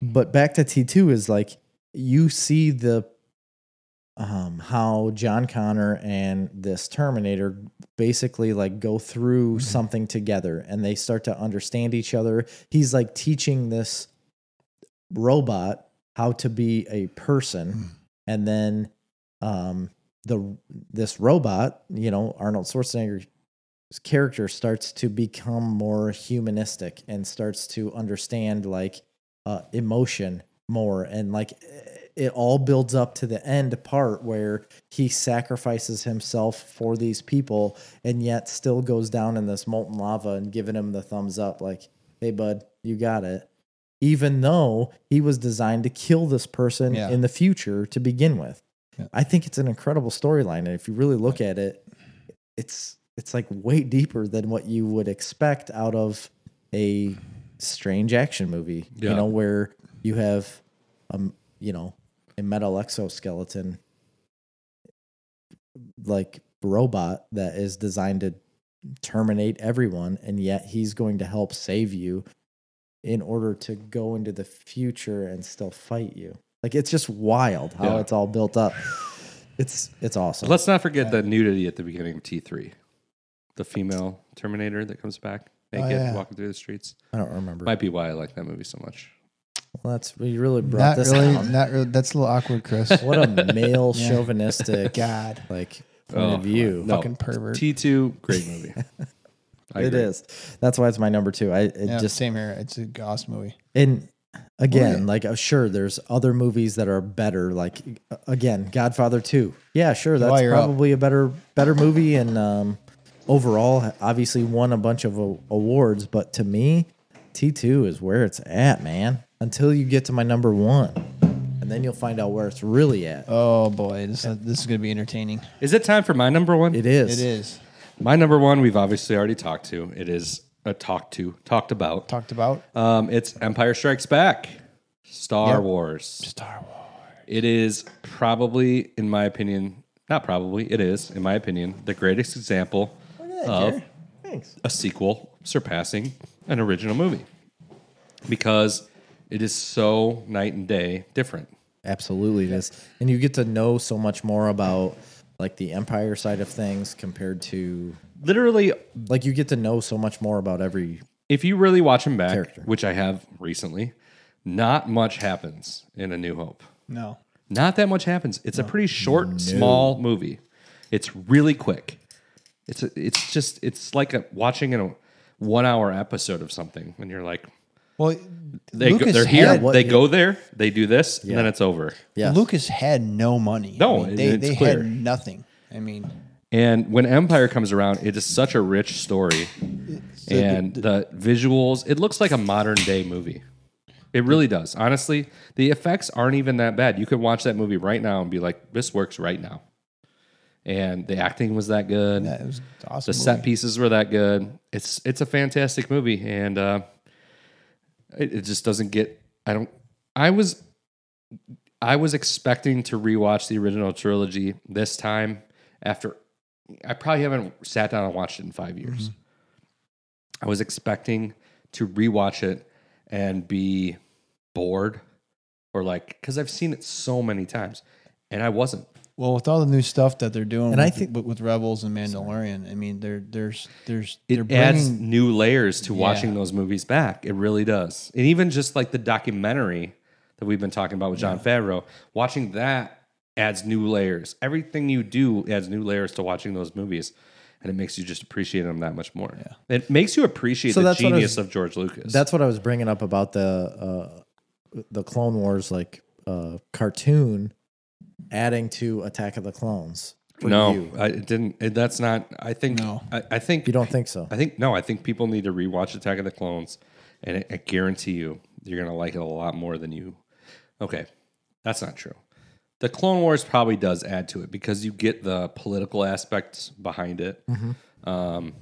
But back to T two is like you see the um how John Connor and this Terminator basically like go
Mm-hmm.
through something together and they start to understand each other. He's like teaching this robot how to be a
Mm.
person and then um the this robot, you know, Arnold Schwarzenegger's character starts to become more humanistic and starts to understand like uh, emotion more and like it all builds up to the end part where he sacrifices himself for these people and yet still goes down in this molten lava and giving him the thumbs up like hey bud you got it even though he was designed to kill this person
Yeah.
in the future to begin with
Yeah.
i think it's an incredible storyline and if you really look at it it's it's like way deeper than what you would expect out of a strange action movie.
Yeah.
You know, where you have um, you know, a metal exoskeleton like robot that is designed to terminate everyone, and yet he's going to help save you in order to go into the future and still fight you. Like it's just wild how
Yeah.
it's all built up. It's it's awesome.
Let's not forget that nudity at the beginning of T three, the female Terminator that comes back naked,
yeah.
walking through the streets.
I don't remember.
Might be why I like that movie so much.
Well, that's we really brought
Not
this
really.
down.
Not really. That's a little awkward, Chris.
What a male chauvinistic
God.
like point
Oh,
of view.
No.
Fucking pervert.
T two, great movie. I
It
agree.
is. That's why it's my number two. I it
Yeah,
just
same here. It's a Goss movie.
and again, like
Right.
uh, sure, there's other movies that are better. Like uh, again, Godfather Two. Yeah, sure, that's
you're up.
probably a better better movie, and um, overall, obviously won a bunch of a- awards. But to me, T Two is where it's at, man. Until you get to my number one, and then you'll find out where it's really at.
Oh boy, this, this is gonna be entertaining.
Is it time for my number one?
It is.
It is
My number one, we've obviously already talked to. It is a talked to, talked about.
talked about.
Um, it's Empire Strikes Back, Star
Yep.
Wars.
Star Wars.
It is probably, in my opinion, not probably, it is, in my opinion, the greatest example of
Thanks.
a sequel surpassing an original movie because it is so night and day different.
Absolutely, it is. And you get to know so much more about like the empire side of things compared to
Literally,
like you get to know so much more about every
if you really watch them back,
Character.
which I have recently, not much happens in A New Hope.
No.
Not that much happens. It's a pretty short, small movie. It's really quick. It's a, it's just it's like a, watching a one hour episode of something, and you're like,
Well,
they go,
Lucas
they're here,
had-
what-
they go there, they do this, and then
Yeah.
it's over.
yes.
Lucas had no money.
No,
I mean,
it-
they
it's
they
clear.
had nothing. I mean,
And when Empire comes around, it is such a rich story, and the visuals. It looks like a modern day movie. It really does. Honestly, the effects aren't even that bad. You could watch that movie right now and be like, "This works right now." And the acting was that good.
that was awesome.
The set pieces were that good. It's it's a fantastic movie, and uh, it, it just doesn't get. I don't. I was I was expecting to rewatch the original trilogy this time after I probably haven't sat down and watched it in five years. I was expecting to rewatch it and be bored or like because I've seen it so many times, and I wasn't.
Well, with all the new stuff that they're doing,
And
with,
I think-
with, with Rebels and Mandalorian, I mean, there there's there's they're
it adds
bringing
new layers to
Yeah.
watching those movies back. It really does. And even just like the documentary that we've been talking about with John Favreau, watching that adds new layers. Everything you do adds new layers to watching those movies. And it makes you just appreciate them that much more. Yeah. It makes you appreciate
So
the
that's what I
genius
was-
of George Lucas.
That's what I was bringing up about the uh, the Clone Wars like uh, cartoon adding to Attack of the Clones. For
no,
you.
I it didn't. it- That's not. I think.
No.
I, I think
you don't think so?
I think no. I think people need to rewatch Attack of the Clones, and I, I guarantee you, you're gonna like it a lot more than you. Okay, that's not true. The Clone Wars probably does add to it because you get the political aspects behind it.
Mm-hmm.
Um,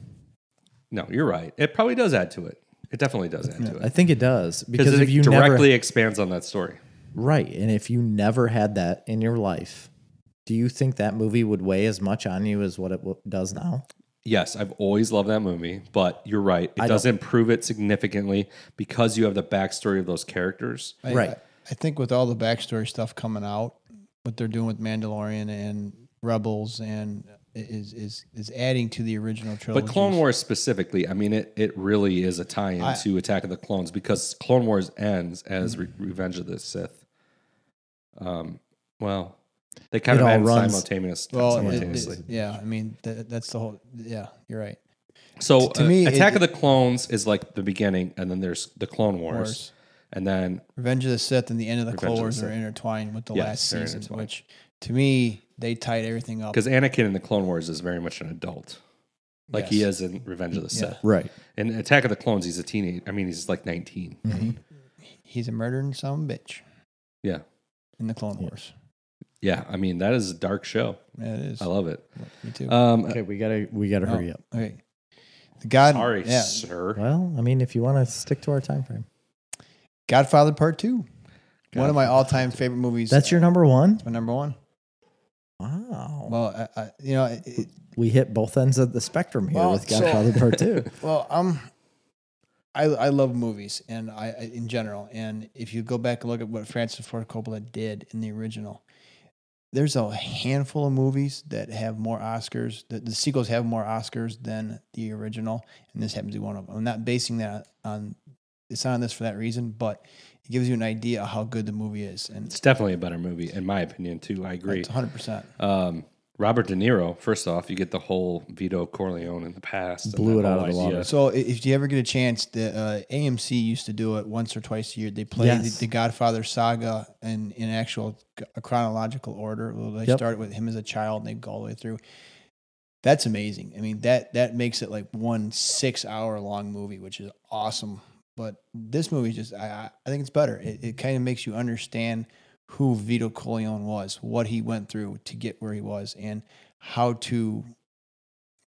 no, you're right. It probably does add to it. It definitely does add to
I
it
think it does because
because it
if you
directly
never
expands on that story.
right, and if you never had that in your life, do you think that movie would weigh as much on you as what it w- does now?
Yes, I've always loved that movie, but you're right. It does improve it significantly because you have the backstory of those characters.
I-
Right.
I, I think with all the backstory stuff coming out, what they're doing with Mandalorian and Rebels and is is is adding to the original trilogy.
But Clone Wars specifically, I mean, it, it really is a tie in to Attack of the Clones because Clone Wars ends as Re- Revenge of the Sith. Um, well, they kind
It
of
all
end
runs-
simultaneous,
well, it- it-
simultaneously.
yeah, I mean that, that's the whole. Yeah, you're right.
so
to
uh,
me, it-
Attack of the Clones is like the beginning, and then there's the Clone Wars,
Wars.
and then
Revenge of the Sith and the end of the
of
Clone
the
Wars are
Sith.
intertwined with the
Yes,
last
they're
season,
intertwined.
which to me they tied everything up.
because Anakin in the Clone Wars is very much an adult, like he
Yes.
is in Revenge of the
Yeah.
Sith.
Right.
In Attack of the Clones, he's a teenage. I mean, he's like 19.
Mm-hmm. He's a murdering some bitch
Yeah,
in the Clone Wars.
yeah. I mean, that is a dark show.
Yeah, it is.
I love it.
Me too.
Um,
Okay, we gotta we gotta
Oh,
hurry up.
Okay. The God.
Sorry,
yeah,
sir.
Well, I mean, if you want to stick to our time frame,
Godfather Part Two. One of my all-time favorite movies.
that's your number one.
my number one.
Wow.
Well, I, I, you know, it, it-
We hit both ends of the spectrum here
Well,
with
so-
Godfather Part 2.
well, um, I I love movies and I I- in general. And if you go back and look at what Francis Ford Coppola did in the original, there's a handful of movies that have more Oscars. That the sequels have more Oscars than the original, and this happens to be one of them. I'm not basing that on. It's not on this for that reason, but it gives you an idea of how good the movie is, and
It's definitely a better movie, in my opinion, too. I agree.
it's 100. percent
Um, Robert De Niro, first off, you get the whole Vito Corleone in the past. and
Blew
that
it out
whole
of the water.
idea.
So i- if you ever get a chance, the uh, AMC used to do it once or twice a year. They play
Yes.
the, the Godfather saga in in actual c- chronological order. Well, They
Yep.
start with him as a child and they go all the way through. That's amazing. I mean that that makes it like one six hour long movie, which is awesome. But this movie just I I- I think it's better. It, it kind of makes you understand who Vito Corleone was, what he went through to get where he was, and how to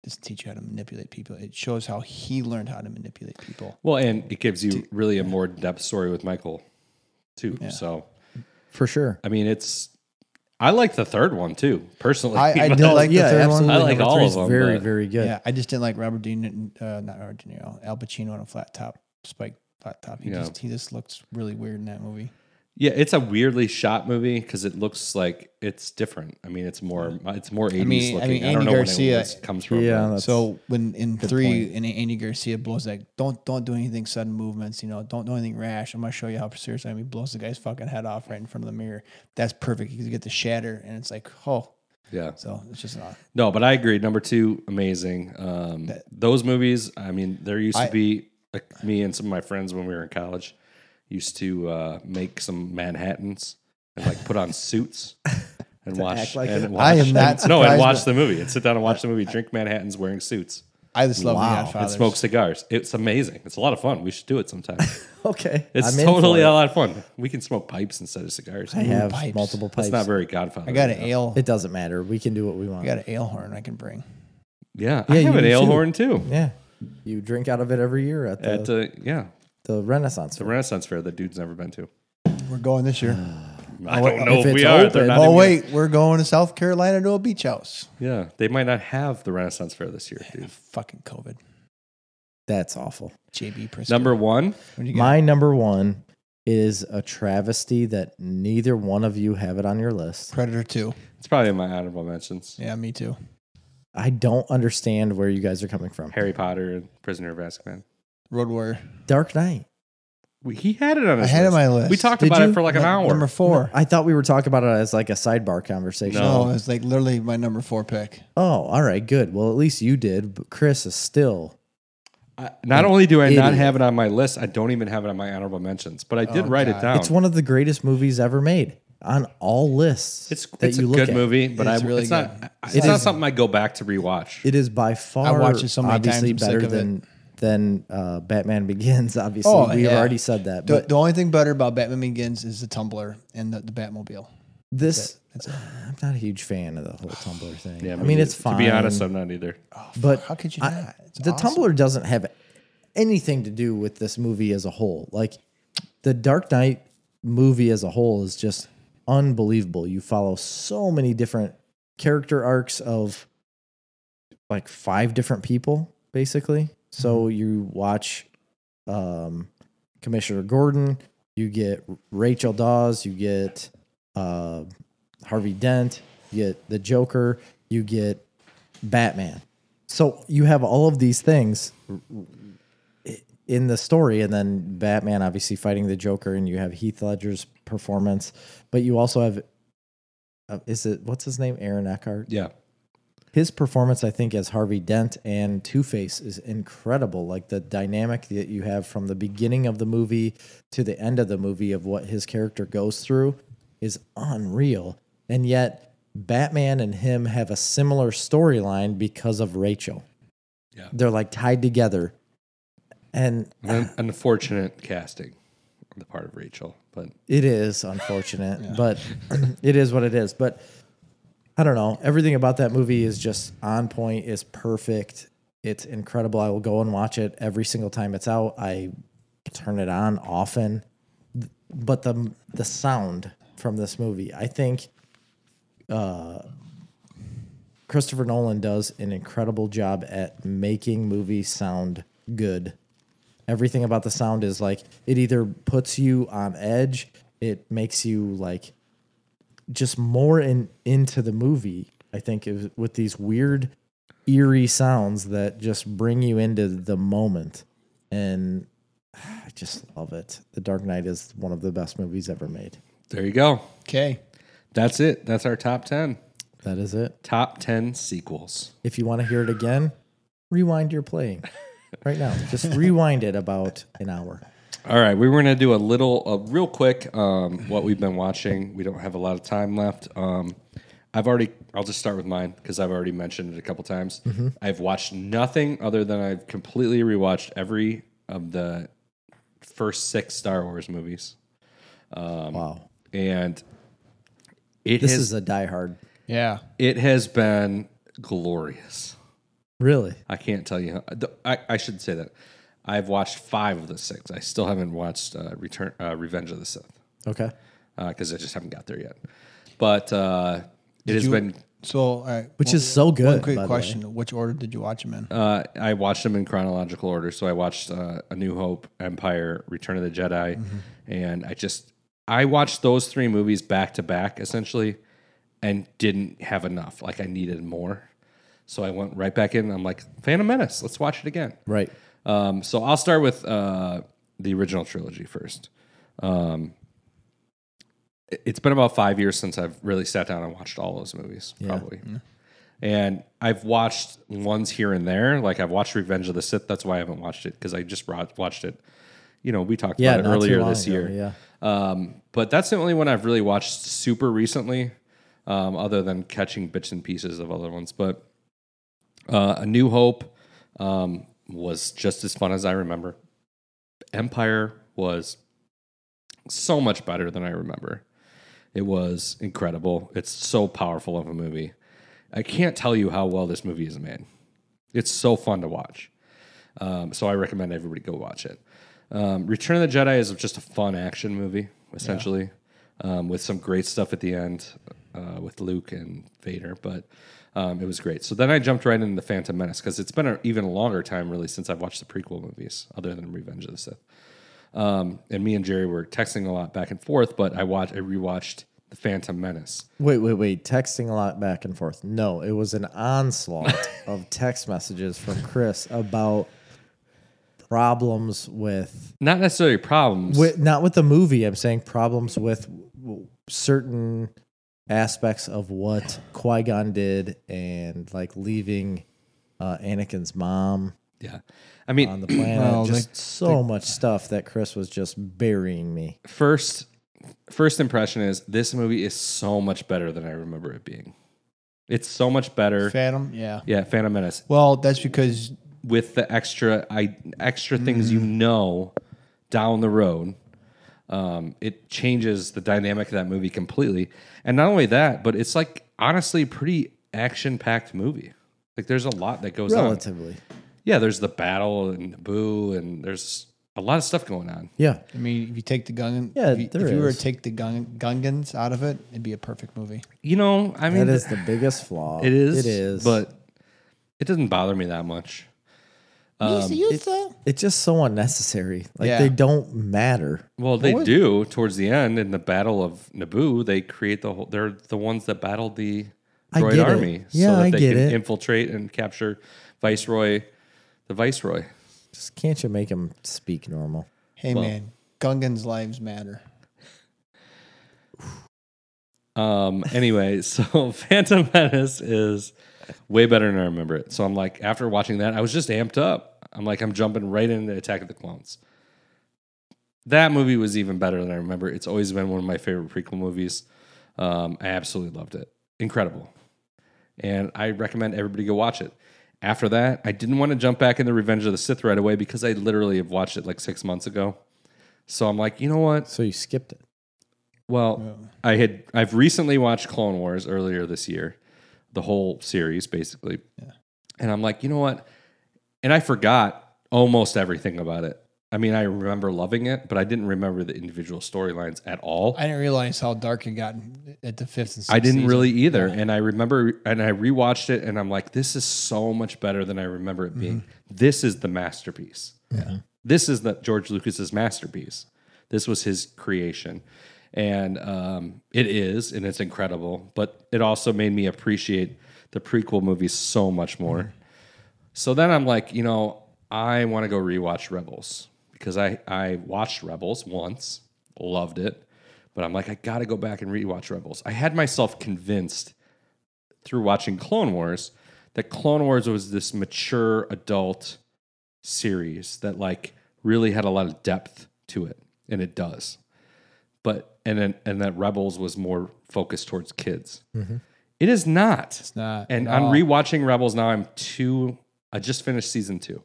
doesn't teach you how to manipulate people. It shows how he learned how to manipulate people.
Well, and it gives you really a more depth story with Michael, too.
Yeah.
So,
For sure.
I mean, it's. I like the third one too, personally.
I- I
But-
don't like the third one.
I like
Number
all
three
of
is
them,
Very,
but-
very good.
Yeah, I just didn't like Robert De Niro, uh, not Robert De Niro, Al Pacino on a flat top, spike flat top. He
Yeah.
just he just looks really weird in that movie.
Yeah, it's a weirdly shot movie because it looks like it's different. I mean, it's more it's more eighties
mean- I
looking. I,
mean,
don't
Andy
know
Garcia-
when it was- comes from.
Yeah,
but-
that's-
so when in three
point.
and Andy Garcia blows like don't don't do anything sudden movements, you know, don't do anything rash. I'm gonna show you how serious I am. He blows the guy's fucking head off right in front of the mirror. That's perfect. You get the shatter and it's like, oh.
yeah,
So it's just uh, not
no, but I agree. Number two, amazing. Um, those movies. I mean, there used
I-
to be like, me and some of my friends when we were in college used to uh, make some Manhattan's and like put on suits. And watch,
act like
and
it.
watch
I am not
and- no, and
surprised
watch
by-
the movie and sit down and watch the movie. Drink Manhattan's wearing suits
I just love
Wow.
the
and
Godfather.
smoke cigars. It's amazing. It's a lot of fun. We should do it sometime.
Okay.
It's
I'm in
totally
for it.
a lot of fun. We can smoke pipes instead of cigars.
I have
pipes.
multiple pipes.
That's not very Godfather.
I got an
right now.
ale.
it doesn't matter. We can do what we
I
want.
got an ale horn I can bring.
Yeah,
Yeah,
I have
you
an
do
ale
too.
horn too.
Yeah. You drink out of it every year at the,
At uh, yeah,
the Renaissance.
the Renaissance Fair that dude's never been to.
We're going this year.
I don't know
Mm. if
if,
it's
we are. They're
open-
not
Oh
even-
wait, we're going to South Carolina to a beach house.
Yeah, they might not have the Renaissance Fair this year, dude.
Fucking COVID.
That's awful.
JB Prisker.
Number one,
What do you got?
My number one is a travesty that neither one of you have it on your list.
Predator Two.
it's probably in my honorable mentions.
Yeah, me too.
I don't understand where you guys are coming from.
Harry Potter and Prisoner of Azkaban.
Road Warrior.
Dark Knight.
We, he had it on
I
his
had it on my list.
We talked
Did
about
you?
it for like an
Num-
hour.
Number four.
I thought we were talking about it as like a sidebar conversation.
No.
No, it's like literally my number four pick.
Oh, all right, good. Well, at least you did. But Chris is still
I- not only do I not
Idiot.
have it on my list, I don't even have it on my honorable mentions. But I did
Oh,
write
God.
it down.
It's one of the greatest movies ever made on all lists.
It's
that
it's a
you look
good
at.
movie, but
It
I
is really
it's
good.
not it's
It
not
is-
something I go back to rewatch.
It is by far
watched it so many times,
obviously
I'm sick
better
of it.
than than uh, Batman Begins. Obviously,
Oh,
we've
yeah.
already said that.
The,
But
the only thing better about Batman Begins is the Tumblr and the, the Batmobile. Oh,
this,
That's it.
I'm not a huge fan of the whole Tumblr thing.
Yeah,
I mean, it's fine.
To be honest, I'm not either.
but
How could you
I-
not? It's
the
awesome.
Tumblr doesn't have anything to do with this movie as a whole. Like the Dark Knight movie as a whole is just unbelievable. You follow so many different character arcs of like five different people, basically. So
Mm-hmm.
you watch um, Commissioner Gordon, you get Rachel Dawes, you get uh, Harvey Dent, you get the Joker, you get Batman. So you have all of these things in the story, and then Batman obviously fighting the Joker, and you have Heath Ledger's performance, but you also have uh, is it what's his name Aaron Eckhart?
Yeah.
His performance, I think, as Harvey Dent and Two Face is incredible. Like the dynamic that you have from the beginning of the movie to the end of the movie of what his character goes through is unreal. And yet, Batman and him have a similar storyline because of Rachel.
Yeah.
They're like tied together. And
An unfortunate casting on the part of Rachel, but
It is unfortunate, but it is what it is. But I don't know. Everything about that movie is just on point, is perfect. It's incredible. I will go and watch it every single time it's out. I turn it on often. But the the sound from this movie, I think uh Christopher Nolan does an incredible job at making movies sound good. Everything about the sound is like it either puts you on edge, it makes you like just more in into the movie. I think is- with these weird, eerie sounds that just bring you into the moment, and I just love it. The Dark Knight is one of the best movies ever made.
There you go.
Okay.
That's it. That's our top 10.
That is it.
Top 10 sequels.
If you want to hear it again, rewind your playing right now. Just rewind it about an hour.
All right, we were going to do a little, uh, real quick, um, what we've been watching. We don't have a lot of time left. Um, I've already, I'll just start with mine because I've already mentioned it a couple times.
Mm-hmm.
I've watched nothing other than I've completely rewatched every of the first six Star Wars movies.
wow.
And it,
This
has,
is a diehard.
Yeah.
it has been glorious.
Really?
I can't tell you. How, th- I, I should say that I've watched five of the six. I still haven't watched uh, Return uh, Revenge of the Sith
Okay.
because I just haven't got there yet. But uh, it has
you-
been.
So, all right.
Which is so good.
One quick
by the way.
question: Which order did you watch them in?
Uh, I watched them in chronological order, so I watched uh, A New Hope, Empire, Return of the Jedi, and I just I watched those three movies back to back essentially, and didn't have enough. Like I needed more, so I went right back in. I'm like Phantom Menace. Let's watch it again.
Right.
Um, so I'll start with uh, the original trilogy first. Um, it- it's been about five years since I've really sat down and watched all those movies, probably. And I've watched ones here and there. Like I've watched Revenge of the Sith. That's why I haven't watched it because I just ro- watched it. You know, we talked
Yeah.
about it
not too
earlier
long
this
ago,
year.
Yeah.
Um, but that's the only one I've really watched super recently, um, other than catching bits and pieces of other ones. But uh, A New Hope um, was just as fun as I remember. Empire was so much better than I remember. It was incredible. It's so powerful of a movie. I can't tell you how well this movie is made. It's so fun to watch. Um, so I recommend everybody go watch it. Um, Return of the Jedi is just a fun action movie, essentially, um, with some great stuff at the end uh, with Luke and Vader. But um, it was great. So then I jumped right into Phantom Menace because it's been an even longer time, really, since I've watched the prequel movies, other than Revenge of the Sith. Um, and me and Jerry were texting a lot back and forth, but I watched, I rewatched The Phantom Menace.
Wait, wait, wait. Texting a lot back and forth. No, it was an onslaught of text messages from Chris about problems with,
Not necessarily problems.
with not with the movie. I'm saying problems with w- certain aspects of what Qui Gon did and like leaving uh, Anakin's mom
yeah, I mean,
on the planet.
Well,
just
like,
so much stuff that Chris was just burying me.
first first impression is this movie is so much better than I remember it being. It's so much better.
Phantom. Yeah.
yeah, Phantom Menace
Well, that's because
with the extra I extra things you
Mm.
know down the road. Um, it changes the dynamic of that movie completely. And not only that, but it's like honestly pretty action packed movie. Like there's a lot that goes on.
Relatively.
Yeah, there's the battle and Naboo, and there's a lot of stuff going on.
Yeah.
I mean, if you take the Gungan,
Yeah,
if you,
there
if you were
is.
to take the Gun, Gungans out of it, it'd be a perfect movie.
You know, I mean,
That is the biggest flaw.
It is.
It is.
But it doesn't bother me that much.
Um, it's just so unnecessary. Like
Yeah.
they don't matter.
Well, they do towards the end in the Battle of Naboo. They create the whole. They're the ones that battled the
I
droid
get it.
army,
Yeah,
so that
I
they
get
can
it.
infiltrate and capture Viceroy, the Viceroy.
Just can't you make them speak normal?
hey
Well-
man, Gungans' lives matter.
Um. Anyway, so Phantom Menace is way better than I remember it. So I'm like, after watching that, I was just amped up. I'm like, I'm jumping right into Attack of the Clones. That movie was even better than I remember. It's always been one of my favorite prequel movies. Um, I absolutely loved it. Incredible. And I recommend everybody go watch it. After that, I didn't want to jump back into Revenge of the Sith right away because I literally have watched it like six months ago. So I'm like, you know what?
So you skipped it.
Well, I had I've recently watched Clone Wars earlier this year, the whole series basically. And I'm like, you know what? And I forgot almost everything about it I mean, I remember loving it, but I didn't remember the individual storylines at all.
I didn't realize how dark it got in- at the fifth and sixth.
I didn't
season.
really either. And I remember, and I rewatched it, and I'm like, this is so much better than I remember it being. This is the masterpiece. This is the George Lucas's masterpiece. This was his creation, and um, it is, and it's incredible. But it also made me appreciate the prequel movies so much more. So then I'm like, you know, I want to go rewatch Rebels because I I watched Rebels once, loved it, but I'm like, I got to go back and rewatch Rebels. I had myself convinced through watching Clone Wars that Clone Wars was this mature adult series that like really had a lot of depth to it, and it does. But and then and that Rebels was more focused towards kids. It is not. Mm-hmm. It's
not
And
at
I'm
all.
rewatching Rebels now. I'm two. I just finished season two.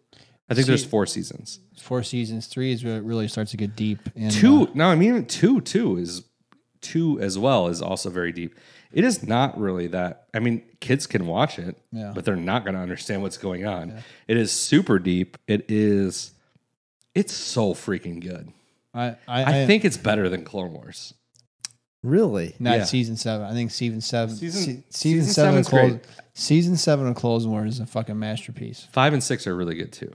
I think there's four seasons.
four seasons. Three is where it really starts to get deep. And, uh,
Two. No, I mean two. Two is two as well is also very deep. It is not really that. I mean, kids can watch it,
Yeah.
but they're not going to understand what's going on. It is super deep. It is. It's so freaking good.
I, I,
I,
I-
think it's better than Clone Wars.
Really?
not
yeah.
season seven. I think season seven.
Season-
Season, season,
season
seven. Of
seven's
Clone,
great.
season seven of Clone Wars is a fucking masterpiece.
Five and six are really good too.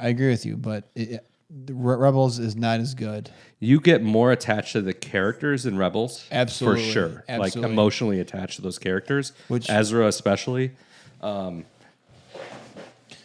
I agree with you, but it, it, the Re- Rebels is not as good.
You get more attached to the characters in Rebels,
Absolutely.
for sure. Like
Absolutely.
emotionally attached to those characters,
Which-
Ezra especially, um,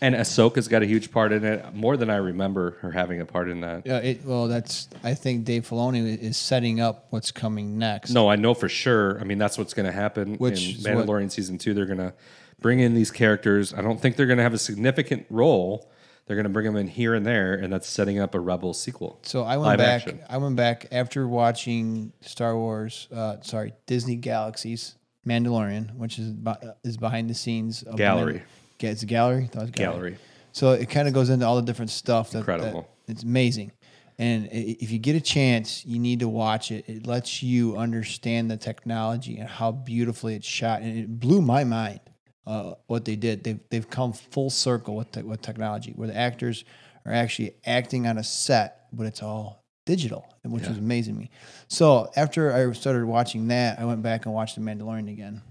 and Ahsoka's got a huge part in it. More than I remember her having a part in that.
Yeah, it, well, that's. I think Dave Filoni is setting up what's coming next.
No, I know for sure. I mean, that's what's going to happen
Which
in
is what-
Mandalorian season two. They're going to bring in these characters. I don't think they're going to have a significant role. They're going to bring them in here and there, and that's setting up a Rebel sequel.
So I went
Live
back.
action.
I went back after watching Star Wars. Uh, sorry, Disney Galaxies Mandalorian, which is be- is behind the scenes of
Gallery.
Mandal- Yeah, it's a gallery. I thought it was
Gallery.
So it kind of goes into all the different stuff. That, that-
Incredible.
it's amazing. And i- if you get a chance, you need to watch it. It lets you understand the technology and how beautifully it's shot. And it blew my mind uh, what they did. They've, they've come full circle with, te- with technology, where the actors are actually acting on a set, but it's all digital, which was amazing to me. So after I started watching that, I went back and watched The Mandalorian again.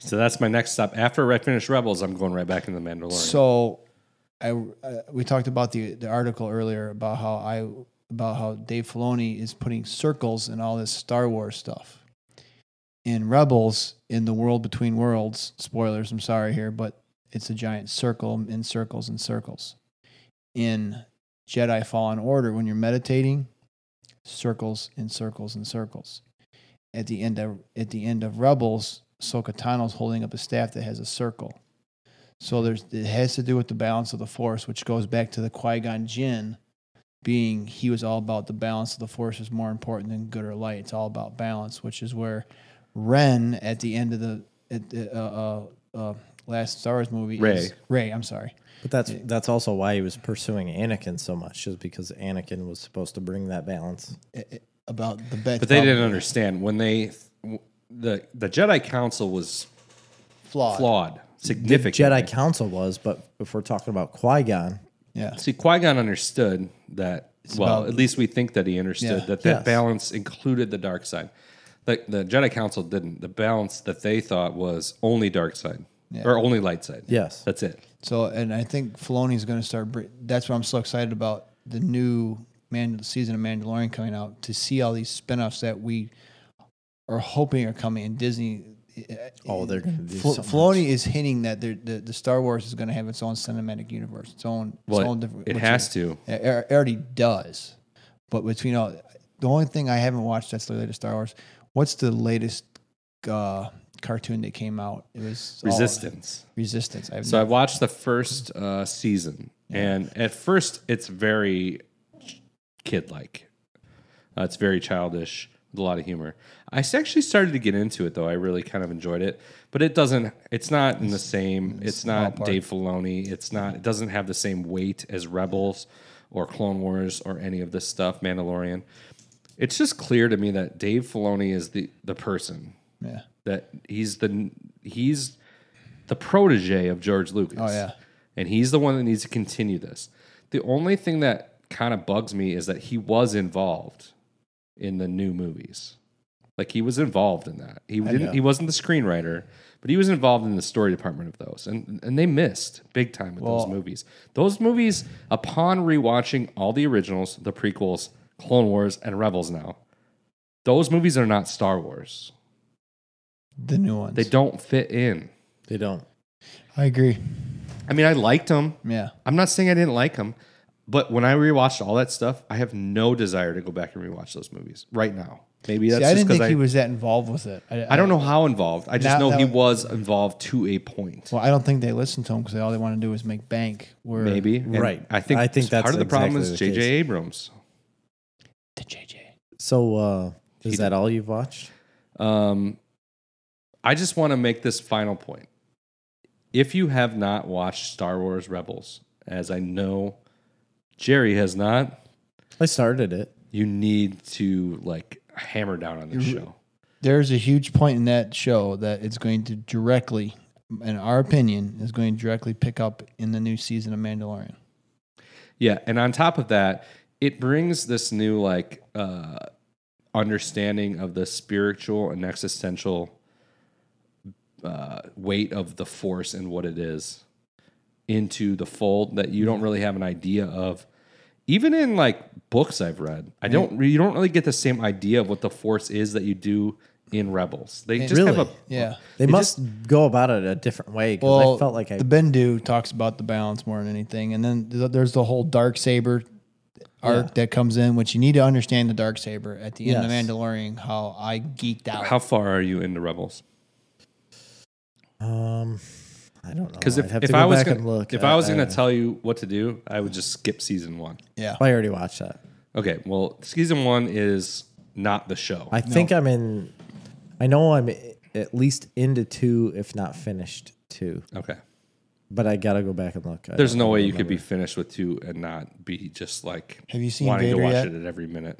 So that's my next stop. After I finish Rebels, I'm going right back into the Mandalorian.
So, I uh, we talked about the the article earlier about how I about how Dave Filoni is putting circles in all this Star Wars stuff. In Rebels, in the world between worlds, spoilers. I'm sorry here, but it's a giant circle in circles and circles. In Jedi Fallen Order, when you're meditating, circles and circles and circles. At the end of at the end of Rebels, Ahsoka Tano's holding up a staff that has a circle. So there's it has to do with the balance of the force, which goes back to the Qui Gon Jinn being he was all about the balance of the force is more important than good or light. It's all about balance, which is where Ren at the end of the at the, uh, uh, uh, last Star Wars movie
Rey.
is Ray. I'm sorry.
But that's that's also why he was pursuing Anakin so much, is because Anakin was supposed to bring that balance.
about the bet.
But they didn't understand when they the the Jedi Council was
flawed.
flawed significant.
Jedi Council was, but if we're talking about Qui Gon,
Yeah.
See, Qui Gon understood that. well,
about-
at least we think that he understood
Yeah.
that that
Yes.
balance included the dark side. The, the Jedi Council didn't. The balance that they thought was only dark side or only light side.
Yes.
that's it.
So, and I think Filoni's going to start. br- That's why I'm so excited about the new man season of Mandalorian coming out to see all these spin-offs that we are hoping are coming. And Disney,
oh, they're going to do
Fil-
something.
Filoni is hinting that they're- the the Star Wars is going to have its own cinematic universe, its own,
Well,
its own
it-
different.
it
which
has
is-
to.
It, it already does. But between all, the only thing I haven't watched that's the latest Star Wars. What's the latest uh, cartoon that came out? It was all-
Resistance.
Resistance. I've
So I watched the first uh, season, and at first it's very kid like. Uh, it's very childish with a lot of humor. I s- actually started to get into it though. I really kind of enjoyed it, but it doesn't. It's not in the same. It's, not Dave Filoni. It's not. It doesn't have the same weight as Rebels or Clone Wars or any of this stuff. Mandalorian. It's just clear to me that Dave Filoni is the the person
yeah.
that he's the he's the protege of George Lucas.
Oh, yeah.
and he's the one that needs to continue this. The only thing that kind of bugs me is that he was involved in the new movies. Like he was involved in that. He didn't. He wasn't the screenwriter, but he was involved in the story department of those, and and they missed big time with those movies. Those movies, upon rewatching all the originals, the prequels, Clone Wars, and Rebels, now those movies are not Star Wars.
The new ones.
They don't fit in.
They don't.
I agree.
I mean, I liked them.
Yeah.
I'm not saying I didn't like them, but when I rewatched all that stuff, I have no desire to go back and rewatch those movies right now. Maybe that's
See, I
just
didn't
because
think
I,
he was that involved with it.
I don't know how involved. I just know
Now- now-
he was involved to a point.
Well, I don't think they listened to him because all they want to do is make bank. Where
Maybe And
Right.
I think
I think
part
that's
of the problem
exactly
is
the
J.J.
case.
Abrams.
the JJ.
So uh, is
He
that all you've watched?
Um, I just want to make this final point. If you have not watched Star Wars Rebels, as I know Jerry has not,
I started it.
you need to like hammer down on this show.
There's a huge point in that show that it's going to directly, in our opinion, is going to directly pick up in the new season of Mandalorian.
Yeah, and on top of that, it brings this new like uh understanding of the spiritual and existential uh weight of the force and what it is into the fold that you don't
Mm-hmm.
really have an idea of. Even in like books I've read, I
Mm-hmm.
don't you don't really get the same idea of what the force is that you do in Rebels. They just have a
Really?
Yeah.
They must go about it a different way because I felt like I
the Bendu talks about the balance more than anything, and then th- there's the whole dark saber arc that comes in, which you need to understand the dark saber at the end of
Yes.
Mandalorian. How I geeked out.
how far are you into Rebels?
um I don't know.
Because
Oh, I'd
if,
have
if
to go
I was
back
gonna,
and look,
if I was gonna
I,
tell you what to do, I would just skip season one.
yeah,
I already watched that.
Okay, well, season one is not the show.
I think I'm in. I know I'm i- at least into two, if not finished two.
okay,
But I gotta go back and look. I
there's
don't
no way you
remember.
could be finished with two and not be just like
Have you seen
wanting
Vader
to watch
yet?
it at every minute.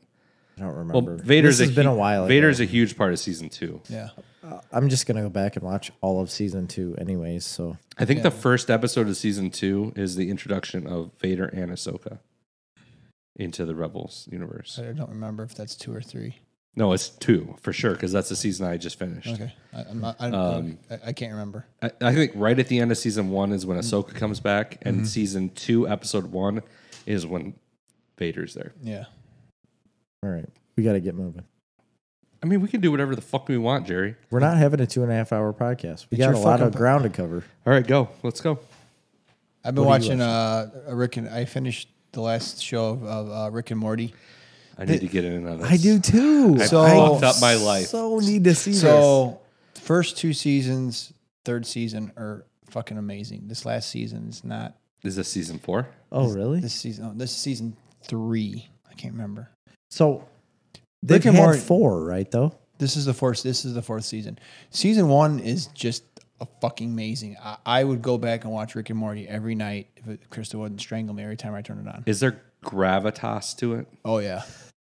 I don't
Well,
remember.
Vader's
this
a
has been
hu-
a while.
Vader's
ago.
a huge part of season two.
yeah.
I'm just gonna go back and watch all of season two, anyways. So
I think the first episode of season two is the introduction of Vader and Ahsoka into the Rebels universe.
Uh,
I don't remember if that's two or three.
No, it's two for sure because that's the season I just finished.
Okay, I, I'm not, I,
Um,
I, I can't remember.
I, I think right at the end of season one is when
Mm.
Ahsoka comes back, and
Mm-hmm.
season two, episode one, is when Vader's there.
Yeah,
all right, we gotta get moving.
I mean, we can do whatever the fuck we want, Jerry.
We're not having a two and a half hour podcast. We
It's
got a
your
lot
fucking
of
po-
ground to cover.
All right, go. Let's go.
I've been
What do you
watching uh, Rick and I finished the last show of, of uh, Rick and Morty.
I need to get in another.
I do too.
I
So-
fucked up my life.
So need to see this.
So, first two seasons, third season are fucking amazing. This last season is not.
Is this season four?
Oh really?
This season, oh, this is season three. I can't remember.
So they've
Rick and
had
Morty-
four, right? Though
This is the fourth. This is the fourth season. Season one is just a fucking amazing. I, I would go back and watch Rick and Morty every night if it, Krista wouldn't strangle me every time I turn it on.
Is there gravitas to it?
Oh yeah.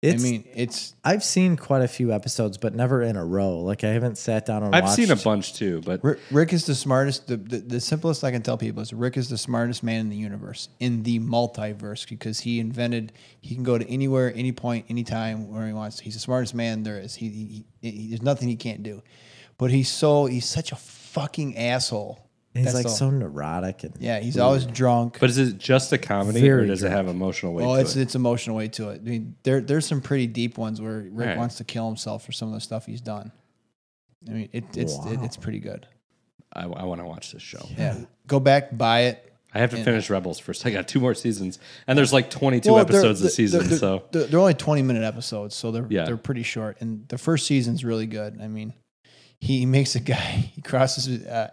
it's
I mean, it's
I've seen quite a few episodes, but never in a row. Like I haven't sat down and
I've
watched.
seen a bunch too, but
Rick, Rick is the smartest. The, the the simplest I can tell people is Rick is the smartest man in the universe in the multiverse because he invented. He can go to anywhere, any point, anytime, where he wants. to. He's the smartest man there is. He, he, he, he there's nothing he can't do, but he's so he's such a fucking asshole.
and he's
That's
like
all.
so neurotic and
yeah. He's always drunk.
but is it just a comedy or
Very
does it have emotional weight?
Oh,
to
it's
it?
it's emotional weight to it. I mean, there there's some pretty deep ones where Rick
Right.
wants to kill himself for some of the stuff he's done. I mean, it, it's it,
Wow.
it's pretty good.
I, I want to watch this show.
Yeah, go back, buy it.
I have to finish Rebels first. I got two more seasons, and there's like 22
Well, they're-
episodes
they're-
this season.
they're-
so
they're, they're only twenty minute episodes, so they're
Yeah.
they're pretty short. And the first season's really good. I mean, he makes a guy he crosses uh,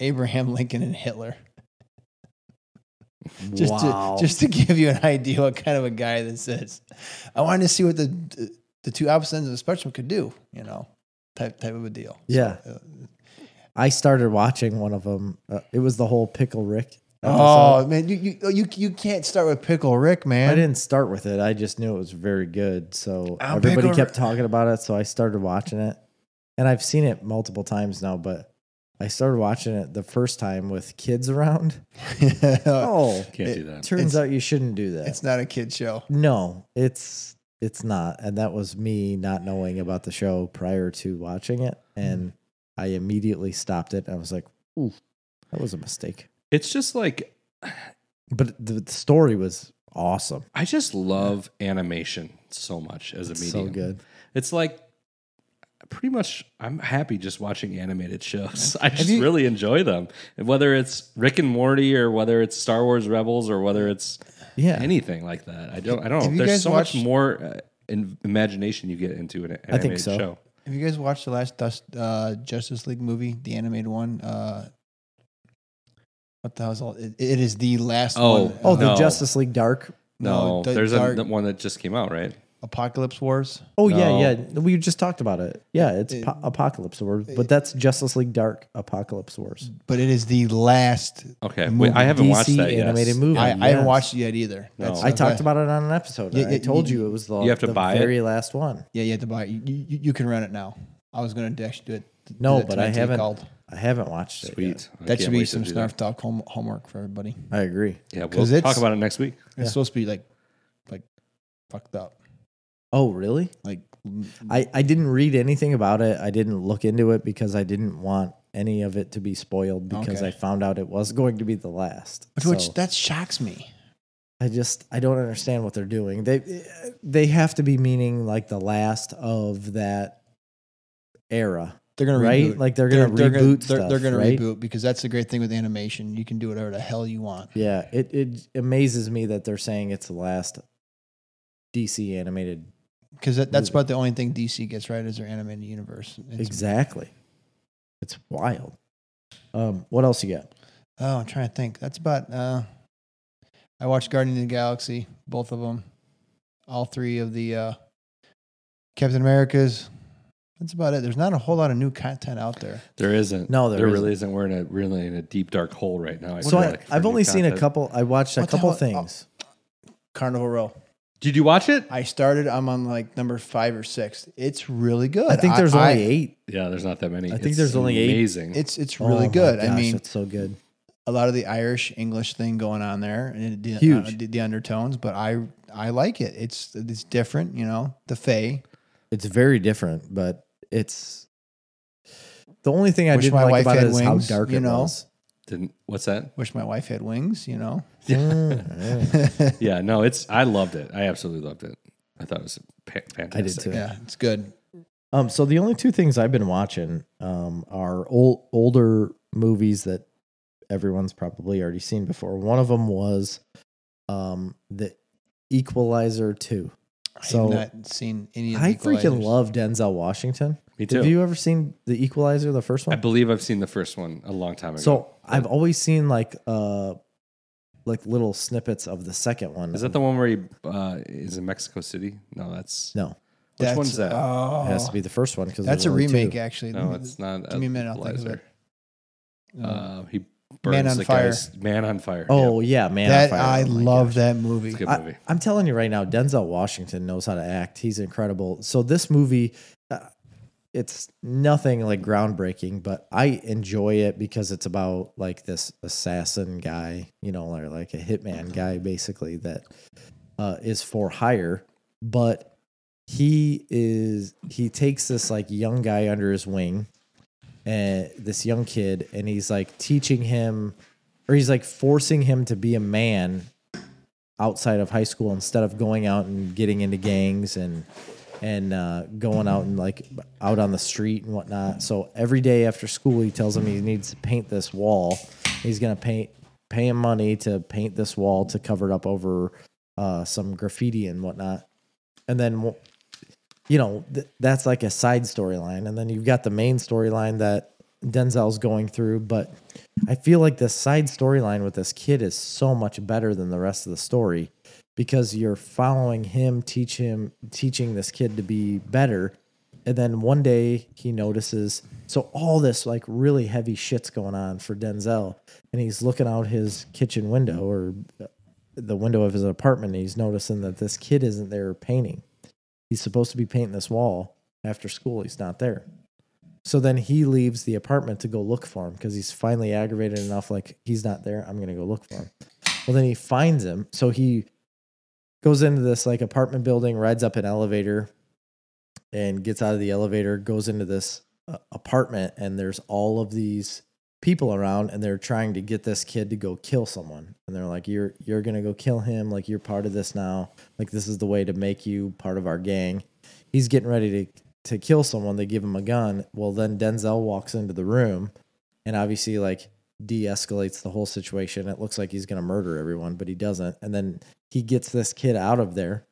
Abraham Lincoln and Hitler just
wow.
to just to give you an idea what kind of a guy this is. I wanted to see what the the two opposite ends of the spectrum could do. You know, type type of a deal.
yeah.
So, uh,
I started watching one of them. Uh, it was the whole pickle Rick. episode.
Oh man, you, you you you can't start with Pickle Rick, man.
I didn't start with it. I just knew it was very good. So
Oh,
everybody
Pickle
kept
Rick.
talking about it, so I started watching it. And I've seen it multiple times now, but I started watching it the first time with kids around. oh,
Can't
It-
do that.
turns out you shouldn't do that.
It's not a kid show.
No, it's it's not. And that was me not knowing about the show prior to watching it.
Mm-hmm.
And I immediately stopped it. I was like, ooh, that was a mistake.
It's just like
But the the story was awesome.
I just love animation so much as a medium.
So good.
It's like pretty much I'm happy just watching animated shows. I just
you-
really enjoy them. Whether it's Rick and Morty or whether it's Star Wars Rebels or whether it's
Yeah.
anything like that. I don't I don't
Have you
know. There's
guys
so much
watched-
more uh, in imagination you get into an animated
think so.
show.
Have you guys watched the last Dust, uh, Justice League movie, the animated one? Uh, what the hell is all? It, it is the last
Oh.
one.
oh, the
No.
Justice League Dark.
No,
the
there's a,
Dark
the one that just came out, right?
Apocalypse Wars.
Oh
No.
yeah, yeah. We just talked about it. Yeah, it's
It-
po- Apocalypse Wars, but that's Justice League Dark Apocalypse Wars.
But it is the last.
Okay, wait, I haven't
DC
watched that yet.
animated movie.
I, I haven't
yes.
watched it yet either. uh,
No.
I talked about it on an episode.
Yeah,
I
yeah,
told
you-
you, it was the,
you have to
the
buy it?
very last one.
Yeah, you have to buy it. You, you, you can rent it now. I was going to actually do it. th- do
No,
that
but
tonight
I
till you
haven't.
called.
I haven't watched it. yet.
Sweet. I
That
can't
should
wait
be
to
some
do that.
snarf talk home, homework for everybody.
I agree.
Yeah,
'Cause
we'll talk
it's-
about it next week.
It's supposed to be like, like, fucked up.
Oh, really?
Like,
I, I didn't read anything about it. I didn't look into it because I didn't want any of it to be spoiled because
Okay.
I found out it was going to be the last.
which
So
that shocks me.
I just I don't understand what they're doing. They they have to be meaning like the last of that era.
They're gonna
Right?
reboot.
Like, they're gonna
They're,
reboot stuff,
they're gonna
right?
reboot because that's the great thing with animation. You can do whatever the hell you want.
Yeah, it it amazes me that they're saying it's the last DC animated.
Because that, that's about the only thing DC gets right is their animated universe. It's-
exactly. It's wild. Um, what else you got?
Oh, I'm trying to think. That's about. Uh, I watched Guardian of the Galaxy, both of them, all three of the uh, Captain Americas. That's about it. There's not a whole lot of new content out there.
There isn't.
No,
there,
there
really isn't. We're in a really in a deep dark hole right now.
so
feel
I,
like, for
I've
new
only seen a
content.
couple. I watched a
What the
couple
hell-
things.
Carnival Row.
Did you watch it?
I started. I'm on like number five or six. It's really Oh, good.
I think there's
I-
only
I-
eight.
Yeah, there's not that many.
I think there's only eight.
amazing.
It's it's
Oh
really
my
good. I
gosh,
mean,
it's so good.
a lot of the Irish English thing going on there, and the,
Huge.
uh, the, the undertones. But I I like it. It's it's different, you know. The Fae.
It's very different, but it's the only thing I
Wish
didn't
my
like
wife
about
had
it is
wings,
how dark
you
it
know?
was.
Didn't what's that?
Wish my wife had wings, you know.
Mm, yeah.
Yeah, no, it's I loved it. I absolutely loved it. I thought it was pa- fantastic.
too.
Yeah, it's good.
um, so the only two things I've been watching um, are old, older movies that everyone's probably already seen before. One of them was um, the Equalizer Two. So-
I've not seen any. Of the
I freaking
Equalizers.
love Denzel Washington.
Me too.
Have you ever seen the Equalizer, the first
I
one?
believe I've seen the first one a long time ago.
So I've always seen like uh like little snippets of the second one.
is that the one where he uh, is in Mexico City? No, that's which
no?
That's-
one's that?
Oh,
It has to be the first one because
that's a remake, actually.
no, it's not.
Give me a minute, I'll think of
Equalizer.
Uh,
Uh, he burns
Man on
the
Fire.
guy's man on fire.
Oh yeah, man!
that
on Fire.
I
Oh my
love
gosh.
that movie.
It's a good
I-
movie.
I'm telling you right now, Denzel Washington knows how to act. He's incredible. So this movie, uh, it's nothing like groundbreaking, but I enjoy it because it's about like this assassin guy, you know, or like a hitman guy, basically that uh, is for hire, but he is he takes this like young guy under his wing and this young kid and he's like teaching him or he's like forcing him to be a man outside of high school instead of going out and getting into gangs and and uh, going out and like out on the street and whatnot. So every day after school, he tells him he needs to paint this wall. He's gonna paint pay him money to paint this wall to cover it up over uh, some graffiti and whatnot. And then wh- you know, th- that's like a side storyline. And then you've got the main storyline that Denzel's going through. But I feel like this side storyline with this kid is so much better than the rest of the story because you're following him, teach him, teaching this kid to be better. And then one day he notices, so all this like really heavy shit's going on for Denzel. And he's looking out his kitchen window or the window of his apartment. And he's noticing that this kid isn't there painting he's supposed to be painting this wall after school he's not there So then he leaves the apartment to go look for him because he's finally aggravated enough. Like he's not there. I'm gonna go look for him. Well, then he finds him. So he goes into this like apartment building, rides up an elevator, and gets out of the elevator. Goes into this uh, apartment, and there's all of these people around, and they're trying to get this kid to go kill someone. And they're like, "You're you're gonna go kill him. Like you're part of this now. Like this is the way to make you part of our gang." He's getting ready to to kill someone. They give him a gun. Well, then Denzel walks into the room, and obviously like de-escalates the whole situation. It looks like he's going to murder everyone, but he doesn't. And then he gets this kid out of there.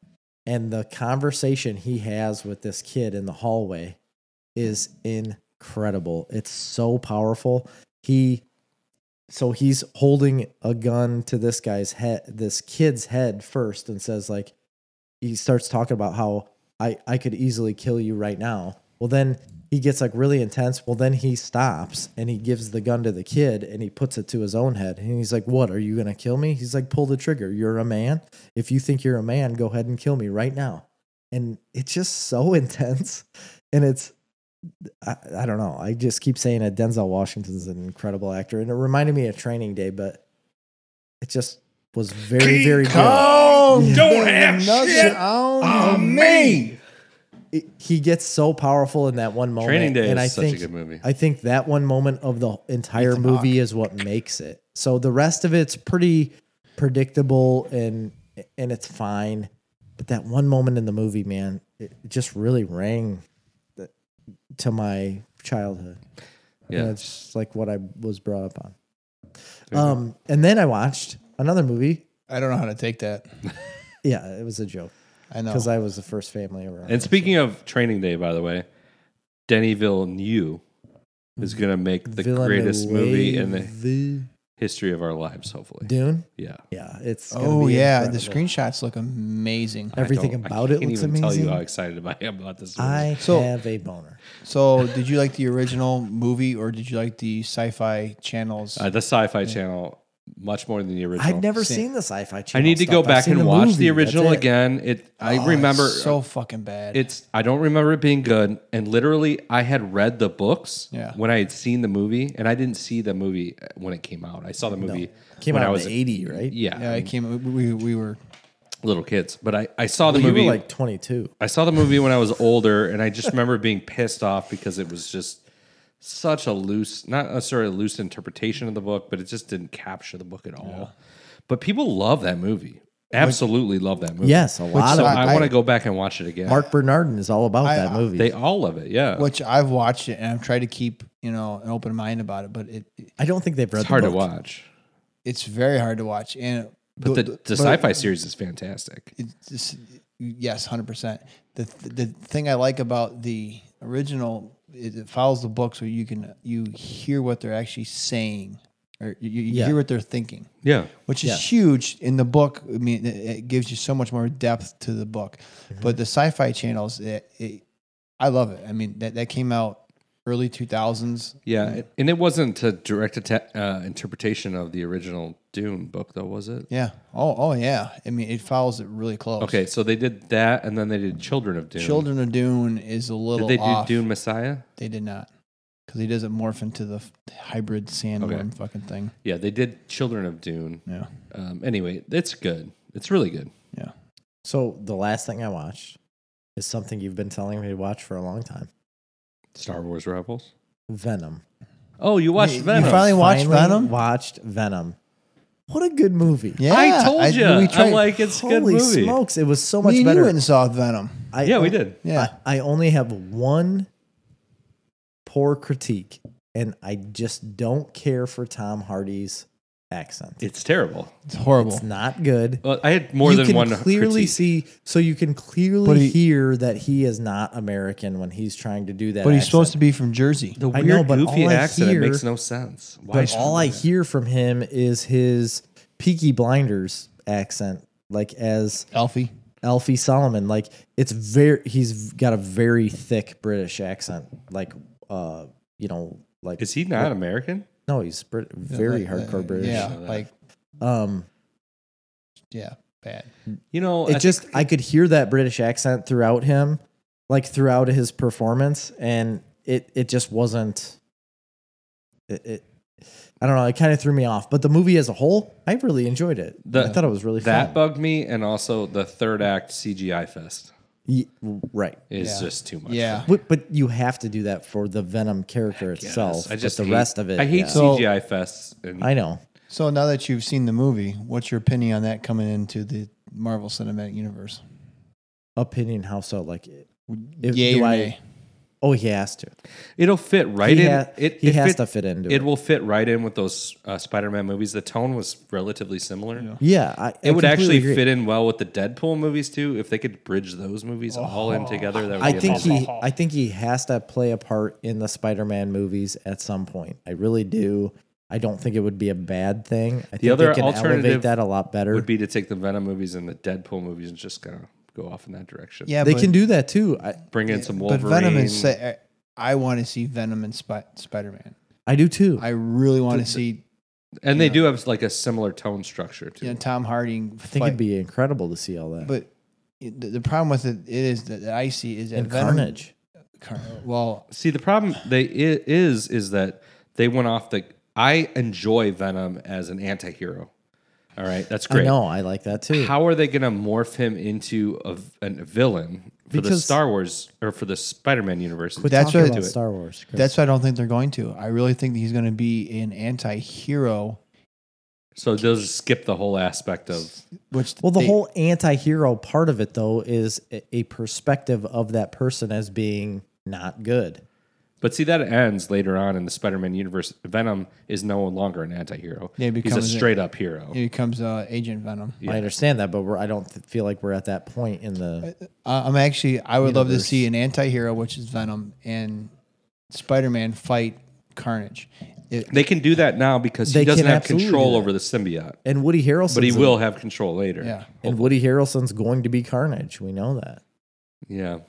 And the conversation he has with this kid in the hallway is incredible. It's so powerful. He so he's holding a gun to this guy's head, this kid's head first and says like he starts talking about how I I could easily kill you right now. Well then he gets like really intense. Well, then he stops and he gives the gun to the kid and he puts it to his own head. And he's like, What? Are you going to kill me? He's like, Pull the trigger. You're a man. If you think you're a man, go ahead and kill me right now. And it's just so intense. And it's, I, I don't know. I just keep saying it. Denzel Washington's an incredible actor. And it reminded me of Training Day, but it just was very, very good.
Oh,
Don't have shit
on
It- he gets so powerful in that one moment.
Training Day
and
is
I
such a
think,
good movie.
I think that one moment of the entire
Ethan
movie is what makes it. So the rest of it's pretty predictable and and it's fine. But that one moment in the movie, man, it just really rang th- to my childhood.
Yeah.
And it's just like what I was brought up on.
There you go.
Um, and then I watched another movie.
I don't know how to take that.
Yeah, it was a joke
I know.
Oh.
because I was the first family around.
and speaking of Training Day, by the way, Denny Villeneuve is going to make the greatest movie in the history of our lives, hopefully.
Dune.
Yeah.
Yeah, it's. gonna
oh
be
yeah,
incredible.
the screenshots look amazing.
I
Everything
don't-
about it
I can't
looks
even tell
amazing.
you how excited I am about this movie.
I
So-
have a boner.
So, did you like the original movie or did you like the Sci-Fi Channel's?
Uh, the Sci Fi Channel, much more than the original.
I've never
Same.
seen the sci-fi
I
channel.
need to go
stuff. I've
back
seen
and watch
movie,
the
that's
original
it.
again. It I
Oh,
remember
it's so fucking bad.
it's I don't remember it being good. And literally, I had read the books
Yeah.
when I had seen the movie, and I didn't see the movie uh, when it came out. I saw the movie
Came
when
out
I
in
was
the 80, right?
Yeah,
yeah, I came. We, we were
little kids. But I I saw the
You were
movie.
like 22.
I saw the movie when I was older, and I just remember being pissed off because it was just such a loose, not necessarily a loose interpretation of the book, but it just didn't capture the book at all. But people love that movie. Absolutely love that movie.
Yes, a lot
So
of
I,
I-
want to go back and watch it again.
Mark Bernardin is all about that
uh,
movie.
they all love it. Yeah.
which I've watched it and I've tried to keep you know an open mind about it, but it
I don't think they've read.
it's hard
the
to
book.
watch.
it's very hard to watch. And
But the, the, sci fi series is fantastic.
it's just- yes, hundred percent. The the thing I like about the original is it follows the book, so you can you hear what they're actually saying, or you, you
Yeah.
hear what they're thinking,
Yeah.
which is
Yeah.
huge in the book. I mean, it, it gives you so much more depth to the book.
Mm-hmm.
But the Sci-Fi channels, it, it, I love it. I mean, that that came out early two thousands.
Yeah. it- And it wasn't a direct atta- uh, interpretation of the original Dune book, though, was it?
Yeah. Oh, oh yeah. I mean, it follows it really close.
Okay. So they did that, and then they did Children of Dune.
Children of Dune is a little.
Did they do
off.
Dune Messiah?
They did not. Because he doesn't morph into the f- hybrid sandworm fucking thing.
Yeah, they did Children of Dune.
Yeah.
Um, anyway, it's good. It's really good.
Yeah.
So the last thing I watched is something you've been telling me to watch for a long time.
Star Wars Rebels.
Venom.
Oh, you watched
You- you
Venom.
finally- watched Venom?
Watched Venom. What a good movie.
Yeah.
I told you.
we
I'm
tried-
like, it's a
Holy
good movie.
smokes! It was so
me
much
and you
better.
went and saw Venom.
I,
Yeah, we did.
Yeah.
I, I only have one poor critique, and I just don't care for Tom Hardy's accent.
It's terrible.
It's horrible.
It's not good.
Well, I had Uh, more
you
than
can
one.
clearly
critique.
see, so you can
But
clearly
he-
hear that he is not American when he's trying to do that.
but he's supposed to be from Jersey.
the
I
weird,
know, but
goofy
all I
accent.
hear-
it makes no sense. Why?
But all I hear from him is his Peaky Blinders accent, like as
Alfie.
Alfie Solomon. Like it's very he's got a very thick British accent. Like uh, you know, like
is he not American?
no, he's Brit- very
Like, uh,
hardcore British.
Yeah.
Yeah.
Like,
Um,
yeah, bad.
You know,
it
I
just I could hear that British accent throughout him, like throughout his performance, and it it just wasn't. It, it I don't know. It kind of threw me off. But the movie as a whole, I really enjoyed it.
The-
I thought it was really
that
fun.
bugged me, and also the third act CGI fest
Ye- right.
is
Yeah.
just too much.
Yeah.
But, but you have to do that for the Venom character itself.
I just
but the
hate-
rest of it.
I hate
yeah.
So-
CGI fests. And
I know.
So now that you've seen the movie, what's your opinion on that coming into the Marvel Cinematic Universe?
Opinion. How so? Like, it,
Yay
do
or
I-
nay?
oh, he has to.
it'll fit right
He
in.
ha-
it
he
if
has
it,
to fit into
It
it.
will fit right in with those uh, Spider-Man movies. The tone was relatively similar.
Yeah,
It
I, I
would
completely
actually
agree.
fit in well with the Deadpool movies too. If they could bridge those movies all in together, that would
I
be
think
amazing.
he I think he has to play a part in the Spider-Man movies at some point. I really do. I don't think it would be a bad thing. I think
other
they can
alternative
elevate that a lot better.
would be to take the Venom movies and the Deadpool movies and just kind of go off in that direction.
Yeah,
they
but,
can do that too. I,
bring in some
but
Wolverine.
Venom is. sa- I, I want to see Venom and Spi- Spider Man.
I do too.
I really want to see
and they do have like a similar tone structure too.
you know, Tom Harding.
I think it'd be incredible to see all that.
But it- the, the problem with it, it is that, that I see is that
and
Venom-
Carnage.
Carn- well,
See, the problem they i- is is that they went off the. I enjoy Venom as an anti-hero. All right, that's
I
great.
know. I like that too.
How are they going to morph him into a, v- an- a villain for the
Because-
Star Wars or for the Spider-Man universe?
Quit
That's
talking
what-
about
do it.
Star Wars. Chris.
that's why I don't think they're going to. I really think that he's going to be an anti hero,
So they'll just skip the whole aspect of
which
well, the
they-
whole anti-hero part of it though is a- a perspective of that person as being not good.
But see, that ends later on in the Spider-Man universe. Venom is no longer an anti-hero.
Yeah,
he's
he
a
becomes a-
straight-up hero.
he becomes uh, Agent Venom.
I understand that, but we're, I don't th- feel like we're at that point in the.
Uh, I'm actually, I would love to
Universe.
see an anti-hero, which is Venom, and Spider-Man fight Carnage. It,
They can do that now because he
They
doesn't
can
have
absolutely
control
do that.
over the symbiote,
And Woody Harrelson,
but he will have control later.
yeah.
And Woody Harrelson's going to be Carnage. We know that.
yeah,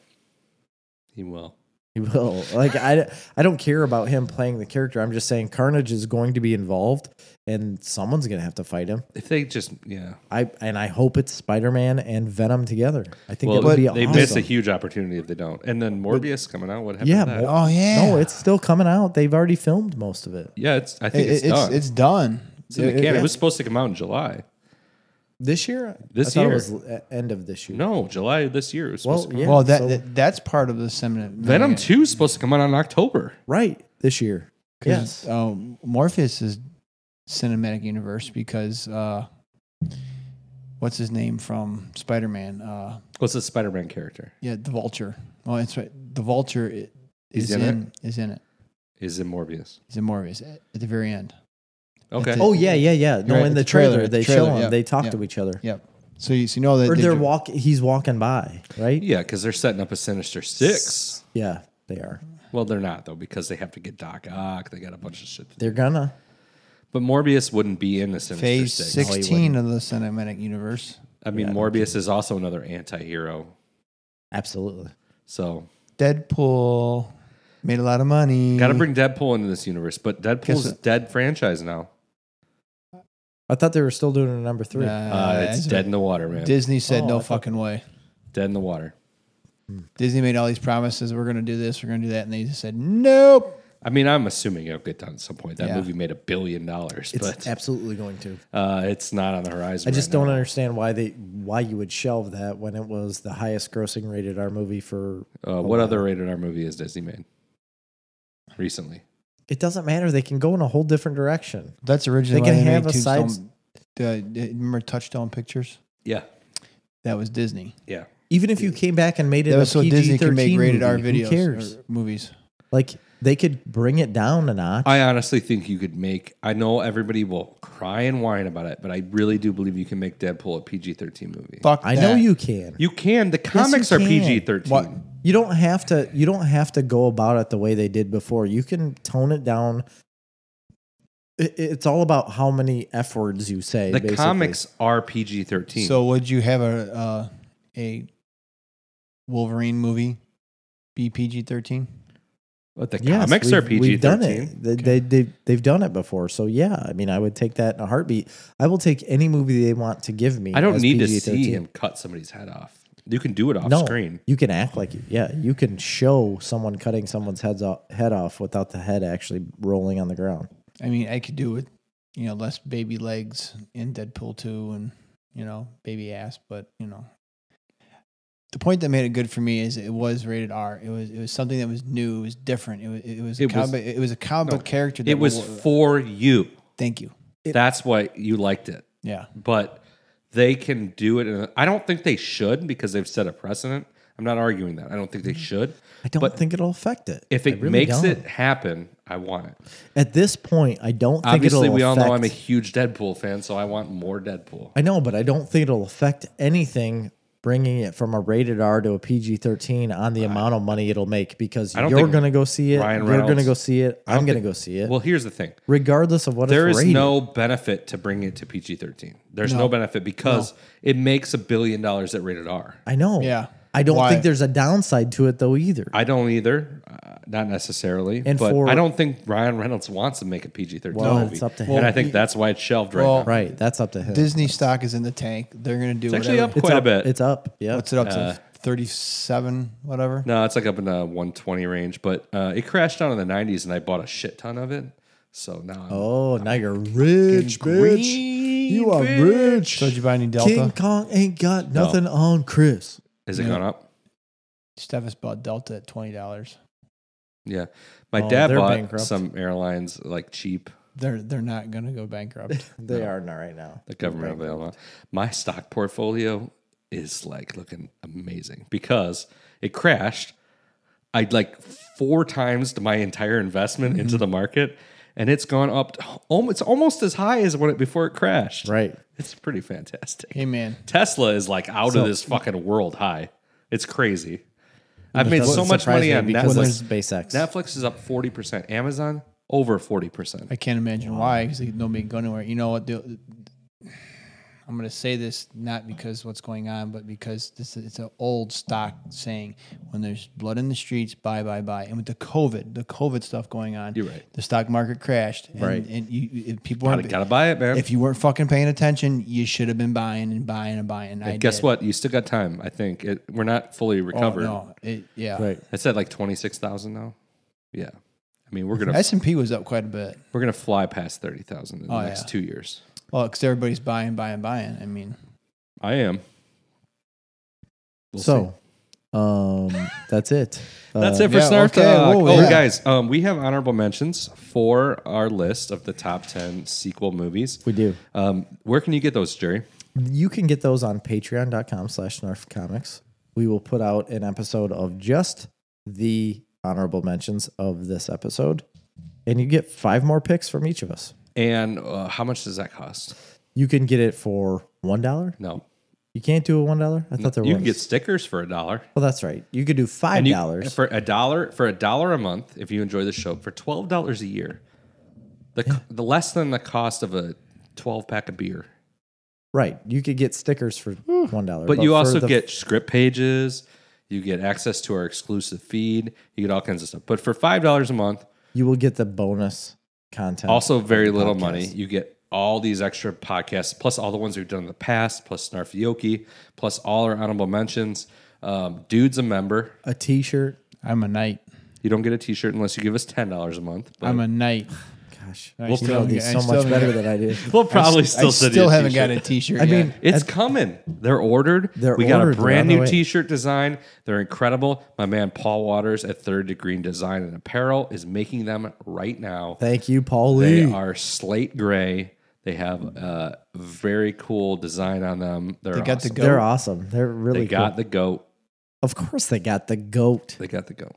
he will.
He will. Like I, I don't care about him playing the character. I'm just saying Carnage is going to be involved, and someone's going to have to fight him.
If they just yeah,
I and I hope it's Spider Man and Venom together. I think
well,
that would be
they
awesome.
miss a huge opportunity if they don't. And then Morbius coming out. What happened?
Yeah,
to that?
Mor-
Oh yeah.
No, it's still coming out. They've already filmed most of it
yeah. It's I
It-
think
it-
it's, done. It's,
it's done.
in the
It-
can.
it-
It was supposed to come out in July.
this year.
This
I thought
year.
it was uh, end of this year.
No, July of this year. It was
Well,
supposed to come
yeah.
out.
well, that,
so-
that- that's part of the cinema.
Venom Two is supposed to come out in October.
right this year. Yes,
Um, Morpheus is cinematic universe because uh, what's his name from Spider-Man? Uh,
What's the Spider-Man character?
yeah, the Vulture. Oh, that's right. The Vulture i-
He's
is
in
in,
it?
is in it.
Is in Morbius.
He's in Morpheus at at the very end.
Okay.
It's a-
Oh yeah, yeah, yeah. No,
Right,
in the
it's a trailer,
trailer,
it's a
they
trailer,
show him.
yeah,
They talk
yeah.
to each other,
Yep. So you, so you know that
or
they
they're
do-
walk. He's walking by, right?
Yeah, because they're setting up a Sinister Six.
Yeah, they are.
Well, they're not though, because they have to get Doc Ock. They got a bunch of shit. To do.
They're gonna.
But Morbius wouldn't be in the Sinister
phase
Six.
sixteen of the cinematic universe.
I mean, Morbius is also another anti-hero.
Absolutely.
So
Mm-hmm. Deadpool made a lot of money.
got to bring Deadpool into this universe. But Deadpool's
Guess-
a dead franchise now.
I thought they were still doing a number three.
Nah,
Uh, it's
that's
dead
right.
in the water, man.
Disney said
Oh,
no
I thought-
fucking way.
dead in the water.
Disney made all these promises. We're gonna do this. We're gonna do that, and they just said nope.
I mean, I'm assuming it'll get done at some point. That
Yeah.
movie made a billion dollars,
it's
but
absolutely going to.
uh, it's not on the horizon.
I just
right
don't
now.
understand why they why you would shelve that when it was the highest grossing rated R movie for.
Uh, what other rated R movie has Disney made recently?
It doesn't matter. They can go in a whole different direction.
That's originally
They can
why
have
made
a side-
Tombstone- the- the- remember Touchstone Pictures?
Yeah,
That was Disney.
yeah.
Even if you came back and made it
That
a
was so Disney
PG-13
could make rated R
movie,
videos
who cares?
or movies.
Like they could bring it down a notch.
I honestly think you could make. I know everybody will cry and whine about it, but I really do believe you can make Deadpool a PG thirteen movie.
Fuck.
I know
that.
you can.
You can. The comics are
can.
PG
What?
thirteen.
you don't have to you don't have to go about it the way they did before you can tone it down It- it's all about how many f words you say
The
basically.
comics are PG thirteen.
So would you have a uh, a Wolverine movie be PG thirteen?
but the
Yes,
comics are
we've-
PG
we've done it.
thirteen.
They, they, they, they've done it before. So, yeah, I mean, I would take that in a heartbeat. I will take any movie they want to give me.
I don't
as
need to
PG-13.
see him cut somebody's head off. You can do it off
No,
screen.
you can act like you. Yeah, you can show someone cutting someone's heads off, head off without the head actually rolling on the ground.
I mean, I could do it, you know, less baby legs in Deadpool 2 and, you know, baby ass, but, you know. The point that made it good for me is it was rated R. It was it was something that was new, it was different. It was it was a
It was-
comic, it was a comic book character that
It was
uh,
for you.
Thank you.
That's why you liked it.
Yeah.
But they can do it. And I don't think they should because they've set a precedent. I'm not arguing that. I don't think they should.
Mm-hmm. I don't
But-
think it'll affect it.
If
I
it
really
makes
don't.
it happen, I want it.
at this point, I don't think
Obviously,
it'll
we all know I'm a
affect-
huge Deadpool fan, so I want more Deadpool.
I know, but I don't think it'll affect anything bringing it from a rated R to a PG 13 on the amount of money it'll make because
don't
you're
think
going to go see it.
Ryan
you're going to
Reynolds-
go see it. I'm going to go see it.
Well, here's the thing.
regardless of what
There
it's
is
rated.
no benefit to bringing it to PG 13. There's no, benefit because it makes a billion dollars at rated R.
I know.
Yeah.
I don't
Why?
think there's a downside to it though either.
I don't either, uh, not necessarily.
And
but
for-
I don't think Ryan Reynolds wants to make a PG 13
Well,
movie.
it's up to him.
And I think that's why it's shelved right
Well,
now.
right. That's up to him.
Disney stock is in the tank. They're going to do
It's actually
whatever.
up quite
it's
a bit.
It's up. Yeah.
What's it up to? 37 whatever.
No, it's like up in the 120 range, but uh, it crashed down in the 90s, and I bought a shit ton of it. So now, I'm,
oh, now you're rich, bitch. You are rich.
So did you buy any Delta?
King Kong ain't got nothing on Chris.
has it
Yeah.
gone up?
Steffes bought Delta at $20.
Yeah, my
Oh,
dad
they're
bought
bankrupt.
some airlines like cheap.
They're they're not going to go bankrupt.
They are not right now.
The government of Illinois. My stock portfolio is like looking amazing because it crashed. I'd like four times my entire investment
Mm-hmm.
into the market, and it's gone up. To, al- it's almost as high as when it before it crashed.
Right.
It's pretty fantastic.
hey man,
Tesla is like out of this fucking world high. It's crazy. I've made so
Doesn't
much
surprise
money
me
on
because
Netflix.
of SpaceX.
Netflix is up forty percent. Amazon over forty percent.
I can't imagine why because nobody can go anywhere. You know what? the- I'm going to say this not because what's going on, but because this is, it's an old stock saying when there's blood in the streets, buy, buy, buy. And with the COVID, the COVID stuff going on,
You're right.
The stock market crashed, and,
Right.
And you, you- if people
Gotta,
weren't,
gotta buy it, man.
if you weren't fucking paying attention, you should have been buying and buying and buying. I
Guess
did.
what? You still got time. I think it, we're not fully
Oh,
recovered.
no, it, yeah.
Right.
I said like twenty six thousand now. Yeah, I mean we're gonna
S and P was up quite a bit.
we're gonna fly past thirty thousand in the
Oh,
next
yeah.
two years.
Well, because everybody's buying, buying, buying. I mean,
I am. We'll see.
so, um, that's it.
That's
Uh,
it for
yeah,
Snarf
okay,
Talk.
whoa,
oh,
yeah.
guys, um, we have honorable mentions for our list of the top 10 sequel movies.
We do.
Um, where can you get those, Jerry?
You can get those on patreon.com slash snarf comics. We will put out an episode of just the honorable mentions of this episode. And you get five more picks from each of us.
And uh, how much does that cost?
You can get it for one dollar.
No.
You can't do a one dollar? I thought there
You
was
can get stickers for a dollar.
well that's right. You could do five
And you-
dollars.
for a dollar for a dollar a month if you enjoy the show for twelve dollars a year. The c the less than the cost of a twelve pack of beer.
Right. You could get stickers for one dollar.
But, you
for
also
the-
get script pages. You get access to our exclusive feed. You get all kinds of stuff. But for five dollars a month,
you will get the bonus content.
also very little
podcast.
money. You get all these extra podcasts, plus all the ones we've done in the past, plus Snarfyoki, plus all our honorable mentions. Um, dude's a member.
a t shirt.
I'm a knight.
You don't get a T-shirt unless you give us ten dollars a month. But
I'm a knight.
Gosh.
I
you
still
know
haven't-
these
I
so
still
much
haven't
better
got-
than I do.
we'll probably still.
I
send
still
you a
haven't
t-shirt.
got a T-shirt.
I
yet.
mean,
It's coming. They're ordered.
They're
we
ordered.
got a
They're on
brand
the
new
way.
T-shirt design. They're incredible. My man Paul Waters at Third Degree Design and Apparel is making them right now.
Thank you, Paul
They
Lee.
are slate gray. They have a very cool design on them. They're
they got the
awesome.
goat.
They're awesome. They're really
They got
cool.
the goat.
Of course they got the goat.
They got the goat.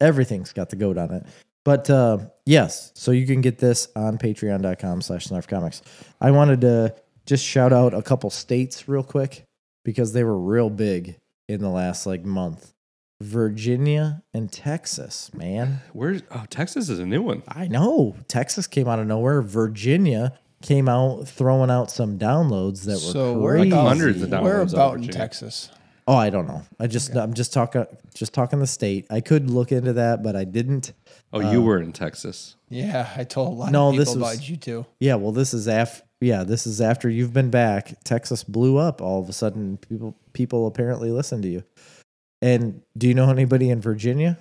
Everything's got the goat on it. But uh, yes, so you can get this on patreon.com slash snarfcomics. I wanted to just shout out a couple states real quick because they were real big in the last like month. Virginia and Texas, man.
Where's oh Texas is a new one.
I know. Texas came out of nowhere. Virginia came out throwing out some downloads that were
So we're
crazy.
about,
Hundreds of dollars.
We're
downloads
about
over
in
Virginia.
Texas.
Oh, I don't know. I just I'm just talking just talking the state. I could look into that, but I didn't.
Oh, you were in Texas.
Yeah, I told a lot
No,
of people
this was-
about you too.
Yeah, well, this is af yeah, this is after you've been back. Texas blew up all of a sudden. People people apparently listened to you. And do you know anybody in Virginia?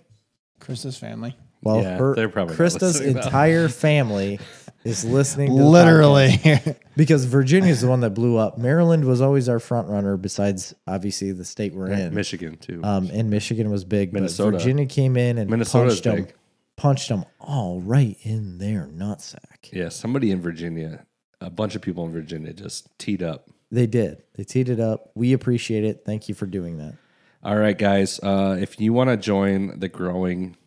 Chris's family.
Well,
Yeah,
her
they're probably not
Krista's
listening, though.
entire family is listening. To the podcast.
Literally.
because Virginia's the one that blew up. Maryland was always our front runner, besides obviously the state we're in.
Michigan too.
Um, and Michigan was big. but
Minnesota.
Virginia came in and
Minnesota's
punched them,
big.
punched them all right in their nutsack.
yeah, somebody in Virginia, a bunch of people in Virginia just teed up.
They did. They teed it up. We appreciate it. Thank you for doing that.
All right, guys. Uh, if you want to join the growing,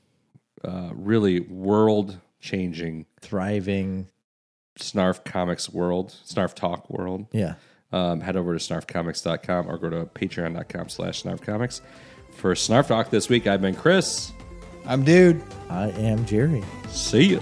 uh, really world changing
Thriving.
Snarf Comics world, Snarf Talk world,
Yeah.
um, head over to snarfcomics.com or go to patreon.com slash snarfcomics. For Snarf Talk this week, I've been Chris.
I'm dude.
I am Jerry.
See ya.